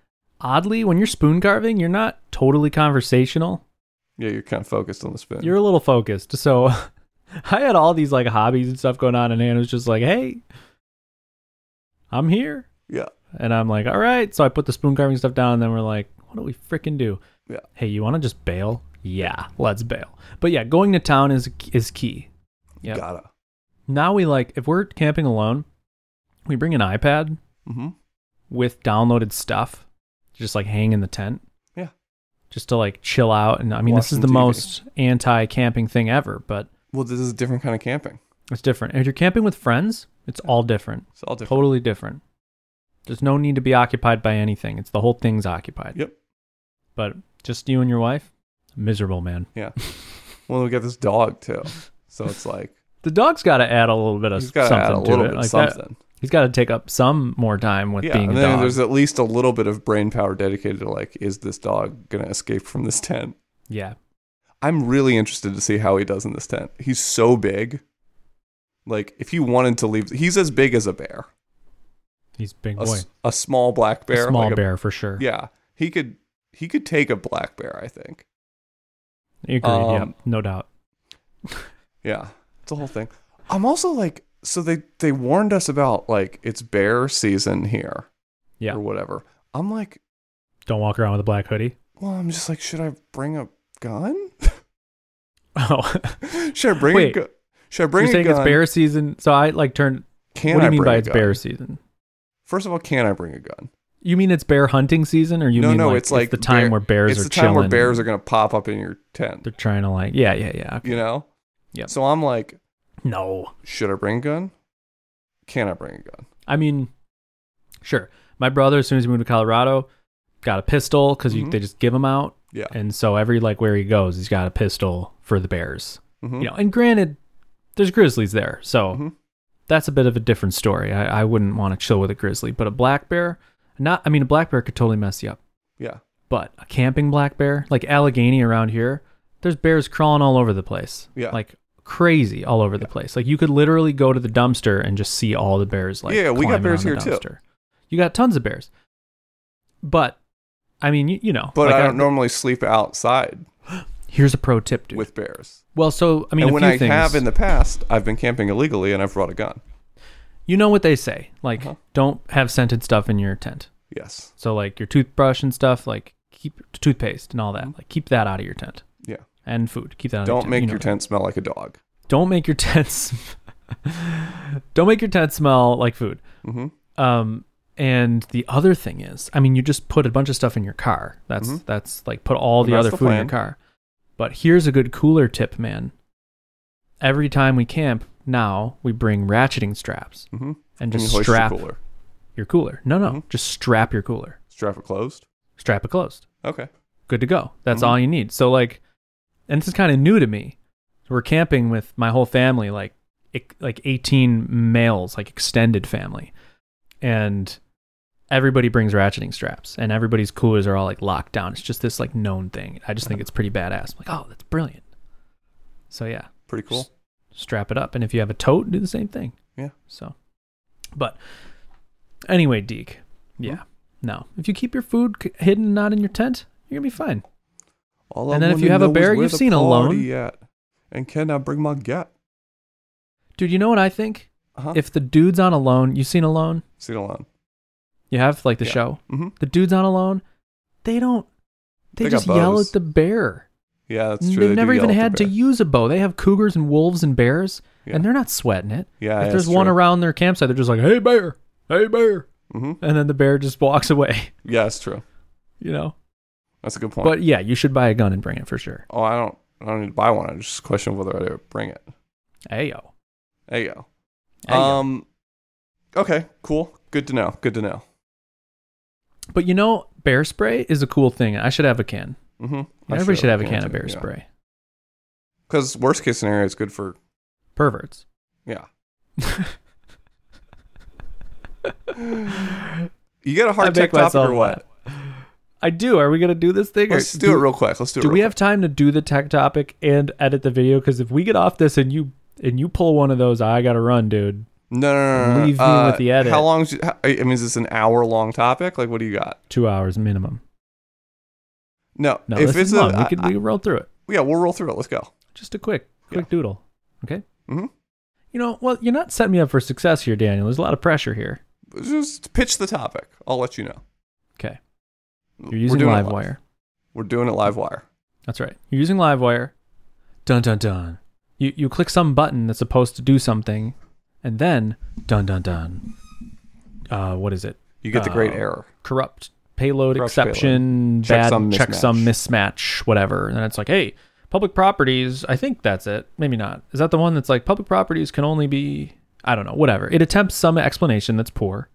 Speaker 1: oddly, when you're spoon carving, you're not totally conversational.
Speaker 2: Yeah, you're kind of focused on the spoon.
Speaker 1: You're a little focused. So (laughs) I had all these like hobbies and stuff going on, and Anna was just like, "Hey, I'm here."
Speaker 2: yeah.
Speaker 1: And I'm like, all right. So I put the spoon carving stuff down, and then we're like, what do we freaking do?
Speaker 2: Yeah.
Speaker 1: Hey, you want to just bail? Yeah, let's bail. But yeah, going to town is is key. Yep.
Speaker 2: Got to.
Speaker 1: Now we like if we're camping alone, we bring an iPad
Speaker 2: Mhm.
Speaker 1: with downloaded stuff, to just like hang in the tent.
Speaker 2: Yeah.
Speaker 1: Just to like chill out, and I mean,
Speaker 2: Watch
Speaker 1: this is
Speaker 2: some
Speaker 1: the
Speaker 2: TV.
Speaker 1: most anti-camping thing ever, but
Speaker 2: Well, this is a different kind of camping.
Speaker 1: it's different. If you're camping with friends, it's all different,
Speaker 2: It's all different.
Speaker 1: totally different. There's no need to be occupied by anything. It's the whole thing's occupied.
Speaker 2: Yep.
Speaker 1: but just you and your wife miserable man
Speaker 2: Well, we got this dog too, so
Speaker 1: (laughs)
Speaker 2: it's like
Speaker 1: the dog's got to add a little bit of
Speaker 2: he's got to
Speaker 1: something
Speaker 2: add a
Speaker 1: to
Speaker 2: little
Speaker 1: it
Speaker 2: bit
Speaker 1: like that-
Speaker 2: something.
Speaker 1: he's got to take up some more time with
Speaker 2: yeah,
Speaker 1: being
Speaker 2: and
Speaker 1: a
Speaker 2: then
Speaker 1: dog
Speaker 2: there's at least a little bit of brain power dedicated to like, is this dog gonna escape from this tent?
Speaker 1: yeah
Speaker 2: I'm really interested to see how he does in this tent. He's so big. Like, if he wanted to leave, he's as big as a bear,
Speaker 1: he's a big
Speaker 2: a,
Speaker 1: boy
Speaker 2: s- a small black
Speaker 1: A
Speaker 2: bear,
Speaker 1: small
Speaker 2: like a-
Speaker 1: bear for sure
Speaker 2: yeah, he could he could take a black bear. I think.
Speaker 1: Agreed,
Speaker 2: Um,
Speaker 1: yeah no doubt
Speaker 2: Yeah, it's a whole thing. I'm also like, so they they warned us about like it's bear season here,
Speaker 1: Yeah.
Speaker 2: or whatever. I'm like,
Speaker 1: don't walk around with a black hoodie (laughs)
Speaker 2: Well, I'm just like, should I bring a gun? (laughs)
Speaker 1: oh
Speaker 2: should I bring
Speaker 1: Wait.
Speaker 2: a gun? Should I
Speaker 1: you're
Speaker 2: bring a
Speaker 1: saying
Speaker 2: gun?
Speaker 1: it's bear season so i like turned
Speaker 2: Can
Speaker 1: what do
Speaker 2: I
Speaker 1: you mean
Speaker 2: bring
Speaker 1: by
Speaker 2: a
Speaker 1: it's
Speaker 2: gun?
Speaker 1: bear season
Speaker 2: First of all, can I bring a gun?
Speaker 1: you mean it's bear hunting season or you
Speaker 2: no,
Speaker 1: mean
Speaker 2: no,
Speaker 1: like,
Speaker 2: it's like
Speaker 1: the time
Speaker 2: bear-
Speaker 1: where bears
Speaker 2: it's
Speaker 1: are
Speaker 2: the time where
Speaker 1: chilling
Speaker 2: bears are going to pop up in your tent.
Speaker 1: they're trying to like yeah yeah yeah okay.
Speaker 2: You know.
Speaker 1: Yep.
Speaker 2: So I'm like,
Speaker 1: no
Speaker 2: should I bring a gun? Can I bring a gun?
Speaker 1: I mean, sure. My brother, as soon as he moved to Colorado, got a pistol because
Speaker 2: Mhm.
Speaker 1: they just give them out,
Speaker 2: Yeah.
Speaker 1: and so every like where he goes, he's got a pistol for the bears.
Speaker 2: Mhm.
Speaker 1: You know, and granted, there's grizzlies there, so
Speaker 2: Mhm.
Speaker 1: that's a bit of a different story. I, I wouldn't want to chill with a grizzly, but a black bear, not. I mean, a black bear could totally mess you up,
Speaker 2: Yeah.
Speaker 1: but a camping black bear, like Allegheny around here, there's bears crawling all over the place.
Speaker 2: Yeah.
Speaker 1: like crazy all over the place. Like you could literally go to the dumpster and just see all the bears. Like
Speaker 2: Yeah, we got
Speaker 1: climbing on
Speaker 2: bears
Speaker 1: the
Speaker 2: here, too.
Speaker 1: dumpster. You got tons of bears. But I mean, you, you know,
Speaker 2: But
Speaker 1: like,
Speaker 2: I don't normally sleep outside.
Speaker 1: Here's a pro tip, dude.
Speaker 2: with bears.
Speaker 1: well, so I mean,
Speaker 2: And
Speaker 1: a
Speaker 2: when
Speaker 1: few
Speaker 2: I
Speaker 1: things.
Speaker 2: have in the past, I've been camping illegally and I've brought a gun.
Speaker 1: you know what they say, like
Speaker 2: Uh-huh.
Speaker 1: don't have scented stuff in your tent.
Speaker 2: Yes.
Speaker 1: So like your toothbrush and stuff, like keep toothpaste and all that, like keep that out of your tent
Speaker 2: Yeah.
Speaker 1: and food. Keep that. out of
Speaker 2: Mm-hmm. Don't
Speaker 1: your
Speaker 2: make
Speaker 1: tent. Uh, You know
Speaker 2: your
Speaker 1: that.
Speaker 2: tent smell like a dog.
Speaker 1: Don't make your (laughs) tents. don't make your tent smell like food.
Speaker 2: Mm-hmm.
Speaker 1: Um, and the other thing is, I mean, you just put a bunch of stuff in your car. That's
Speaker 2: Mhm.
Speaker 1: that's like put all the
Speaker 2: That's
Speaker 1: other
Speaker 2: the
Speaker 1: food in your
Speaker 2: plan.
Speaker 1: car. But here's a good cooler tip, man. Every time we camp, now we bring ratcheting straps
Speaker 2: Mm-hmm.
Speaker 1: and just strap your cooler. No, no,
Speaker 2: Mhm.
Speaker 1: just strap your cooler.
Speaker 2: Strap it closed.
Speaker 1: Strap it closed.
Speaker 2: Okay.
Speaker 1: Good to go. That's
Speaker 2: Mhm.
Speaker 1: all you need. So like, and this is kind of new to me. We're camping with my whole family, like ec- like 18 males, like extended family, and everybody brings ratcheting straps, and everybody's coolers are all like locked down. It's just this like known thing. I just think it's pretty badass. I'm like, oh, that's brilliant. So yeah,
Speaker 2: Pretty cool.
Speaker 1: strap it up, and if you have a tote, do the same thing.
Speaker 2: Yeah.
Speaker 1: So, but anyway, Deke.
Speaker 2: Mm-hmm.
Speaker 1: Yeah. No, if you keep your food c- hidden, not in your tent, you're gonna be fine.
Speaker 2: All
Speaker 1: And then if
Speaker 2: wanna
Speaker 1: you have a
Speaker 2: know is
Speaker 1: bear
Speaker 2: where
Speaker 1: you've
Speaker 2: the
Speaker 1: seen
Speaker 2: party
Speaker 1: alone-
Speaker 2: at? and can I bring my gat?
Speaker 1: Dude, you know what I think?
Speaker 2: Uh-huh.
Speaker 1: If the dude's on Alone, you've seen Alone?
Speaker 2: seen alone.
Speaker 1: You have like the
Speaker 2: Yeah.
Speaker 1: show.
Speaker 2: Mm-hmm.
Speaker 1: The dude's on Alone. They don't. They,
Speaker 2: They got
Speaker 1: just yell
Speaker 2: bows.
Speaker 1: at the bear.
Speaker 2: Yeah, that's
Speaker 1: They've
Speaker 2: true. They do
Speaker 1: never
Speaker 2: yell
Speaker 1: even
Speaker 2: at the
Speaker 1: had to
Speaker 2: bear.
Speaker 1: use a bow. They have cougars and wolves and bears,
Speaker 2: Yeah.
Speaker 1: and they're not sweating it.
Speaker 2: Yeah,
Speaker 1: if there's one around their campsite, they're just like, "Hey bear, hey bear,"
Speaker 2: hmm
Speaker 1: and then the bear just walks away.
Speaker 2: Yeah, that's true.
Speaker 1: You know.
Speaker 2: That's a good point.
Speaker 1: But yeah, you should buy a gun and bring it for sure.
Speaker 2: oh, I don't. I don't need to buy one. I just question whether I would bring it.
Speaker 1: Ayo.
Speaker 2: There you go.
Speaker 1: Ayo.
Speaker 2: Um. Okay. Cool. Good to know. Good to know.
Speaker 1: but you know, bear spray is a cool thing. I should have a can.
Speaker 2: Mm-hmm.
Speaker 1: Everybody should have a can of bear spray.
Speaker 2: Because worst case scenario, it's good for (laughs)
Speaker 1: Perverts.
Speaker 2: yeah. You got a hard
Speaker 1: I
Speaker 2: tech
Speaker 1: make
Speaker 2: topic or
Speaker 1: myself
Speaker 2: what?
Speaker 1: laugh. I do. Are we gonna do this thing?
Speaker 2: Let's
Speaker 1: or
Speaker 2: do it real quick. Let's do it.
Speaker 1: Do
Speaker 2: real
Speaker 1: we
Speaker 2: quick.
Speaker 1: have time to do the tech topic and edit the video? Because if we get off this and you and you pull one of those, I gotta run, dude.
Speaker 2: No, no, no, no. no.
Speaker 1: Leave me
Speaker 2: Uh,
Speaker 1: with the edit.
Speaker 2: How long? How, I mean, is this an hour long topic? Like, what do you got?
Speaker 1: Two hours minimum.
Speaker 2: No,
Speaker 1: No,
Speaker 2: if
Speaker 1: this
Speaker 2: it's
Speaker 1: is
Speaker 2: a,
Speaker 1: long. we
Speaker 2: I-
Speaker 1: can we
Speaker 2: I-
Speaker 1: can roll through it.
Speaker 2: yeah, we'll roll through it. Let's go.
Speaker 1: Just a quick quick
Speaker 2: Yeah.
Speaker 1: doodle. Okay.
Speaker 2: hmm
Speaker 1: You know, well, you're not setting me up for success here, Daniel. There's a lot of pressure here.
Speaker 2: Just pitch the topic. I'll let you know.
Speaker 1: Okay. You're using
Speaker 2: We're doing it
Speaker 1: LiveWire.
Speaker 2: We're doing it live wire.
Speaker 1: That's right. You're using LiveWire. Dun dun dun. You you click some button that's supposed to do something, and then dun dun dun. Uh, what is it?
Speaker 2: You get the great
Speaker 1: Uh,
Speaker 2: error.
Speaker 1: Corrupt payload
Speaker 2: Corrupt
Speaker 1: exception.
Speaker 2: payload. Check
Speaker 1: Bad
Speaker 2: some
Speaker 1: check
Speaker 2: mismatch.
Speaker 1: some mismatch. Whatever. And then it's like, hey, public properties. I think that's it. Maybe not. Is that the one that's like public properties can only be? I don't know. Whatever. It attempts some explanation that's poor.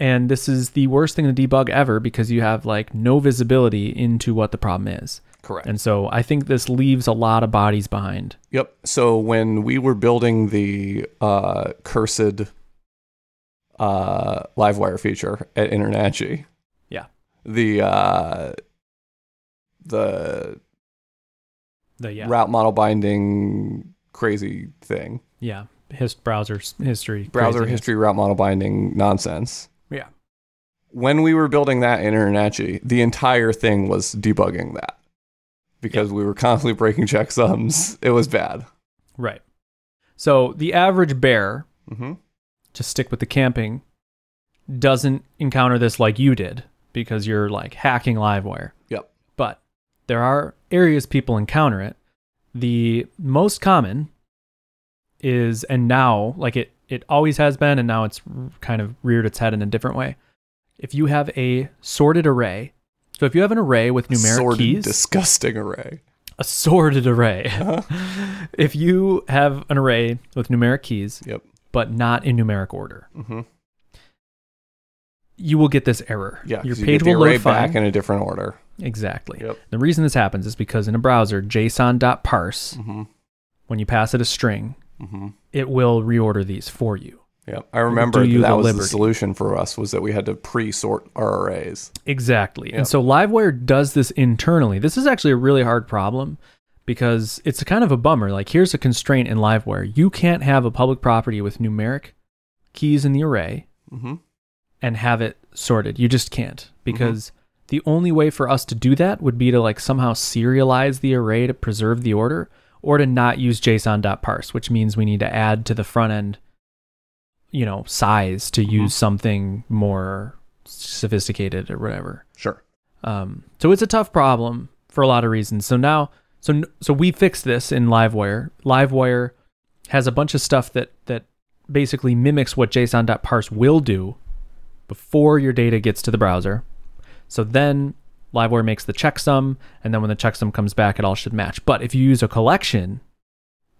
Speaker 1: And this is the worst thing to debug ever because you have like no visibility into what the problem is.
Speaker 2: Correct.
Speaker 1: And so I think this leaves a lot of bodies behind.
Speaker 2: Yep. So when we were building the uh, cursed uh, LiveWire feature at InterNACHI,
Speaker 1: Yeah.
Speaker 2: the uh, the
Speaker 1: The yeah.
Speaker 2: route model binding crazy thing,
Speaker 1: yeah. His browser s- history.
Speaker 2: browser
Speaker 1: craziness.
Speaker 2: history route model binding nonsense.
Speaker 1: Yeah.
Speaker 2: When we were building that in InterNACHI, the entire thing was debugging that because we were constantly breaking (laughs) checksums. It was bad.
Speaker 1: Right. So the average bear,
Speaker 2: Mm-hmm.
Speaker 1: to stick with the camping, doesn't encounter this like you did because you're like hacking Livewire.
Speaker 2: Yep.
Speaker 1: But there are areas people encounter it. The most common is, and now, like it, it always has been, and now it's r- kind of reared its head in a different way. If you have a sorted array, so if you have an array with numeric
Speaker 2: Sordid,
Speaker 1: keys,
Speaker 2: disgusting array.
Speaker 1: a sorted array.
Speaker 2: Uh-huh.
Speaker 1: (laughs) if you have an array with numeric keys,
Speaker 2: Yep.
Speaker 1: but not in numeric order,
Speaker 2: Mm-hmm.
Speaker 1: you will get this error.
Speaker 2: Yeah,
Speaker 1: your
Speaker 2: 'cause you
Speaker 1: page
Speaker 2: get the
Speaker 1: will
Speaker 2: array
Speaker 1: load fine.
Speaker 2: back in a different order.
Speaker 1: exactly.
Speaker 2: Yep.
Speaker 1: The reason this happens is because in a browser, JSON.parse,
Speaker 2: Mm-hmm.
Speaker 1: when you pass it a string,
Speaker 2: Mm-hmm.
Speaker 1: it will reorder these for you.
Speaker 2: Yeah, I remember
Speaker 1: you
Speaker 2: that
Speaker 1: the
Speaker 2: was the
Speaker 1: liberty.
Speaker 2: solution for us was that we had to pre-sort our arrays.
Speaker 1: Exactly. And
Speaker 2: Yep.
Speaker 1: so Livewire does this internally. This is actually a really hard problem because it's kind of a bummer. Like, here's a constraint in Livewire you can't have a public property with numeric keys in the array
Speaker 2: Mm-hmm.
Speaker 1: and have it sorted. You just can't because The only way for us to do that would be to like somehow serialize the array to preserve the order or to not use json.parse, which means we need to add to the front end you know, size to use something more sophisticated or whatever.
Speaker 2: Sure.
Speaker 1: Um, so it's a tough problem for a lot of reasons. So now, so so we fixed this in Livewire. Livewire has a bunch of stuff that that basically mimics what JSON.parse will do before your data gets to the browser. So then Livewire makes the checksum, and then when the checksum comes back, it all should match. But if you use a collection,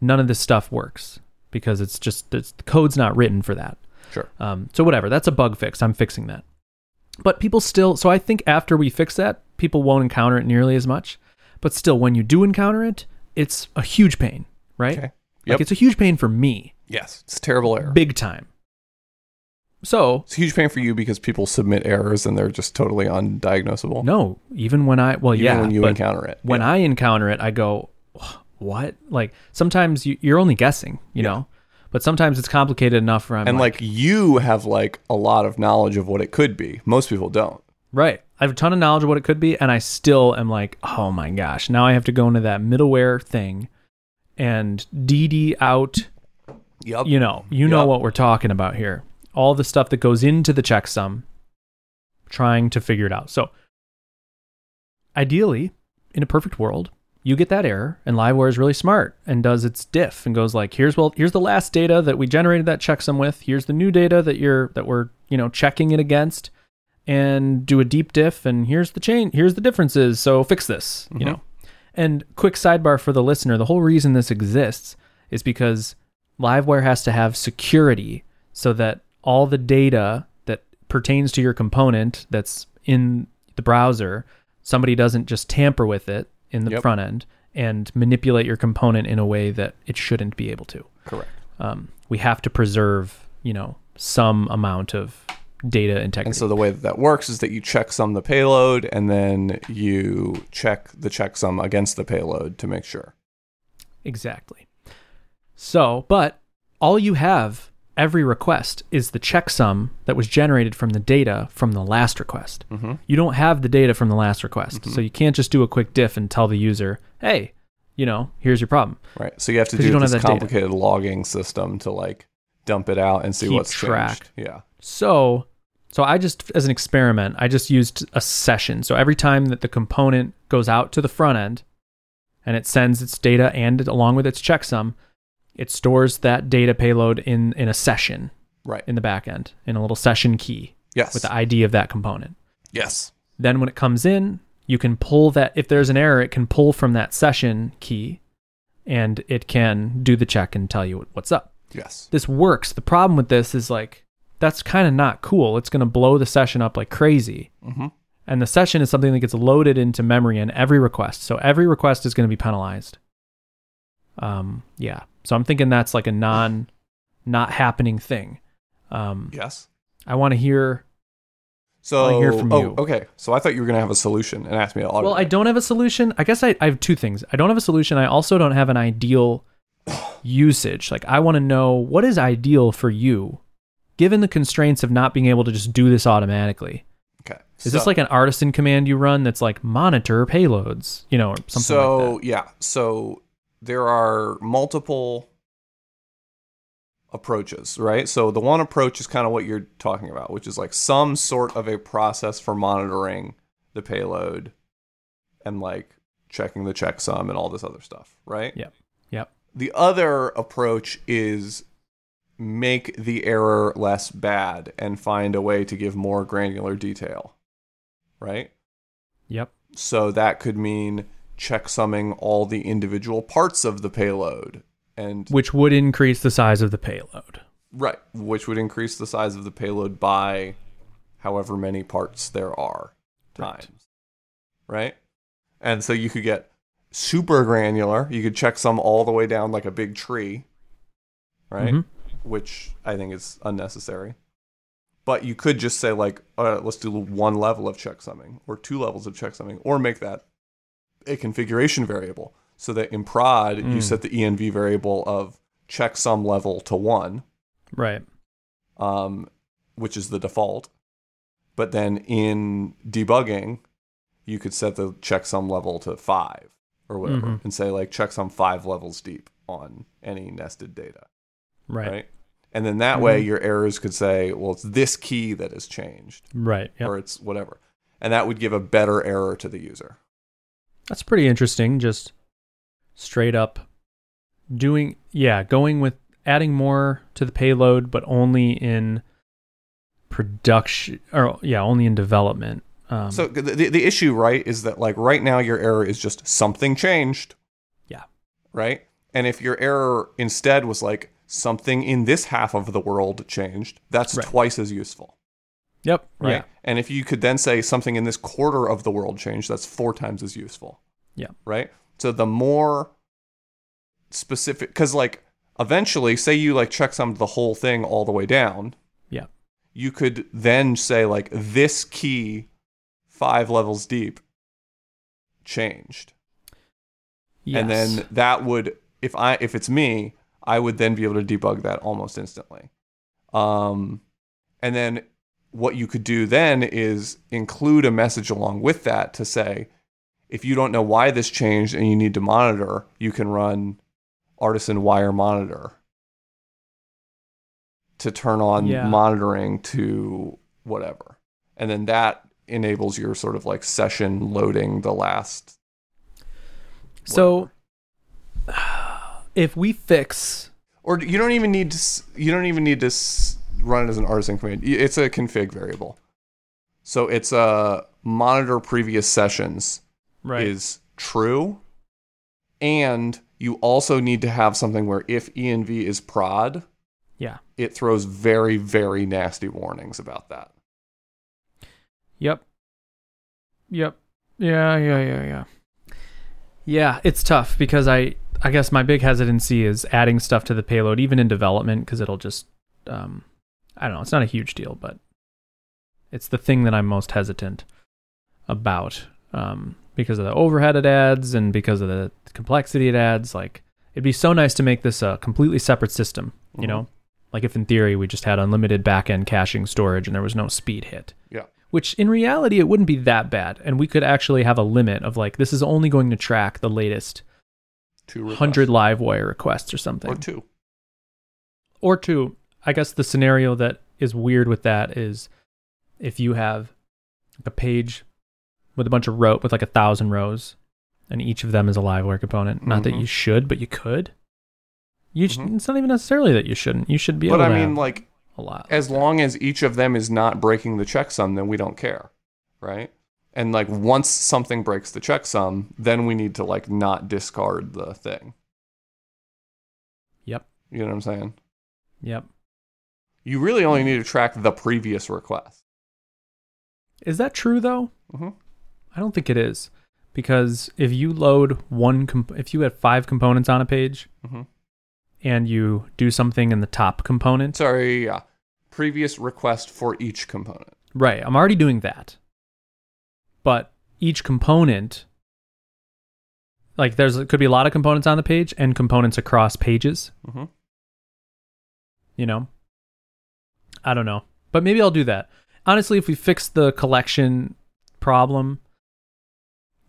Speaker 1: none of this stuff works because it's just it's, the code's not written for that.
Speaker 2: Sure.
Speaker 1: Um, so whatever, that's a bug fix. I'm fixing that. But people still, so I think after we fix that, people won't encounter it nearly as much. But still, when you do encounter it, it's a huge pain, right?
Speaker 2: Okay.
Speaker 1: Like
Speaker 2: Yep.
Speaker 1: it's a huge pain for me,
Speaker 2: yes. It's a terrible error.
Speaker 1: big time. So
Speaker 2: It's a huge pain for you because people submit errors and they're just totally undiagnosable.
Speaker 1: no, even when I well
Speaker 2: Even
Speaker 1: yeah,
Speaker 2: when you
Speaker 1: but
Speaker 2: encounter it.
Speaker 1: when
Speaker 2: yeah.
Speaker 1: I encounter it, I go, "Wh- what? Like sometimes you, you're only guessing, you know. But sometimes it's complicated enough where I'm
Speaker 2: and
Speaker 1: like,
Speaker 2: like, you have like a lot of knowledge of what it could be. Most people don't.
Speaker 1: Right. I have a ton of knowledge of what it could be, and I still am like, oh my gosh, now I have to go into that middleware thing and DD out.
Speaker 2: Yep.
Speaker 1: You know, you know
Speaker 2: Yup.
Speaker 1: what we're talking about here. All the stuff that goes into the checksum, trying to figure it out. So, ideally, in a perfect world, you get that error, and Liveware is really smart and does its diff and goes like, here's well, here's the last data that we generated that checksum with. Here's the new data that you're that we're you know checking it against, and do a deep diff. And here's the chain. Here's the differences. So fix this. You
Speaker 2: Mhm.
Speaker 1: know. And quick sidebar for the listener: the whole reason this exists is because Liveware has to have security so that all the data that pertains to your component that's in the browser, somebody doesn't just tamper with it in the
Speaker 2: Yep.
Speaker 1: front end and manipulate your component in a way that it shouldn't be able to.
Speaker 2: Correct.
Speaker 1: Um, we have to preserve, you know, some amount of data integrity.
Speaker 2: And so the way that that works is that you checksum the payload and then you check the checksum against the payload to make sure.
Speaker 1: Exactly. So, but all you have every request is the checksum that was generated from the data from the last request.
Speaker 2: Mhm.
Speaker 1: You don't have the data from the last request. So you can't just do a quick diff and tell the user, "Hey, you know, here's your problem."
Speaker 2: Right. So you have to
Speaker 1: 'Cause you
Speaker 2: do
Speaker 1: don't have
Speaker 2: this
Speaker 1: that data.
Speaker 2: complicated logging system to like dump it out and see
Speaker 1: Keep
Speaker 2: what's
Speaker 1: track.
Speaker 2: changed. Yeah.
Speaker 1: So, so I just as an experiment, I just used a session. So every time that the component goes out to the front end and it sends its data and it, along with its checksum, it stores that data payload in in a session
Speaker 2: Right.
Speaker 1: in the back end in a little session key
Speaker 2: Yes.
Speaker 1: with the ID of that component.
Speaker 2: yes.
Speaker 1: Then when it comes in, you can pull that if there's an error, it can pull from that session key and it can do the check and tell you what's up.
Speaker 2: Yes.
Speaker 1: This works. The problem with this is like that's kind of not cool. It's going to blow the session up like crazy.
Speaker 2: Mm-hmm.
Speaker 1: And the session is something that gets loaded into memory in every request. So every request is going to be penalized. Um, yeah. So I'm thinking that's like a non not happening thing. Um,
Speaker 2: Yes.
Speaker 1: I want to hear I
Speaker 2: So
Speaker 1: wanna hear from
Speaker 2: oh,
Speaker 1: you.
Speaker 2: okay. So I thought you were gonna have a solution and ask me to automate.
Speaker 1: Well, I
Speaker 2: it.
Speaker 1: don't have a solution. I guess I, I have two things. I don't have a solution. I also don't have an ideal usage. Like, I want to know what is ideal for you, given the constraints of not being able to just do this automatically.
Speaker 2: Okay.
Speaker 1: Is this like an artisan command you run that's like monitor payloads, you know, or something
Speaker 2: so
Speaker 1: like that?
Speaker 2: yeah. So there are multiple approaches, right? So the one approach is kind of what you're talking about, which is like some sort of a process for monitoring the payload and like checking the checksum and all this other stuff, right?
Speaker 1: Yep. Yep.
Speaker 2: The other approach is make the error less bad and find a way to give more granular detail, right?
Speaker 1: Yep.
Speaker 2: So that could mean checksumming all the individual parts of the payload and
Speaker 1: Which would increase the size of the payload.
Speaker 2: right, which would increase the size of the payload by however many parts there are
Speaker 1: Right.
Speaker 2: times. Right? And so you could get super granular. You could checksum all the way down like a big tree. Right?
Speaker 1: Mhm.
Speaker 2: which I think is unnecessary. But you could just say like, all right, let's do one level of checksumming or two levels of checksumming, or make that a configuration variable so that in prod you
Speaker 1: Mm.
Speaker 2: set the env variable of checksum level to one,
Speaker 1: Right.
Speaker 2: um, which is the default. But then in debugging, you could set the checksum level to five or whatever
Speaker 1: Mhm.
Speaker 2: and say like checksum five levels deep on any nested data right,
Speaker 1: Right. Mm-hmm.
Speaker 2: and then that way your errors could say well it's this key that has changed
Speaker 1: Right. Yeah.
Speaker 2: or it's whatever and that would give a better error to the user
Speaker 1: That's pretty interesting. Just straight up doing, yeah, going with adding more to the payload, but only in production, or yeah, only in development. Um,
Speaker 2: so the, the the issue right is that like right now your error is just something changed
Speaker 1: Yeah.
Speaker 2: right and if your error instead was like something in this half of the world changed that's
Speaker 1: Right.
Speaker 2: twice as useful
Speaker 1: yep.
Speaker 2: right?
Speaker 1: Yeah.
Speaker 2: And if you could then say something in this quarter of the world changed, that's four times as useful.
Speaker 1: Yeah.
Speaker 2: Right. So the more specific, because like eventually, say you like checksummed the whole thing all the way down,
Speaker 1: Yeah.
Speaker 2: you could then say like this key five levels deep changed,
Speaker 1: Yes.
Speaker 2: and then that would if I if it's me, I would then be able to debug that almost instantly. Um, and then what you could do then is include a message along with that to say, if you don't know why this changed and you need to monitor, you can run artisan wire monitor to turn on
Speaker 1: Yeah.
Speaker 2: monitoring to whatever. And then that enables your sort of like session loading the last.
Speaker 1: so if we fix,
Speaker 2: or you don't even need to s- you don't even need to s- run it as an artisan command Y- it's a config variable so it's a monitor previous sessions
Speaker 1: right.
Speaker 2: is true and you also need to have something where if env is prod
Speaker 1: yeah.
Speaker 2: it throws very very nasty warnings about that
Speaker 1: Yep. Yep. Yeah, yeah, yeah, yeah. Yeah, it's tough because I I guess my big hesitancy is adding stuff to the payload even in development because it'll just um I don't know, it's not a huge deal, but it's the thing that I'm most hesitant about um because of the overhead it adds and because of the complexity it adds like it'd be so nice to make this a completely separate system, you
Speaker 2: Mhm.
Speaker 1: know? Like if in theory we just had unlimited back-end caching storage and there was no speed hit
Speaker 2: yeah
Speaker 1: which in reality it wouldn't be that bad and we could actually have a limit of like this is only going to track the latest
Speaker 2: two requests.
Speaker 1: 100 live wire requests or something
Speaker 2: or two
Speaker 1: or two i guess the scenario that is weird with that is if you have a page with a bunch of row with like a thousand rows and each of them is a live wire component not that
Speaker 2: Mhm.
Speaker 1: you should but you could you sh-
Speaker 2: Mhm.
Speaker 1: it's not even necessarily that you shouldn't you should be
Speaker 2: but
Speaker 1: able
Speaker 2: i
Speaker 1: to
Speaker 2: mean
Speaker 1: have
Speaker 2: like
Speaker 1: a lot
Speaker 2: as long as each of them is not breaking the checksum, then we don't care, right? And like once something breaks the checksum, then we need to like not discard the thing.
Speaker 1: yep
Speaker 2: You know what I'm saying?
Speaker 1: yep
Speaker 2: You really only need to track the previous request.
Speaker 1: is that true though
Speaker 2: hmm
Speaker 1: I don't think it is because if you load one, comp- if you had five components on a page
Speaker 2: hmm
Speaker 1: and you do something in the top component,
Speaker 2: Sorry, yeah. Previous request for each component.
Speaker 1: right? I'm already doing that, but each component, like there's could be a lot of components on the page and components across pages.
Speaker 2: Mm-hmm.
Speaker 1: You know, I don't know, but maybe I'll do that. Honestly, if we fix the collection problem,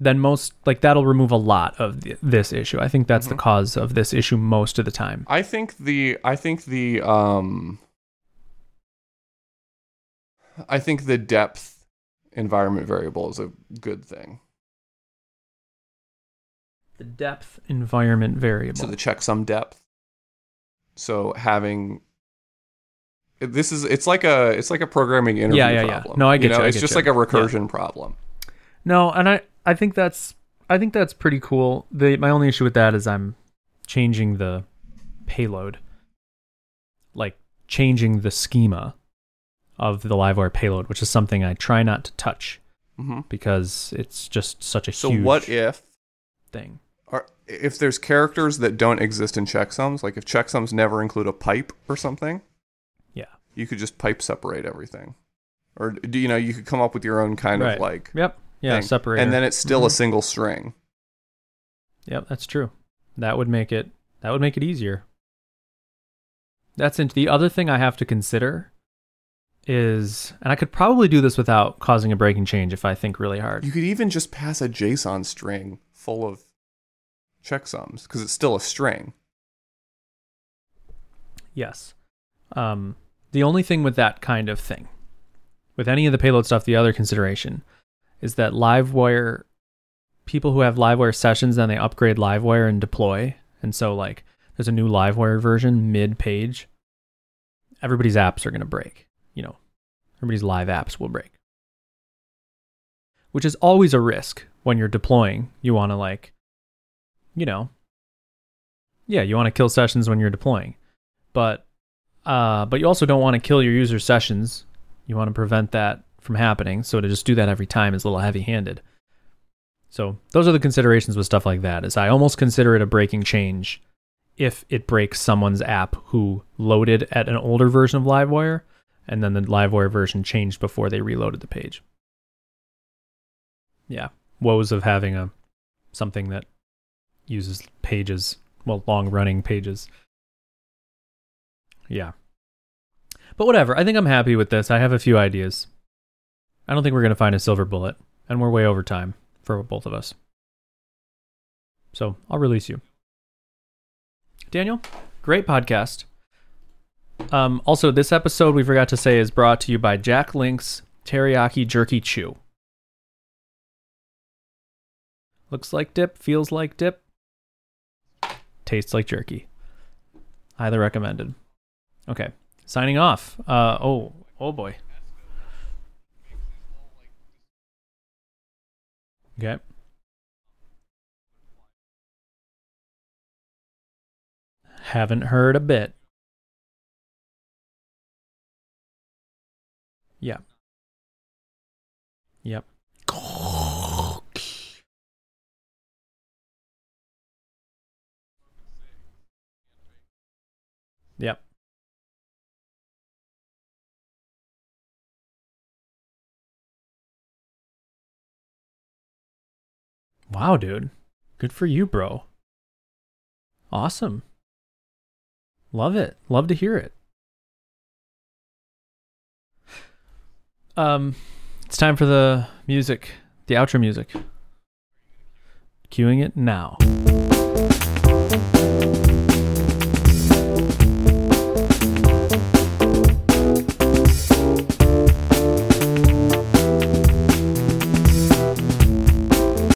Speaker 1: then most like that'll remove a lot of th- this issue. I think that's
Speaker 2: Mhm.
Speaker 1: the cause of this issue most of the time.
Speaker 2: I think the I think the um I think the depth environment variable is a good thing.
Speaker 1: The depth environment variable.
Speaker 2: So the checksum depth. So having this is it's like a it's like a programming interview
Speaker 1: Yeah, yeah, yeah.
Speaker 2: problem.
Speaker 1: No, I get
Speaker 2: you know,
Speaker 1: you, I
Speaker 2: it's
Speaker 1: get
Speaker 2: just
Speaker 1: you.
Speaker 2: like a
Speaker 1: Yeah.
Speaker 2: recursion problem.
Speaker 1: no, and I I think that's I think that's pretty cool. The my only issue with that is I'm changing the payload. Like changing the schema of the LiveWire payload, which is something I try not to touch
Speaker 2: hmm
Speaker 1: because it's just such a
Speaker 2: So
Speaker 1: huge
Speaker 2: what if
Speaker 1: thing.
Speaker 2: are, if there's characters that don't exist in checksums, like if checksums never include a pipe or something,
Speaker 1: Yeah.
Speaker 2: you could just pipe separate everything, or do you know you could come up with your own kind
Speaker 1: Right.
Speaker 2: of like
Speaker 1: Yep. Yeah,
Speaker 2: thing.
Speaker 1: separator.
Speaker 2: and then it's still a
Speaker 1: Mhm.
Speaker 2: single string.
Speaker 1: Yep, that's true. That would make it that would make it easier. That's in- the other thing I have to consider is, and I could probably do this without causing a breaking change if I think really hard.
Speaker 2: You could even just pass a JSON string full of checksums because it's still a string.
Speaker 1: Yes. Um, the only thing with that kind of thing, with any of the payload stuff, the other consideration is that LiveWire, people who have LiveWire sessions, then they upgrade LiveWire and deploy. And so, like, there's a new LiveWire version mid page. Everybody's apps are going to break. You know, everybody's live apps will break, which is always a risk when you're deploying. You want to, like, you know, yeah, you want to kill sessions when you're deploying but uh, but you also don't want to kill your user sessions. You want to prevent that from happening. So to just do that every time is a little heavy-handed. So those are the considerations with stuff like that. Is I almost consider it a breaking change if it breaks someone's app who loaded at an older version of LiveWire, and then the LiveWire version changed before they reloaded the page. Yeah, woes of having a something that uses pages, well, long-running pages. Yeah. But whatever. I think I'm happy with this. I have a few ideas. I don't think we're going to find a silver bullet, and we're way over time for both of us. So I'll release you. Daniel, great podcast. Um, also, this episode we forgot to say is brought to you by Jack Link's Teriyaki Jerky Chew. Looks like dip, feels like dip, tastes like jerky. Highly recommended. Okay. Signing off. Uh, oh, oh boy. Okay. Haven't heard a bit. Yeah. Yep. Yep. Wow, dude. Good for you, bro. Awesome. Love it. Love to hear it. Um, it's time for the music, the outro music. Cueing it now.